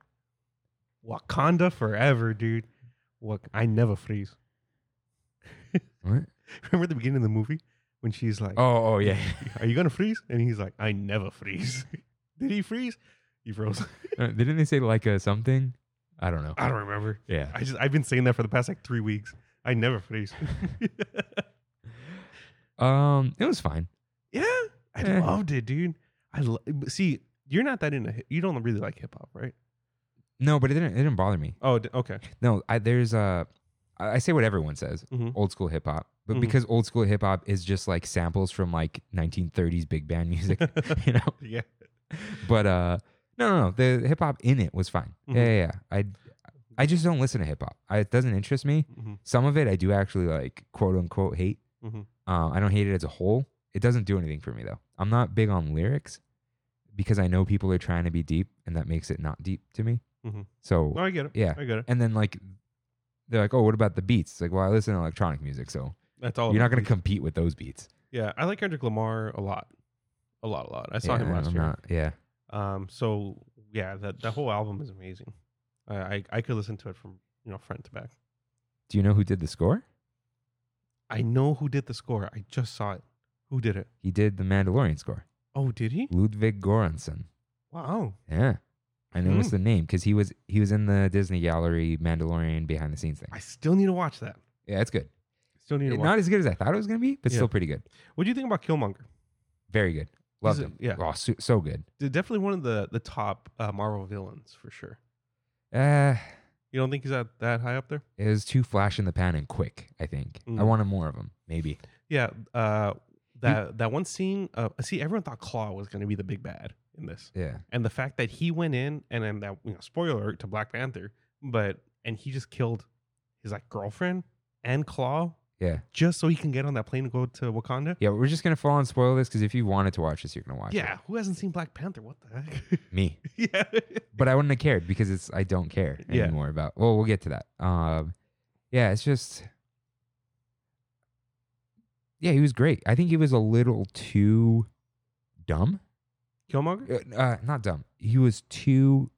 B: Wakanda forever, dude. What? I never freeze.
A: What?
B: Remember the beginning of the movie when she's like,
A: Oh, oh yeah.
B: "Are you gonna freeze?" And he's like, "I never freeze." Did he freeze? He froze.
A: Uh, Didn't they say like a something? I don't know.
B: I don't remember.
A: Yeah.
B: I just I've been saying that for the past like three weeks. I never freeze.
A: Um, it was fine.
B: yeah, I
A: Eh.
B: loved it, dude. I lo- see. You're not that into. hi- You don't really like hip hop, right?
A: No, but it didn't. It didn't bother me.
B: Oh, d- okay.
A: No, I, there's uh, I I say what everyone says,
B: Mhm.
A: old school hip hop, but
B: Mhm.
A: because old school hip hop is just like samples from like 1930s big band music, you know.
B: Yeah.
A: But uh, no, no, no, the hip hop in it was fine.
B: Mhm.
A: Yeah, yeah, yeah. I, I just don't listen to hip hop. I- It doesn't interest me.
B: Mhm.
A: Some of it I do actually like, quote unquote, hate.
B: Mhm.
A: Uh, I don't hate it as a whole. It doesn't do anything for me though. I'm not big on lyrics because I know people are trying to be deep, and that makes it not deep to me.
B: Mhm.
A: So
B: No, I get it.
A: yeah,
B: I get it.
A: and then like they're like, oh, what about the beats? It's like, well, I listen to electronic music, so
B: Oh, That's all.
A: you're not
B: about
A: going to
B: these-
A: compete with those beats.
B: Yeah, I like Kendrick Lamar a lot, a lot, a lot. I saw
A: yeah,
B: him last
A: I'm
B: year.
A: not- yeah,
B: Um, so yeah, that that whole album is amazing. I, I I could listen to it from you know front to back.
A: do you know who did the score?
B: I know who did the score. I just saw it. Who did it?
A: He did the Mandalorian score,
B: Oh, did he?
A: Ludwig Göransson.
B: Wow. yeah.
A: Yeah, I know
B: Hmm.
A: it's the name because he was he was in the Disney Gallery Mandalorian behind the snenes thing.
B: I still need to watch that.
A: Yeah, it's good.
B: Still need to watch.
A: Not as good as I thought it was going to be, but
B: Yeah.
A: still pretty good.
B: what do you think about Killmonger?
A: Very good. Loved
B: it-
A: him.
B: yeah.
A: oh, so, so good.
B: They're definitely one of the the top uh, Marvel villains for sure.
A: Uh,
B: You don't think he's that that high up there?
A: it was too flash in the pan and quick. I think I
B: Mm.
A: wanted more of him. Maybe.
B: Yeah. Uh, that that one scene. Uh, see, everyone thought Claw was going to be the big bad in this.
A: Yeah.
B: and the fact that he went in and then that you know spoiler alert to Black Panther, but and he just killed his like girlfriend and Claw
A: Yeah.
B: just so he can get on that plane and go to Wakanda.
A: Yeah, we're just gonna fall and spoil this because if you wanted to watch this, you're gonna watch it.
B: Yeah, who hasn't seen Black Panther? What the heck?
A: Me.
B: yeah,
A: But I wouldn't have cared because it's I don't care
B: Yeah.
A: anymore about well, we'll get to that. Um yeah, it's just Yeah, he was great. I think he was a little too dumb.
B: Killmonger.
A: Uh, Uh, not dumb. He was too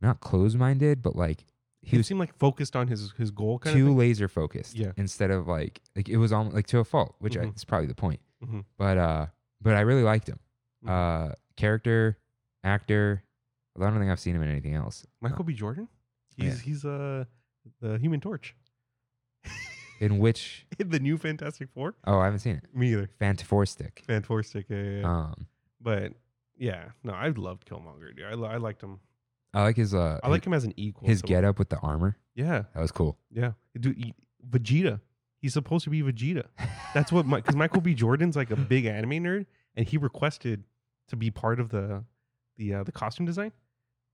A: not close minded, but like
B: He
A: he was
B: seemed like focused on his his goal. Kind
A: too
B: of
A: laser focused.
B: Yeah.
A: Instead of like like it was on like to a fault, which I,
B: Mhm.
A: is probably the point.
B: Mhm.
A: But uh, but I really liked him.
B: Mm-hmm.
A: Uh, character, actor. I don't think I've seen him in anything else.
B: Michael B. Jordan. He's he's uh the Human Torch
A: In which
B: in the new Fantastic Four.
A: oh, I haven't seen it.
B: Me either.
A: Fantastic.
B: Fantastic. Yeah, yeah, yeah.
A: Um,
B: but yeah, no, I loved Killmonger. Dude. I li- I liked him.
A: I like his uh,
B: I like him as an equal.
A: his
B: to-
A: get up with the armor.
B: Yeah.
A: That was cool.
B: Yeah, dude, he- Vegeta. He's supposed to be Vegeta. That's what because Michael B. Jordan's like a big anime nerd, and he requested to be part of the the uh, the costume design.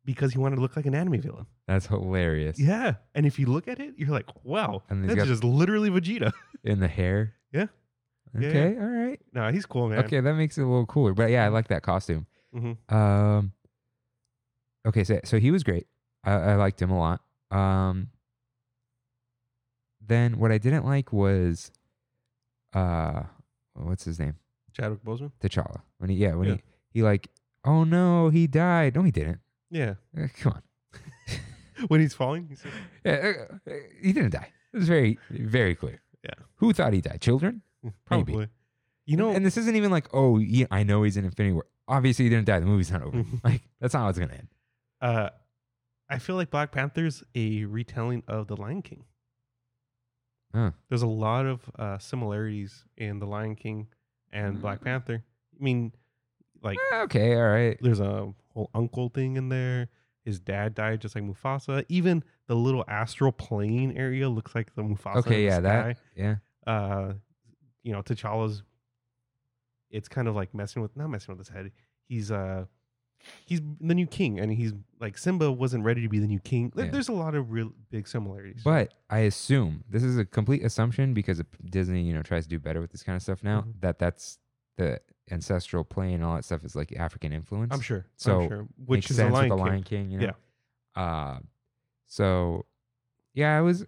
B: because he wanted to look like an anime villain.
A: That's hilarious.
B: Yeah. And if you look at it, you're like, wow,
A: And he's
B: that's
A: got-
B: just literally Vegeta.
A: In the hair.
B: Yeah. Yeah,
A: Okay. All right.
B: nah, he's cool, man.
A: Okay, that makes it a little cooler. But yeah, I like that costume.
B: Mhm.
A: Um. Okay, so so he was great. I, I liked him a lot. Um. Then what I didn't like was, uh, what's his name?
B: Chadwick Boseman.
A: T'Challa. When he yeah when
B: Yeah.
A: he he like oh no he died no he didn't
B: Yeah.
A: Eh, come on
B: When he's falling, he's
A: Eh, eh, eh, he didn't die it was very very clear
B: Yeah.
A: who thought he died children
B: probably. You know,
A: and this isn't even like oh yeah, I know he's in Infinity War obviously he didn't die the movie's not over
B: Mhm.
A: like that's not how it's gonna end
B: uh, I feel like Black Panther's a retelling of The Lion King.
A: Huh.
B: There's a lot of uh, similarities in The Lion King and
A: Mm.
B: Black Panther. I mean, like,
A: Eh, okay all right
B: there's a whole uncle thing in there. His dad died just like Mufasa. Even the little astral plane area looks like the Mufasa. in
A: okay
B: the
A: yeah that
B: sky.
A: yeah
B: uh, you know, T'Challa's. It's kind of like messing with not messing with his head. He's uh, he's the new king, and he's like Simba wasn't ready to be the new king. There-
A: Yeah.
B: There's a lot of real big similarities.
A: but I assume this is a complete assumption because Disney you know tries to do better with this kind of stuff now
B: Mhm.
A: that that's the ancestral plane and all that stuff is like African influence
B: I'm sure.
A: So,
B: I'm sure. which
A: makes
B: is
A: sense
B: a lion
A: with the
B: king.
A: Lion King, you know. Yeah. Uh, so yeah, I was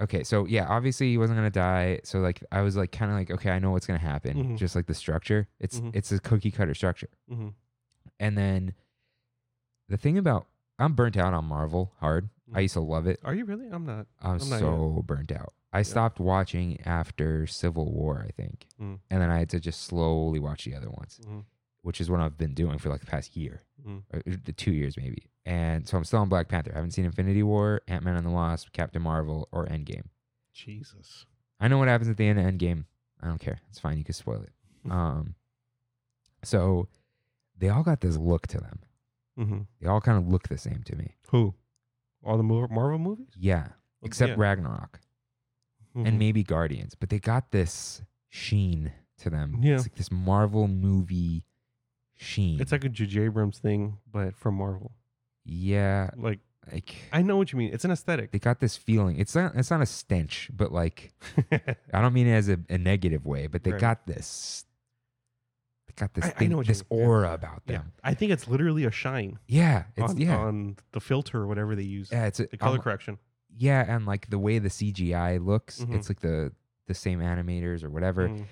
A: okay. So yeah, obviously he wasn't gonna die. So like I was like kind of like okay, I know what's gonna happen.
B: Mhm.
A: Just like the structure, it's
B: Mhm.
A: it's a cookie cutter structure.
B: Mhm.
A: And then the thing about I'm burnt out on Marvel hard. I
B: Mhm.
A: used to love it.
B: Are you really? I'm not.
A: I'm,
B: not yet.
A: so burnt out. I stopped watching after Civil War, I think,
B: Mm.
A: and then I had to just slowly watch the other ones
B: Mhm.
A: which is what I've been doing for like the past year,
B: Mhm.
A: or uh, the two years maybe. And so I'm still on Black Panther. I haven't seen Infinity War, Ant Man and the Wasp, Captain Marvel, or Endgame.
B: Jesus.
A: I know what happens at the end of Endgame. I don't care. It's fine. You can spoil it. Um, so they all got this look to them.
B: hmm
A: They all kind of look the same to me.
B: Who? All the Mar- Marvel movies?
A: Yeah, except Ragnarok and
B: Mhm.
A: maybe Guardians, but they got this sheen to them.
B: Yeah.
A: It's like this Marvel movie sheen.
B: It's like a J.J. Abrams thing, but from Marvel.
A: yeah,
B: Like
A: like
B: I know what you mean. It's an aesthetic.
A: they got this feeling. It's not it's not a stench, but like I don't mean it as a, a negative way, but they
B: Right.
A: got this they got this
B: I- I
A: thing,
B: know what you
A: this
B: mean, yeah.
A: aura about
B: yeah.
A: them.
B: I think it's literally a shine.
A: Yeah. It's
B: on,
A: yeah.
B: on the filter or whatever they use.
A: yeah, it's a,
B: The color
A: um,
B: correction.
A: Yeah, and like the way the CGI looks,
B: Mhm.
A: it's like the the same animators or whatever.
B: Mm.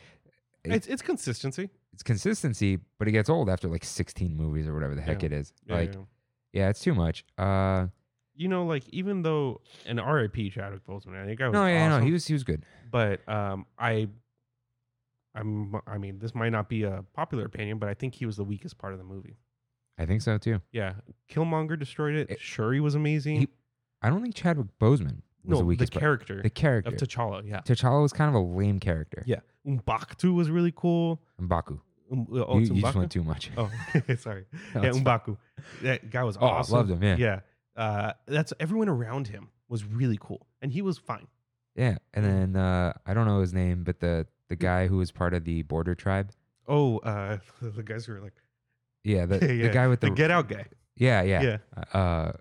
B: It's it's consistency.
A: It's consistency, but it gets old after like 16 movies or whatever the heck
B: Yeah.
A: it is.
B: Yeah,
A: like
B: yeah.
A: yeah, it's too much. Uh
B: you know, like even though an RIP Chadwick Boseman, I think I was
A: no, yeah,
B: awesome,
A: no, he was he was good.
B: but um, I, I'm, I mean, this might not be a popular opinion, but I think he was the weakest part of the movie.
A: I think so too.
B: Yeah, Killmonger destroyed it.
A: It-
B: Shuri was amazing.
A: he I don't think Chadwick Boseman was
B: no,
A: the
B: the,
A: weakest part.
B: character
A: The character.
B: of T'Challa. Yeah,
A: T'Challa was kind of a lame character.
B: yeah. M'Baku was really cool.
A: Mbaku.
B: Um, uh, oh,
A: you,
B: it's
A: you just
B: M'Baku?
A: went too much.
B: Oh, sorry.
A: No,
B: yeah,
A: it's fine.
B: Umbaku. That guy was
A: Oh,
B: awesome.
A: I loved him. Yeah. yeah.
B: Yeah. Uh, that's everyone around him was really cool. And he was fine.
A: And then uh, I don't know his name, but the, the guy who was part of the border tribe.
B: Oh, uh, the guys who were like
A: Yeah. The,
B: Yeah, yeah.
A: the guy with the.
B: the get out guy.
A: yeah, yeah.
B: Yeah. Uh,
A: Uh,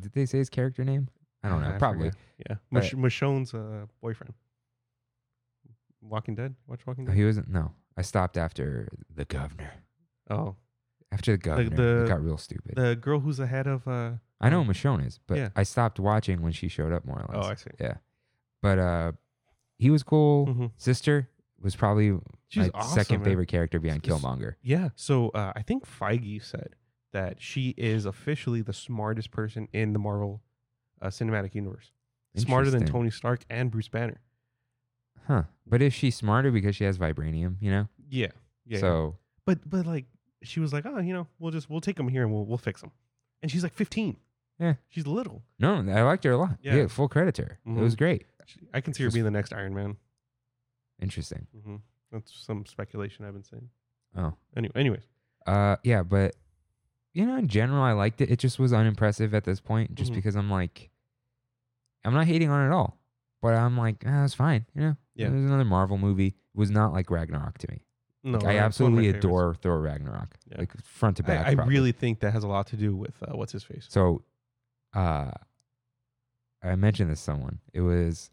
A: did they say his character name? I don't know. Probably.
B: forget. Yeah.
A: But-
B: Mich- Michonne's uh, boyfriend. Walking Dead? Watch Walking
A: No,
B: Dead?
A: Oh, he wasn't. No. I stopped after the governor.
B: Oh.
A: After the governor, it
B: the-
A: got real stupid.
B: The girl who's the head of. Uh,
A: I know who Michonne is, but
B: Yeah.
A: I stopped watching when she showed up more or
B: oh,
A: less.
B: I see.
A: Yeah. But uh, he was cool.
B: Mhm.
A: Sister was probably
B: She's
A: my
B: awesome.
A: second
B: man.
A: favorite character behind
B: It's-
A: Killmonger.
B: Yeah. So uh, I think Feige said that she is officially the smartest person in the Marvel uh, cinematic universe. Smarter than
A: Interesting.
B: Tony Stark and Bruce Banner.
A: Huh. But is she smarter because she has vibranium, you know?
B: Yeah. Yeah.
A: So
B: But but like she was like, oh, you know, we'll just we'll take him here and we'll we'll fix him. And she's like 15.
A: Yeah.
B: she's little.
A: no, I liked her a lot. Yeah,
B: Yeah.
A: full credit to her. It
B: Mhm.
A: was great.
B: She- I can see her
A: She's-
B: being the next Iron Man.
A: Interesting.
B: hmm That's some speculation I've been saying.
A: Oh.
B: Anyway, anyways,
A: Uh yeah, but you know, in general I liked it. It just was unimpressive at this point just
B: Mhm.
A: because I'm like I'm not hating on it at all. But I'm like, ah, it's fine, you know?
B: Yeah.
A: It was another Marvel movie. It was not like Ragnarok to me. I
B: No, that's one of my
A: absolutely
B: favorites.
A: adore Thor Ragnarok,
B: Yeah.
A: like front to back.
B: I, I
A: probably.
B: really think that has a lot to do with uh, what's his face.
A: So, uh, I mentioned this to someone. It was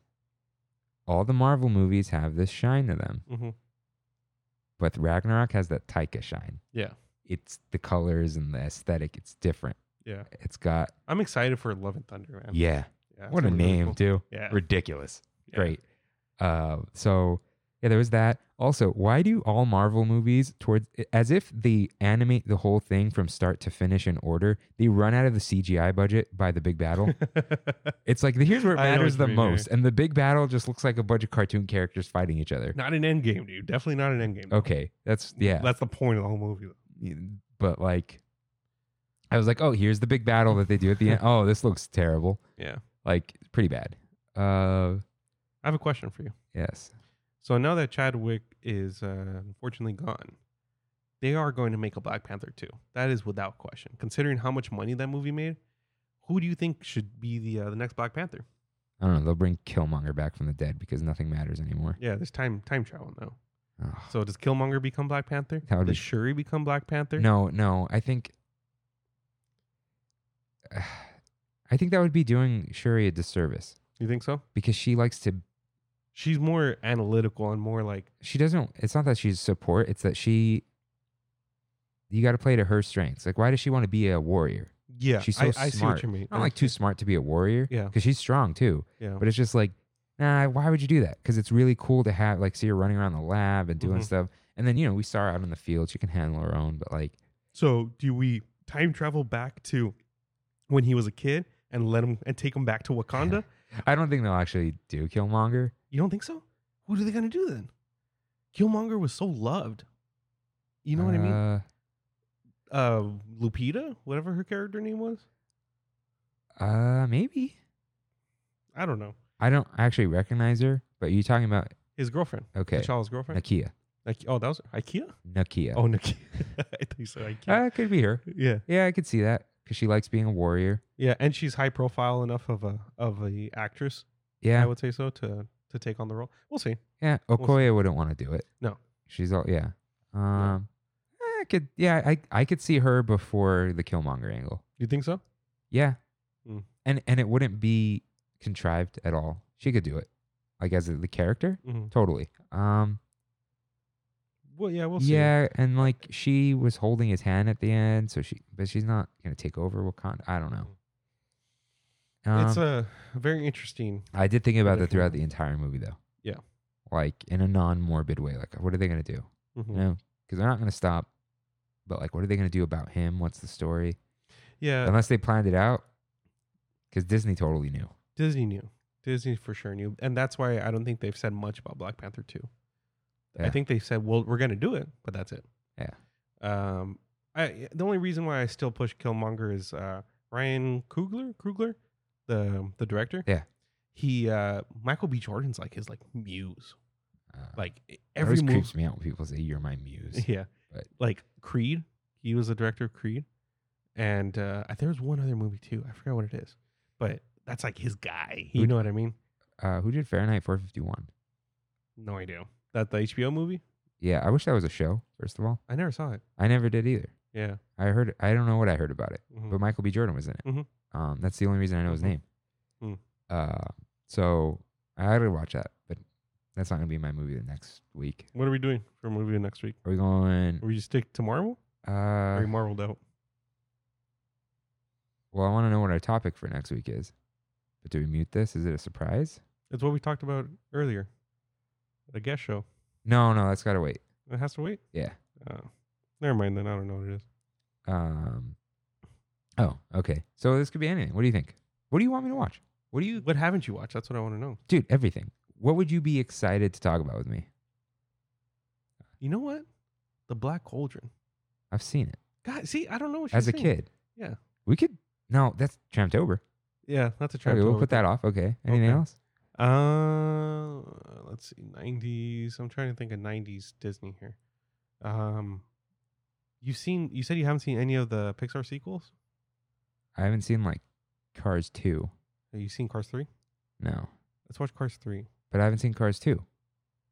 A: all the Marvel movies have this shine to them,
B: hmm
A: but Ragnarok has that Taika shine.
B: Yeah.
A: It's the colors and the aesthetic. It's different.
B: Yeah,
A: It's got
B: I'm excited for Love and Thunder, man.
A: yeah.
B: Yeah, it's
A: What a
B: gonna be really
A: name
B: cool.
A: too.
B: Yeah,
A: Ridiculous.
B: yeah.
A: Great. Uh, so yeah, there was that. Also, why do all Marvel movies towards as if they animate the whole thing from start to finish in order? They run out of the CGI budget by the big battle. It's like here's where it
B: I know
A: matters
B: what
A: the
B: you mean, yeah.
A: most, and the big battle just looks like a bunch of cartoon characters fighting each other.
B: not an end game, dude. Definitely not an end game.
A: Okay, that's yeah,
B: That's the point of the whole movie.
A: but like, I was like, oh, here's the big battle that they do at the end. Oh, this looks terrible.
B: Yeah.
A: Like pretty bad. Uh,
B: I have a question for you.
A: yes.
B: So now that Chadwick is uh, unfortunately gone, they are going to make a Black Panther too. That is without question. Considering how much money that movie made, who do you think should be the uh, the next Black Panther?
A: I don't know. They'll bring Killmonger back from the dead because nothing matters anymore.
B: Yeah, there's time time travel now.
A: Ugh.
B: So does Killmonger become Black Panther?
A: That would
B: Does
A: be-
B: Shuri become Black Panther?
A: No, no. I think. I think that would be doing Shuri a disservice
B: You think so?
A: because she likes to
B: She's more analytical and more like
A: she doesn't it's not that she's support it's that she you got to play to her strengths like why does she want to be a warrior
B: yeah.
A: She's so
B: I, I see
A: smart.
B: what you mean.
A: not like too smart to be a warrior
B: Oh, Yeah.
A: because she's strong too
B: Yeah.
A: but it's just like nah why would you do that because it's really cool to have like see her running around the lab and doing
B: Mhm.
A: stuff and then you know we saw her out in the field she can handle her own but like
B: So do we time travel back to when he was a kid and let him and take him back to Wakanda?
A: i don't think they'll actually do killmonger
B: You don't think so? What are they gonna do then? Killmonger was so loved. You know what I mean?
A: uh,
B: Uh, Lupita, whatever her character name was.
A: uh maybe
B: I don't know.
A: i don't actually recognize her but you talking about
B: His girlfriend.
A: okay
B: T'Challa's girlfriend.
A: nakia
B: Ike- oh, that was IKEA.
A: nakia
B: Oh, Nakia. I think you said IKEA.
A: uh, could be her
B: yeah,
A: Yeah, I could see that because she likes being a warrior.
B: yeah, and she's high profile enough of a of a actress. I
A: Yeah,
B: would say so to to take on the role. We'll see.
A: yeah.
B: see.
A: Okoye wouldn't want to do it.
B: No.
A: she's all yeah. Um, I could yeah, I I could see her before the Killmonger angle.
B: You think so?
A: Yeah,
B: Mm.
A: and and it wouldn't be contrived at all. She could do it, like as the character,
B: Mm-hmm.
A: totally. Um,
B: Well, yeah, we'll see.
A: yeah, and like she was holding his hand at the end, so she but she's not gonna take over Wakanda. I don't know. Um,
B: it's uh, a very interesting.
A: I did think about that
B: Different.
A: throughout the entire movie, though.
B: Yeah.
A: Like in a non-morbid way. Like, what are they gonna do?
B: Mhm.
A: You know, because they're not gonna stop. But like, what are they gonna do about him? What's the story?
B: Yeah,
A: Unless they planned it out, because Disney totally knew.
B: Disney knew. Disney for sure knew, and that's why I don't think they've said much about Black Panther two. I
A: Yeah.
B: think they said, "Well, we're going to do it," but that's it.
A: Yeah.
B: Um, I the only reason why I still push Killmonger is uh, Ryan Coogler, Coogler, the um, the director.
A: Yeah.
B: He uh, Michael B. Jordan's like his like muse.
A: Uh,
B: Like e,
A: it always
B: every move.
A: creeps me out when people say you're my muse.
B: Yeah.
A: But-
B: Like Creed, he was the director of Creed, and uh, I- there was one other movie too. I forgot what it is, but that's like his guy. You
A: Who-
B: know what I mean?
A: Uh, who did Fahrenheit 451?
B: No idea. That the HBO movie?
A: Yeah, I wish that was a show. First of all,
B: I never saw it.
A: I never did either.
B: Yeah.
A: I heard. I don't know what I heard about it.
B: Mhm.
A: but Michael B. Jordan was in it.
B: Mhm.
A: Um, that's the only reason I know his
B: Mhm.
A: name.
B: Mm.
A: Uh, so I gotta watch that, but that's not gonna be my movie the next week.
B: What are we doing for a movie next week?
A: Are we going?
B: Are we just stick to Marvel?
A: Uh,
B: Are you marveled out?
A: well, I want to know what our topic for next week is. But do we mute this? Is it a surprise?
B: It's what we talked about earlier. The guest show.
A: No, no, that's gotta wait.
B: It has to wait.
A: Yeah.
B: Uh, never mind then. I don't know what it is.
A: Um. Oh, okay. So this could be anything. What do you think? What do you want me to watch? What do you,
B: What haven't you watched? That's what I want to know.
A: dude? Everything. What would you be excited to talk about with me?
B: You know what? The Black Cauldron.
A: I've seen it
B: God, see, I don't know what she's
A: as a
B: saying.
A: kid.
B: Yeah.
A: We could. No, that's Champtober.
B: Yeah, that's a
A: Okay,
B: trend.
A: we'll put that off. Okay. Anything
B: Okay.
A: else?
B: Uh, let's see, nineties. I'm trying to think of nineties Disney here. Um, you've seen. You said you haven't seen any of the Pixar sequels.
A: I haven't seen like Cars 2.
B: Have you seen Cars three?
A: No.
B: Let's watch Cars three.
A: But I haven't seen Cars 2.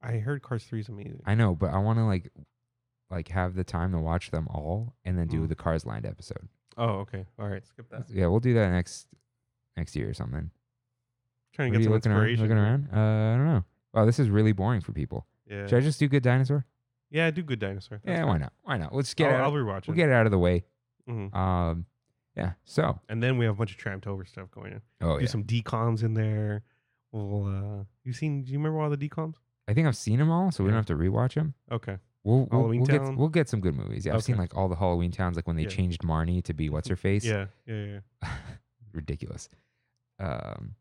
B: I heard Cars three is amazing.
A: I know, but I want to like like have the time to watch them all and then do
B: Mm.
A: the Cars Lined episode.
B: Oh, okay. All right. Skip that.
A: Yeah, we'll do that next next year or something. What
B: Trying to
A: are
B: get
A: you
B: some
A: looking around?
B: inspiration.
A: Looking around? Uh, I don't know. Wow, this is really boring for people.
B: Yeah.
A: Should I just do Good Dinosaur?
B: yeah. Do good dinosaur. That's
A: yeah,
B: fine.
A: why not? Why not? Let's get it.
B: I'll,
A: out.
B: I'll rewatch
A: we'll
B: it.
A: get it out of the way.
B: Mhm.
A: Um, yeah. So,
B: And then we have a bunch of Tramtober stuff going in.
A: oh
B: do
A: yeah,
B: some decoms in there. We'll. Uh, you seen? Do you remember all the decoms?
A: I think I've seen them all, so we
B: Yeah.
A: don't have to rewatch them.
B: Okay.
A: We'll we'll,
B: Halloween
A: we'll get
B: Town?
A: we'll get some good movies. Yeah, I've seen
B: Okay.
A: like all the Halloween towns, like when they
B: Yeah. Mm-hmm.
A: changed Marnie to be what's her face.
B: Yeah. Yeah. Yeah.
A: ridiculous. Um,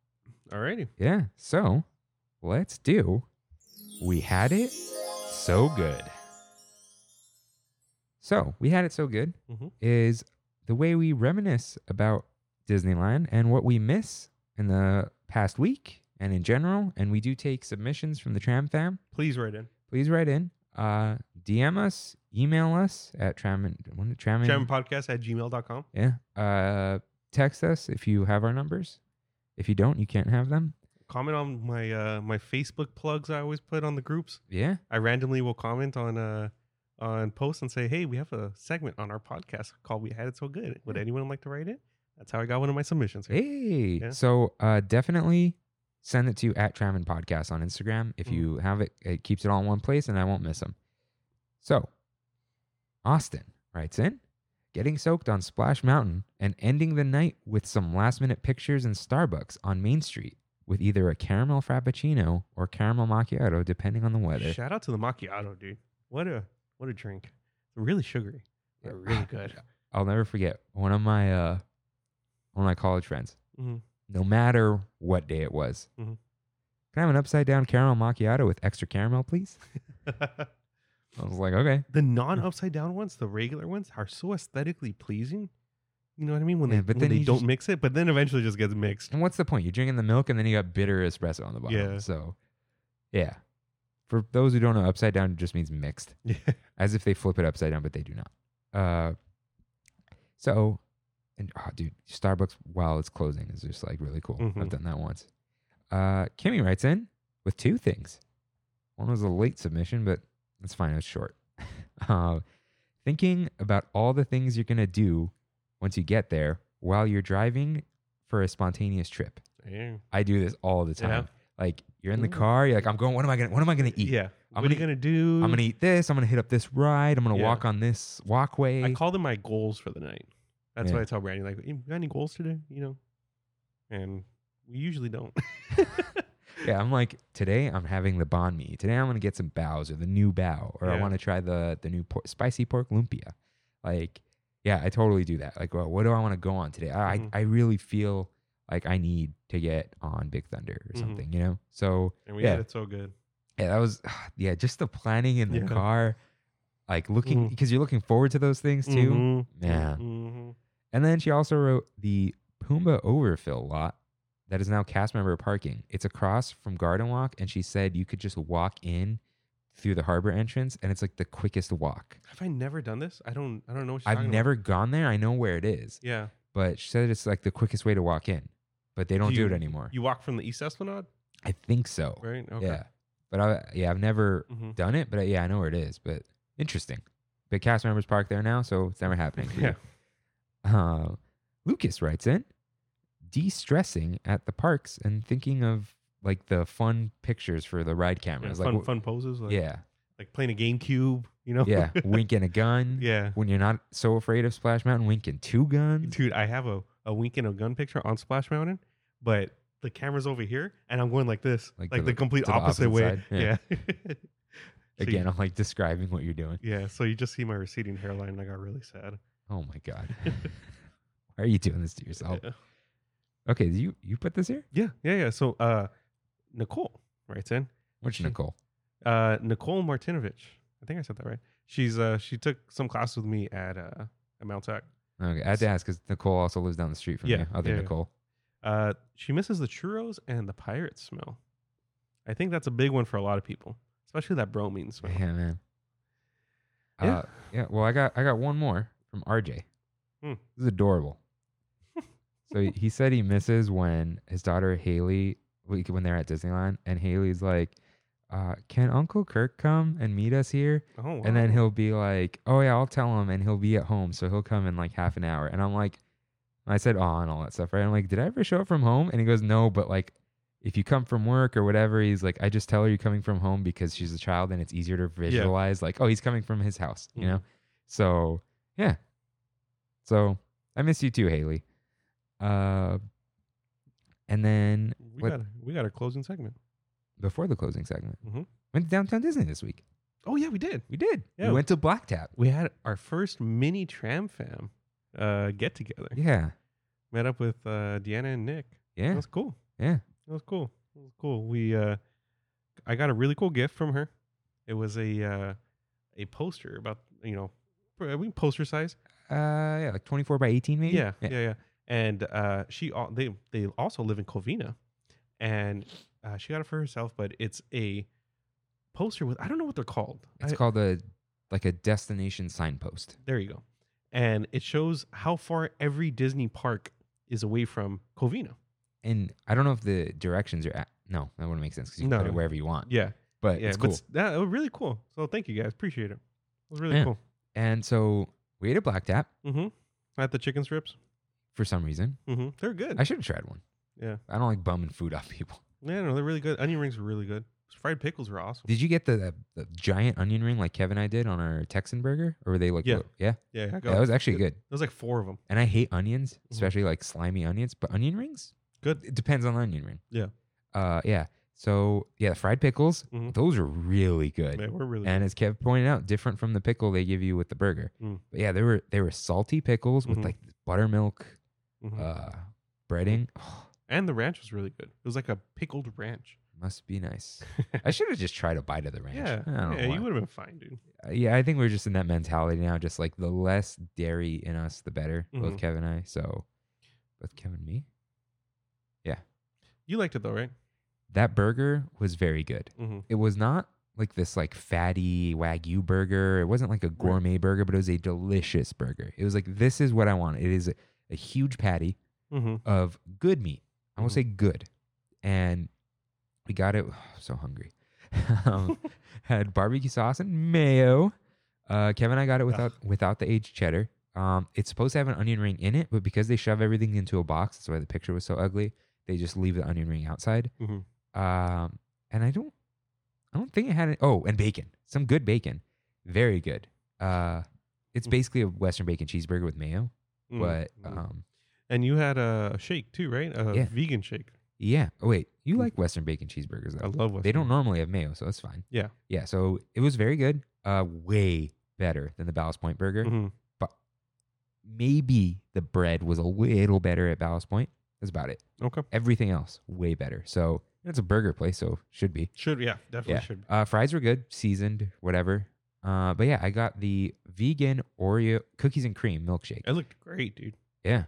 B: Alrighty.
A: yeah. So let's do. We had it so good. So we had it so good
B: Mhm.
A: is the way we reminisce about Disneyland and what we miss in the past week and in general. And we do take submissions from the Tram Fam.
B: Please write in.
A: Please write in, uh, DM us, email us at Tram and what- Tram and-
B: Podcast at gmail.com.
A: yeah. Uh, text us if you have our numbers. If you don't, you can't have them.
B: Comment on my uh, my Facebook plugs I always put on the groups.
A: Yeah.
B: I randomly will comment on uh on posts and say, "Hey, we have a segment on our podcast called We Had It So Good. Would anyone like to write it?" That's how I got one of my submissions. Here.
A: Hmm. Hey.
B: Yeah.
A: So uh, definitely send it to at Tram and Podcast on Instagram. If
B: Mhm.
A: you have it, it keeps it all in one place and I won't miss them. So Austin writes in getting soaked on Splash Mountain and ending the night with some last minute pictures in Starbucks on Main Street with either a caramel frappuccino or caramel macchiato, depending on the weather.
B: Shout out to the macchiato, dude. What a what a drink. Really sugary. but Really good.
A: I'll never forget one of my uh one of my college friends.
B: Mhm.
A: No matter what day it was,
B: Mhm.
A: can I have an upside down caramel macchiato with extra caramel, please? I was like, okay,
B: Mm-hmm. the non upside down ones, the regular ones, are so aesthetically pleasing. You know what I mean? When
A: Yeah,
B: they
A: but
B: when
A: then
B: they
A: you
B: don't
A: just-
B: mix it, but then eventually it just gets mixed.
A: and what's the point? You're drinking the milk and then you got bitter espresso on the bottom.
B: Yeah.
A: So, yeah. For those who don't know, upside down just means mixed,
B: Yeah.
A: as if they flip it upside down, but they do not. Uh, so, and oh, dude, Starbucks while it's closing is just like really cool. I've
B: Mhm.
A: done that once. Uh, Kimmy writes in with two things. One was a late submission, but that's fine. It's short. uh, thinking about all the things you're gonna do once you get there while you're driving for a spontaneous trip.
B: Yeah.
A: I do this all the
B: Yeah.
A: time. Like you're in the
B: Mm.
A: car, you're like, I'm going. What am I gonna? What am I gonna eat?
B: Yeah.
A: I'm
B: what are
A: gonna-
B: you gonna do?
A: I'm gonna eat this. I'm gonna hit up this ride. I'm gonna
B: Mm. Yeah.
A: walk on this walkway.
B: I call them my goals for the night. That's
A: Yeah.
B: what I tell Brandy. Like, "You got any goals today? You know, and we usually don't.
A: yeah, I'm like today I'm having the banh mi. Today I'm gonna get some bows or the new bao, or I
B: Yeah.
A: want to try the the new por- spicy pork lumpia. Like, yeah, I totally do that. Like, well, what do I want to go on today? I
B: Mhm.
A: I, I really feel like I need to get on Big Thunder or
B: Mhm.
A: something, you know. So
B: And we
A: Yeah.
B: had it so good.
A: yeah, that was yeah, just the planning in the
B: Yeah.
A: car, like looking
B: Mhm.
A: because you're looking forward to those things too.
B: Mhm.
A: Yeah.
B: Mhm.
A: And then she also wrote the Pumbaa overfill lot that is now cast member parking. It's across from Garden Walk, and she said you could just walk in through the harbor entrance, and it's like the quickest walk.
B: Have I never done this? I don't. I don't know. What she's
A: I've
B: talking about.
A: never gone there. I know where it is,
B: Yeah.
A: but she said it's like the quickest way to walk in. But they don't do
B: you-
A: it anymore.
B: You walk from the East Esplanade,
A: I think so.
B: right?
A: Yeah, but I yeah I've never
B: Mhm.
A: done it, but I, yeah I know where it is. But interesting. But cast members park there now, so it's never happening. for you.
B: Yeah.
A: Uh, Lucas writes in de-stressing at the parks and thinking of like the fun pictures for the ride
B: Yeah,
A: cameras.
B: fun,
A: like, wh-
B: fun poses. Like,
A: yeah,
B: Like playing a GameCube. You know.
A: yeah, winking a gun.
B: yeah.
A: When you're not so afraid of Splash Mountain, winking two guns.
B: Dude, I have a a wink and a gun picture on Splash Mountain, but the camera's over here, and I'm going like this,
A: Like
B: like,
A: to
B: the,
A: the-
B: complete
A: to the
B: opposite,
A: opposite
B: way.
A: side, yeah.
B: yeah. So you-
A: Again, I'm like describing what you're doing.
B: Yeah, so you just see my receding hairline, and I got really sad.
A: Oh my god, why are you doing this to yourself?
B: Yeah.
A: Okay, do you you put this here?
B: yeah, yeah, yeah. So uh, Nicole writes in.
A: Which
B: She-
A: Nicole?
B: Uh, Nicole Martinovich. I think I said that right. She's uh, she took some class with me at uh, at Mount Tech.
A: Okay, I had to ask because Nicole also lives down the street from
B: Yeah,
A: you. Other
B: yeah, yeah.
A: Nicole.
B: Uh, she misses the churros and the pirate smell. I think that's a big one for a lot of people, especially that bromine smell.
A: Yeah, man.
B: Yeah.
A: Uh, yeah. Well, I got I got one more from RJ.
B: Hmm.
A: This is adorable. so he- he said he misses when his daughter Haley like, when they're at Disneyland, and Haley's like, uh, "Can Uncle Kirk come and meet us here?"
B: Oh, wow.
A: And then he'll be like, "Oh yeah, I'll tell him," and he'll be at home, so he'll come in like half an hour. And I'm like, I said, "Oh," and all that stuff, right? I'm like, "Did I ever show up from home?" And he goes, "No, but like, if you come from work or whatever, he's like, I just tell her you're coming from home because she's a child, and it's easier to visualize, like, oh, he's coming from his house, you
B: Mhm.
A: know." So yeah, so I miss you too, Haley. Uh, and then
B: we
A: what-
B: got we got our closing segment.
A: before the closing segment,
B: Mhm.
A: went to downtown Disney this week.
B: Oh yeah, we did.
A: We did.
B: Yeah.
A: We went to Black Tap.
B: We had our first mini Tram Fam uh, get together.
A: Yeah.
B: Met up with uh, Deanna and Nick. That
A: Yeah.
B: was cool.
A: Yeah.
B: That was cool. That was cool. We uh, I got a really cool gift from her. It was a uh, a poster about you know, I mean poster size.
A: Uh, yeah, like 24 by 18, maybe?
B: Yeah, yeah, yeah. And uh, she al- they they also live in Covina, and uh, she got it for herself. But it's a poster with I don't know what they're called.
A: It's
B: I-
A: called a, like a destination signpost.
B: There you go. And it shows how far every Disney park is away from Covina.
A: And I don't know if the directions are at, no, that wouldn't make sense because you can put
B: No.
A: it wherever you want.
B: Yeah,
A: But
B: yeah,
A: it's cool.
B: But that was really cool. So thank you guys, appreciate it. It was really
A: Yeah.
B: cool.
A: and so we ate a Black Tap
B: Mm-hmm. At the chicken strips,
A: for some reason.
B: mm-hmm. they're good.
A: I should have tried one.
B: yeah,
A: I don't like bumming food off people.
B: yeah, no, they're really good. Onion rings were really good. Fried pickles were awesome.
A: Did you get the, the, the giant onion ring like Kevin and I did on our Texan burger? Or were they like,
B: Yeah.
A: little- yeah?
B: yeah, I
A: yeah,
B: got-
A: that was actually good.
B: There was like four of them.
A: And I hate onions,
B: Mhm.
A: especially like slimy onions, but onion rings?
B: Good.
A: It depends on the onion ring.
B: Yeah.
A: Uh yeah. So yeah, the fried pickles,
B: Mhm.
A: those are really good.
B: They were really
A: And as Kev pointed out, different from the pickle they give you with the burger.
B: Mm.
A: But yeah, they were they were salty pickles
B: Mhm.
A: with like buttermilk
B: good. Mhm.
A: uh breading. Oh,
B: and the ranch was really good. It was like a pickled ranch.
A: must be nice. I should have just tried a bite of the ranch.
B: Yeah,
A: I don't
B: yeah,
A: know why.
B: you would have been fine, dude.
A: Uh, yeah, I think we're just in that mentality now, just like the less dairy in us, the better.
B: Mhm.
A: Both Kev and I. So both Kev and me.
B: You liked it though, right?
A: That burger was very good.
B: Mm-hmm.
A: it was not like this like fatty wagyu burger. It wasn't like a gourmet burger, but it was a delicious burger. It was like this is what I want. It is a, a huge patty
B: Mm-hmm.
A: of good meat. I will
B: Mhm.
A: say good, and we got it. so hungry. um,
B: Mm-hmm.
A: had barbecue sauce and mayo. Uh, Kevin and I got it without without the aged cheddar. Um, it's supposed to have an onion ring in it, but because they shove everything into a box, that's why the picture was so ugly. They just leave the onion ring outside.
B: Mm-hmm.
A: Um, and I don't, I don't think it had. Any, oh, and bacon, some good bacon, very good. Uh, it's
B: Mm.
A: basically a Western bacon cheeseburger with mayo, but um,
B: and you had a shake too, right? A
A: Yeah.
B: vegan shake.
A: yeah. Oh wait, you
B: Mm.
A: like Western bacon cheeseburgers?
B: I
A: Though.
B: love what
A: They don't normally have mayo, so that's fine.
B: Yeah.
A: yeah. So it was very good. Uh, way better than the Ballast Point burger.
B: hmm
A: Maybe the bread was a little better at Ballast Point. That's about it.
B: Okay,
A: Everything else way better. So it's a burger place, so should be.
B: should yeah, definitely
A: Yeah.
B: should. Be.
A: Uh, fries were good, seasoned, whatever. Uh, but yeah, I got the vegan Oreo cookies and cream milkshake.
B: It looked great, dude.
A: Yeah.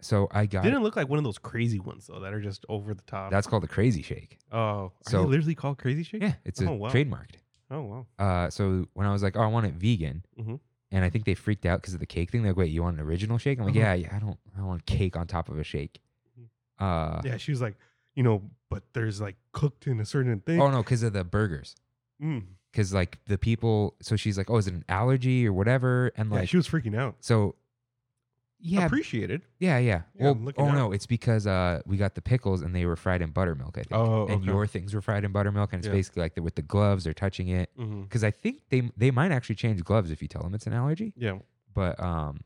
A: So I got
B: Didn't look like one of those crazy ones though that are just over the top.
A: that's called the crazy shake.
B: oh, are
A: so-
B: they literally called crazy shake?
A: Yeah, it's a
B: Oh, wow.
A: trademarked.
B: Oh wow.
A: Uh, so when I was like, oh, I want it vegan,
B: Mhm.
A: and I think they freaked out because of the cake thing. They're like, wait, you want an original shake? I'm like,
B: Mhm.
A: yeah, yeah, I don't, I don't want cake on top of a shake.
B: Mhm.
A: Uh,
B: Yeah, she was like, you know, but there's like cooked in a certain thing.
A: oh no, because of the burgers.
B: Mm.
A: Because like the people, so she's like, oh, is it an allergy or whatever? And
B: Yeah,
A: like,
B: she was freaking out.
A: so yeah,
B: Appreciated.
A: Yeah, yeah.
B: Yeah,
A: well,
B: I'm looking
A: oh
B: at
A: no, it's because uh, we got the pickles and they were fried in buttermilk, I think.
B: Oh,
A: and
B: okay.
A: your things were fried in buttermilk, and it's
B: Yeah.
A: basically like the, with the gloves, they're touching it.
B: Mm-hmm.
A: Because I think they they might actually change gloves if you tell them it's an allergy.
B: Yeah.
A: But um,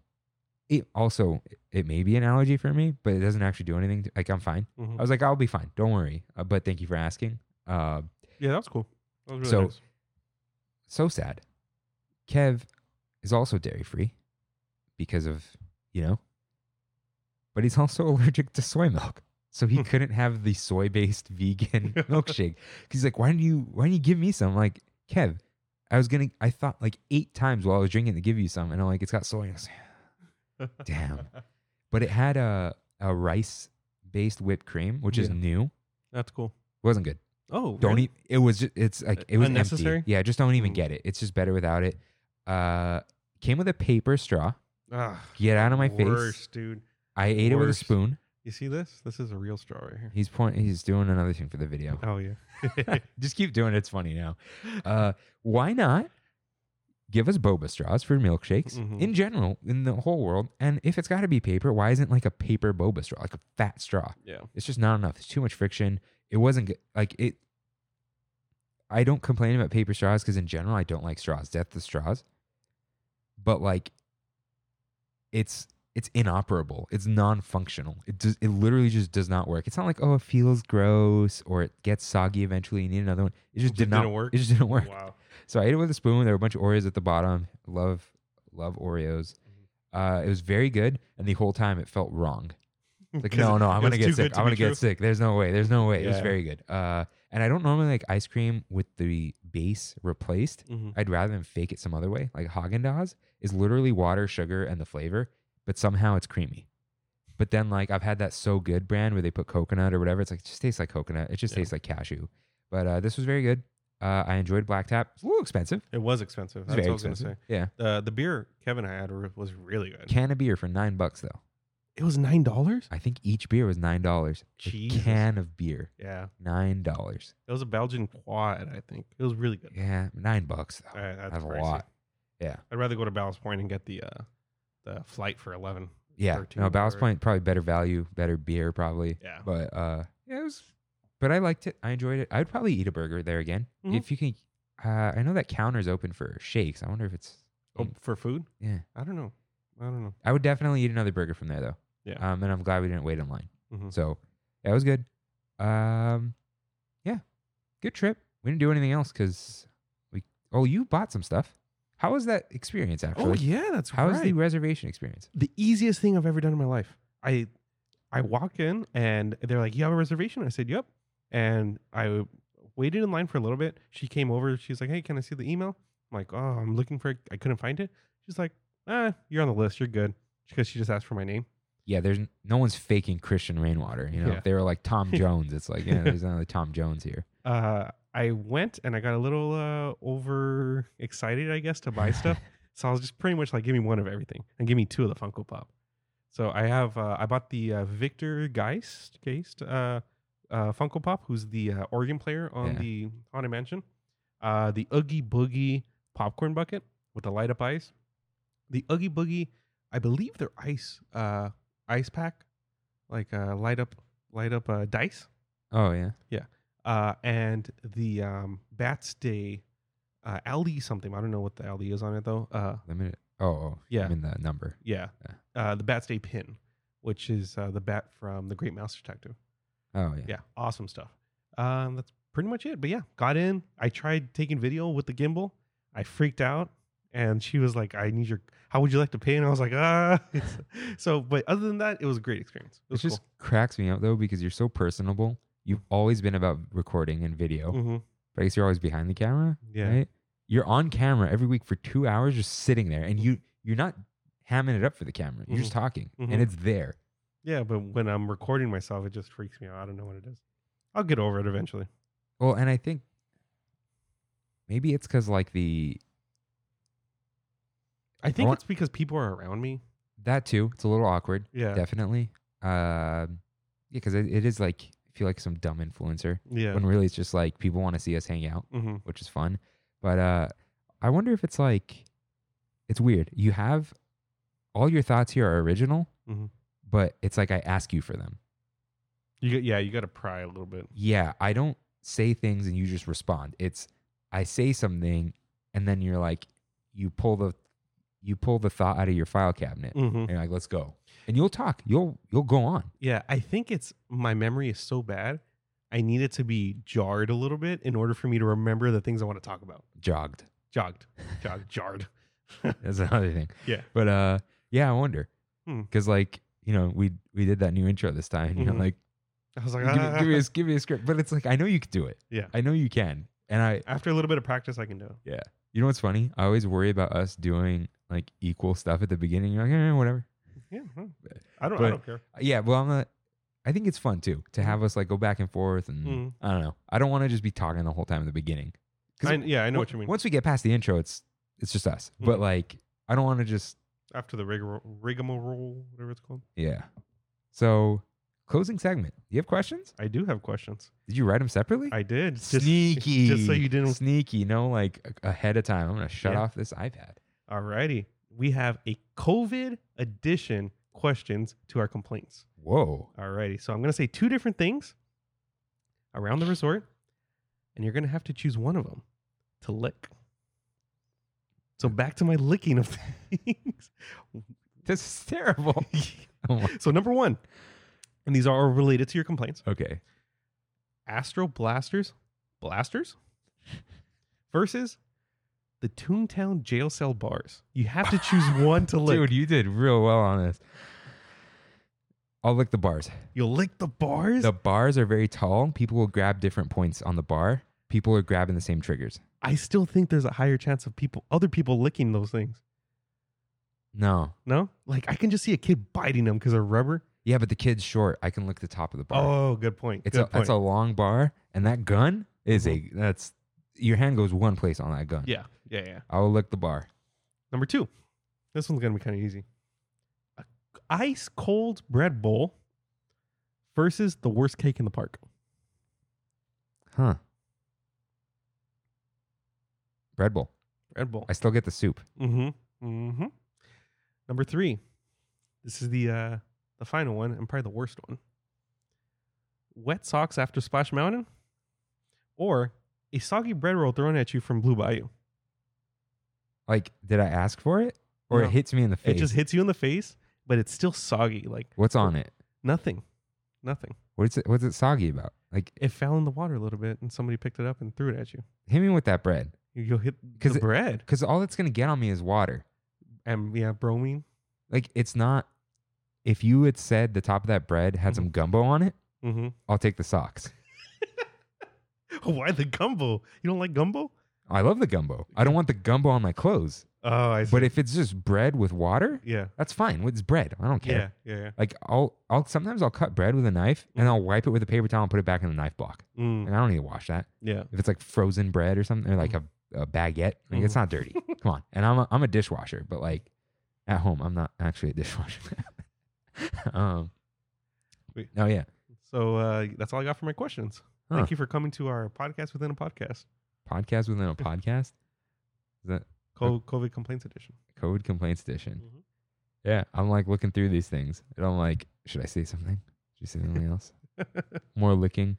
A: it also it may be an allergy for me, but it doesn't actually do anything. To, like I'm fine.
B: Mhm.
A: I was like, I'll be fine. Don't worry. Uh, but thank you for asking. Uh,
B: Yeah, that was cool. That was really
A: So-
B: nice.
A: so sad. Kev is also dairy free because of, you know, but he's also allergic to soy milk. So he couldn't have the soy based vegan milkshake. 'Cause He's like, why didn't you why didn't you give me some? I'm like, Kev, I was gonna I thought like eight times while I was drinking to give you some and I'm like, it's got soy. And I was like, Damn. But it had a a rice based whipped cream, which is
B: Yeah.
A: new.
B: That's cool.
A: Wasn't good.
B: Oh,
A: Don't
B: really?
A: eat. It was. Just, it's like it was empty.
B: Unnecessary?
A: Yeah, just don't even
B: Mm.
A: get it. It's just better without it. Uh, came with a paper straw.
B: Ah,
A: Get out of my face.
B: worst, dude.
A: I ate it with a
B: worst.
A: spoon.
B: You see this? This is a real straw right here.
A: He's point. He's doing another thing for the video.
B: Oh yeah.
A: Just keep doing it. It's funny now. Uh, why not give us boba straws for milkshakes
B: Mhm.
A: in general in the whole world? And if it's got to be paper, why isn't like a paper boba straw, like a fat straw?
B: yeah.
A: It's just not enough. It's too much friction. It wasn't good. Like it. I don't complain about paper straws because in general I don't like straws. Death to straws. But like, it's it's inoperable. It's non-functional. It does. It literally just does not work. It's not like oh it feels gross or it gets soggy eventually. You need another one. It just,
B: It
A: did
B: just
A: not
B: didn't work?
A: It just didn't work.
B: Wow.
A: So I ate it with a spoon. There were a bunch of Oreos at the bottom. Love love Oreos.
B: Mm-hmm.
A: Uh, it was very good, and the whole time it felt wrong. Like, no, no, I'm gonna get sick. I'm gonna get sick. There's no way. There's no way. It was
B: Yeah.
A: very good. Uh, and I don't normally like ice cream with the base replaced.
B: hmm
A: I'd rather them fake it some other way. Like Haagen Dazs is literally water, sugar, and the flavor, but somehow it's creamy. But then like I've had that so good brand where they put coconut or whatever. It's like it just tastes like coconut. It just
B: Yeah.
A: tastes like cashew. But uh, this was very good. Uh, I enjoyed Black Tap. It's a little expensive.
B: It was expensive.
A: It's
B: That's what
A: very
B: I was
A: expensive.
B: gonna
A: Yeah,
B: say. Uh, the beer Kevin had re- was really good.
A: can of beer for nine bucks though.
B: It was nine dollars.
A: I think each beer was nine dollars. A
B: Jesus.
A: can of beer,
B: Yeah,
A: nine dollars.
B: it was a Belgian quad. I think it was really good.
A: Yeah, nine bucks. Though.
B: All right, that's
A: That's a
B: pricey.
A: lot. Yeah.
B: I'd rather go to Ballast Point and get the uh, the flight for eleven.
A: Yeah.
B: or two
A: No, Ballast
B: or-
A: Point probably better value, better beer probably.
B: Yeah,
A: But uh, yeah, it was. But I liked it. I enjoyed it. I'd probably eat a burger there again
B: Mhm.
A: if you can. Uh, I know that counter's open for shakes. I wonder if it's.
B: oh, for food,
A: Yeah,
B: I don't know. I don't know.
A: I would definitely eat another burger from there though.
B: Yeah.
A: Um, and I'm glad we didn't wait in line.
B: Mhm.
A: So that was good. Um, yeah, good trip. We didn't do anything else because we. Oh, you bought some stuff. How was that experience? Actually,
B: Oh yeah, that's
A: How was
B: right.
A: the reservation experience?
B: the easiest thing I've ever done in my life. I I walk in and they're like, "You have a reservation?" I said, "Yep." And I waited in line for a little bit. She came over. She's like, "Hey, can I see the email?" I'm like, "Oh, I'm looking for. It. I couldn't find it." She's like, "Ah, you're on the list. You're good." Because she just asked for my name.
A: yeah, there's n- no one's faking Christian Rainwater. You know,
B: Yeah.
A: if they were like Tom Jones, it's like, yeah, there's another Tom Jones here.
B: Uh, I went and I got a little uh, over excited, I guess, to buy stuff. So I was just pretty much like, give me one of everything and give me two of the Funko Pop. So I have, uh, I bought the uh, Victor Geist, Geist uh, uh, Funko Pop, who's the uh, organ player on
A: Yeah.
B: the Haunted Mansion. Uh, the Oogie Boogie popcorn bucket with the light up eyes. The Oogie Boogie, I believe they're ice, uh, ice pack, like uh, light up, light up uh, dice
A: Oh yeah,
B: uh, and the um, Bats Day uh, LD something. I don't know what the LD is on it though. Uh,
A: let me. Oh, oh
B: Yeah.
A: I mean the number.
B: yeah,
A: Yeah.
B: Uh, the Bats Day pin, which is uh, the bat from the Great Mouse Detective.
A: Oh yeah.
B: Yeah, awesome stuff. Um, that's pretty much it. But yeah, got in. I tried taking video with the gimbal. I freaked out, and she was like, "I need your. How would you like to pay?" And I was like, "Ah." so, but other than that, it was a great experience. It
A: It
B: was
A: just cracks me up though because you're so personable. You've always been about recording and video,
B: cool. hmm
A: but I guess you're always behind the camera.
B: Yeah.
A: Right? You're on camera every week for two hours, just sitting there, and you you're not hamming it up for the camera. You're just talking,
B: Mhm.
A: and it's there.
B: Yeah, but when I'm recording myself, it just freaks me out. I don't know what it is. I'll get over it eventually.
A: Well, and I think maybe it's because like the
B: I think
A: want-
B: it's because people are around me.
A: that too. It's a little awkward.
B: Yeah.
A: definitely. Um, yeah, because it, it is like I feel like some dumb influencer
B: Yeah.
A: when really it's just like people want to see us hang out,
B: hmm
A: which is fun. But uh, I wonder if it's like it's weird. You have all your thoughts here are original,
B: Mhm.
A: but it's like I ask you for them.
B: You got, yeah, you got to pry a little bit.
A: Yeah, I don't say things and you just respond. It's I say something and then you're like you pull the you pull the thought out of your file cabinet
B: hmm
A: and you're like let's go and you'll talk you'll you'll go on
B: Yeah, I think it's my memory is so bad. I need it to be jarred a little bit in order for me to remember the things I want to talk about.
A: jogged
B: Jogged, jogged, jarred.
A: That's another thing.
B: Yeah.
A: But uh, yeah, I wonder
B: Hmm.
A: because like you know we we did that new intro this time. You're
B: Mhm.
A: like,
B: I was like,
A: give me, give me
B: "Ah."
A: a give me a script, but it's like I know you could do it.
B: Yeah.
A: I know you can. And I,
B: After a little bit of practice, I can do. it.
A: you know what's funny? I always worry about us doing like equal stuff at the beginning. You're like, eh, whatever.
B: Yeah, huh. I don't.
A: But-
B: I don't care.
A: Yeah. Well, I'm not. I think it's fun too to
B: Mm-hmm.
A: have us like go back and forth, and
B: Mhm.
A: I don't know. I don't want to just be talking the whole time at the beginning. 'Cause
B: I, yeah, I know
A: on-
B: what you mean.
A: Once we get past the intro, it's it's just us.
B: Mhm.
A: But like, I don't want to just
B: After the rigmar- rigmarole, whatever it's called.
A: Yeah. So Closing segment. You have questions?
B: I do have questions.
A: Did you write them separately?
B: I did. Just-
A: sneaky.
B: Just so you didn't.
A: Sneaky. No, like a- ahead of time. I'm gonna shut
B: Yeah.
A: off this iPad.
B: Alrighty. We have a COVID edition questions to our complaints.
A: Whoa.
B: Alrighty. So I'm going to say two different things around the resort, and you're going to have to choose one of them to lick. So back to my licking of things.
A: This is terrible. Oh my-
B: So number one, and these are all related to your complaints.
A: okay.
B: Astro Blasters, Blasters versus the Toontown Jail Cell Bars. You have to choose one to lick.
A: Dude, you did real well on this. I'll lick the bars.
B: You'll lick the bars.
A: The bars are very tall. People will grab different points on the bar. People are grabbing the same triggers.
B: I still think there's a higher chance of people, other people licking those things.
A: No.
B: No, like I can just see a kid biting them because they're rubber.
A: Yeah, but the kid's short. I can lick the top of the bar.
B: Oh, good point.
A: it's
B: good
A: a
B: point. Mm-hmm.
A: that's a long bar, and that gun is a that's your hand goes one place on that gun.
B: yeah, yeah, yeah.
A: I will lick the bar.
B: Number two, this one's gonna be kind of easy. A ice cold bread bowl versus the worst cake in the park.
A: Huh. Bread bowl.
B: Bread bowl.
A: I still get the soup.
B: Mm-hmm. Mm-hmm. Number three. This is the uh the final one and probably the worst one. Wet socks after Splash Mountain or a soggy bread roll thrown at you from Blue Bayou.
A: Like, did I ask for it? Or
B: No.
A: it hits me in the face.
B: It just hits you in the face, but it's still soggy. Like
A: What's on it?
B: nothing. Nothing.
A: What's it what's it soggy about? Like
B: It fell in the water a little bit and somebody picked it up and threw it at you.
A: hit me with that bread.
B: You- You'll hit
A: 'Cause
B: the
A: it-
B: bread.
A: Because all it's gonna get on me is water.
B: And yeah, bromine.
A: Like it's not if you had said the top of that bread had
B: Mhm.
A: some gumbo on it,
B: Mm-hmm.
A: I'll take the socks.
B: Why the gumbo? You don't like gumbo?
A: I love the gumbo. I don't want the gumbo on my clothes.
B: Oh, I see.
A: But if it's just bread with water,
B: yeah.
A: that's fine. It's bread. I don't care.
B: Yeah. Yeah. Yeah.
A: Like I'll I'll sometimes I'll cut bread with a knife and I'll wipe it with a paper towel and put it back in the knife block.
B: Mm,
A: And I don't need to wash that.
B: yeah.
A: If it's like frozen bread or something, or like
B: Mm.
A: a, a baguette, like it's not dirty. Come on. And I'm a, I'm a dishwasher, but like at home, I'm not actually a dishwasher. um.
B: Wait.
A: Oh yeah.
B: So uh, that's all I got for my questions.
A: Huh.
B: Thank you for coming to our podcast within a podcast,
A: Podcast within a podcast. Is that
B: Co- COVID complaints edition.
A: COVID complaints edition?
B: Mhm.
A: Yeah. I'm like looking through these things, and I'm like, should I say something? Should I say something else? More licking.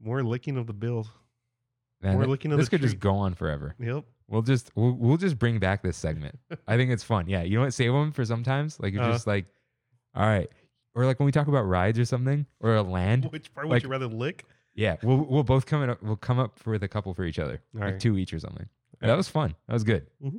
B: More licking of the bills.
A: Man,
B: More
A: thi-
B: licking of
A: this
B: the
A: could just
B: tree.
A: go on forever.
B: Yep.
A: We'll just we'll, we'll just bring back this segment. I think it's fun. Yeah, you know what? Save them for sometimes. Like you're
B: Uh-huh.
A: just like, all right, or like when we talk about rides or something or a land.
B: Which part would
A: like-
B: you rather lick?
A: Yeah, we'll we'll both come up. We'll come up with a couple for each other,
B: All
A: like
B: right.
A: two each or something.
B: All
A: That
B: right.
A: was fun. That was good.
B: Mhm.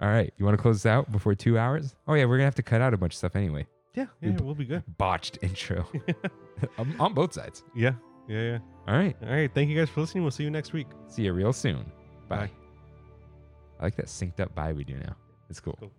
A: All right, you want to close this out before two hours? Oh yeah, we're gonna have to cut out a bunch of stuff anyway.
B: Yeah.
A: We
B: Yeah.
A: b-
B: We'll be good.
A: Botched intro on, on both sides.
B: Yeah. Yeah. Yeah.
A: All right,
B: All right. Thank you guys for listening. We'll see you next week.
A: see you real soon. Bye.
B: Bye.
A: I like that synced up bye we do now. It's cool.
B: Cool.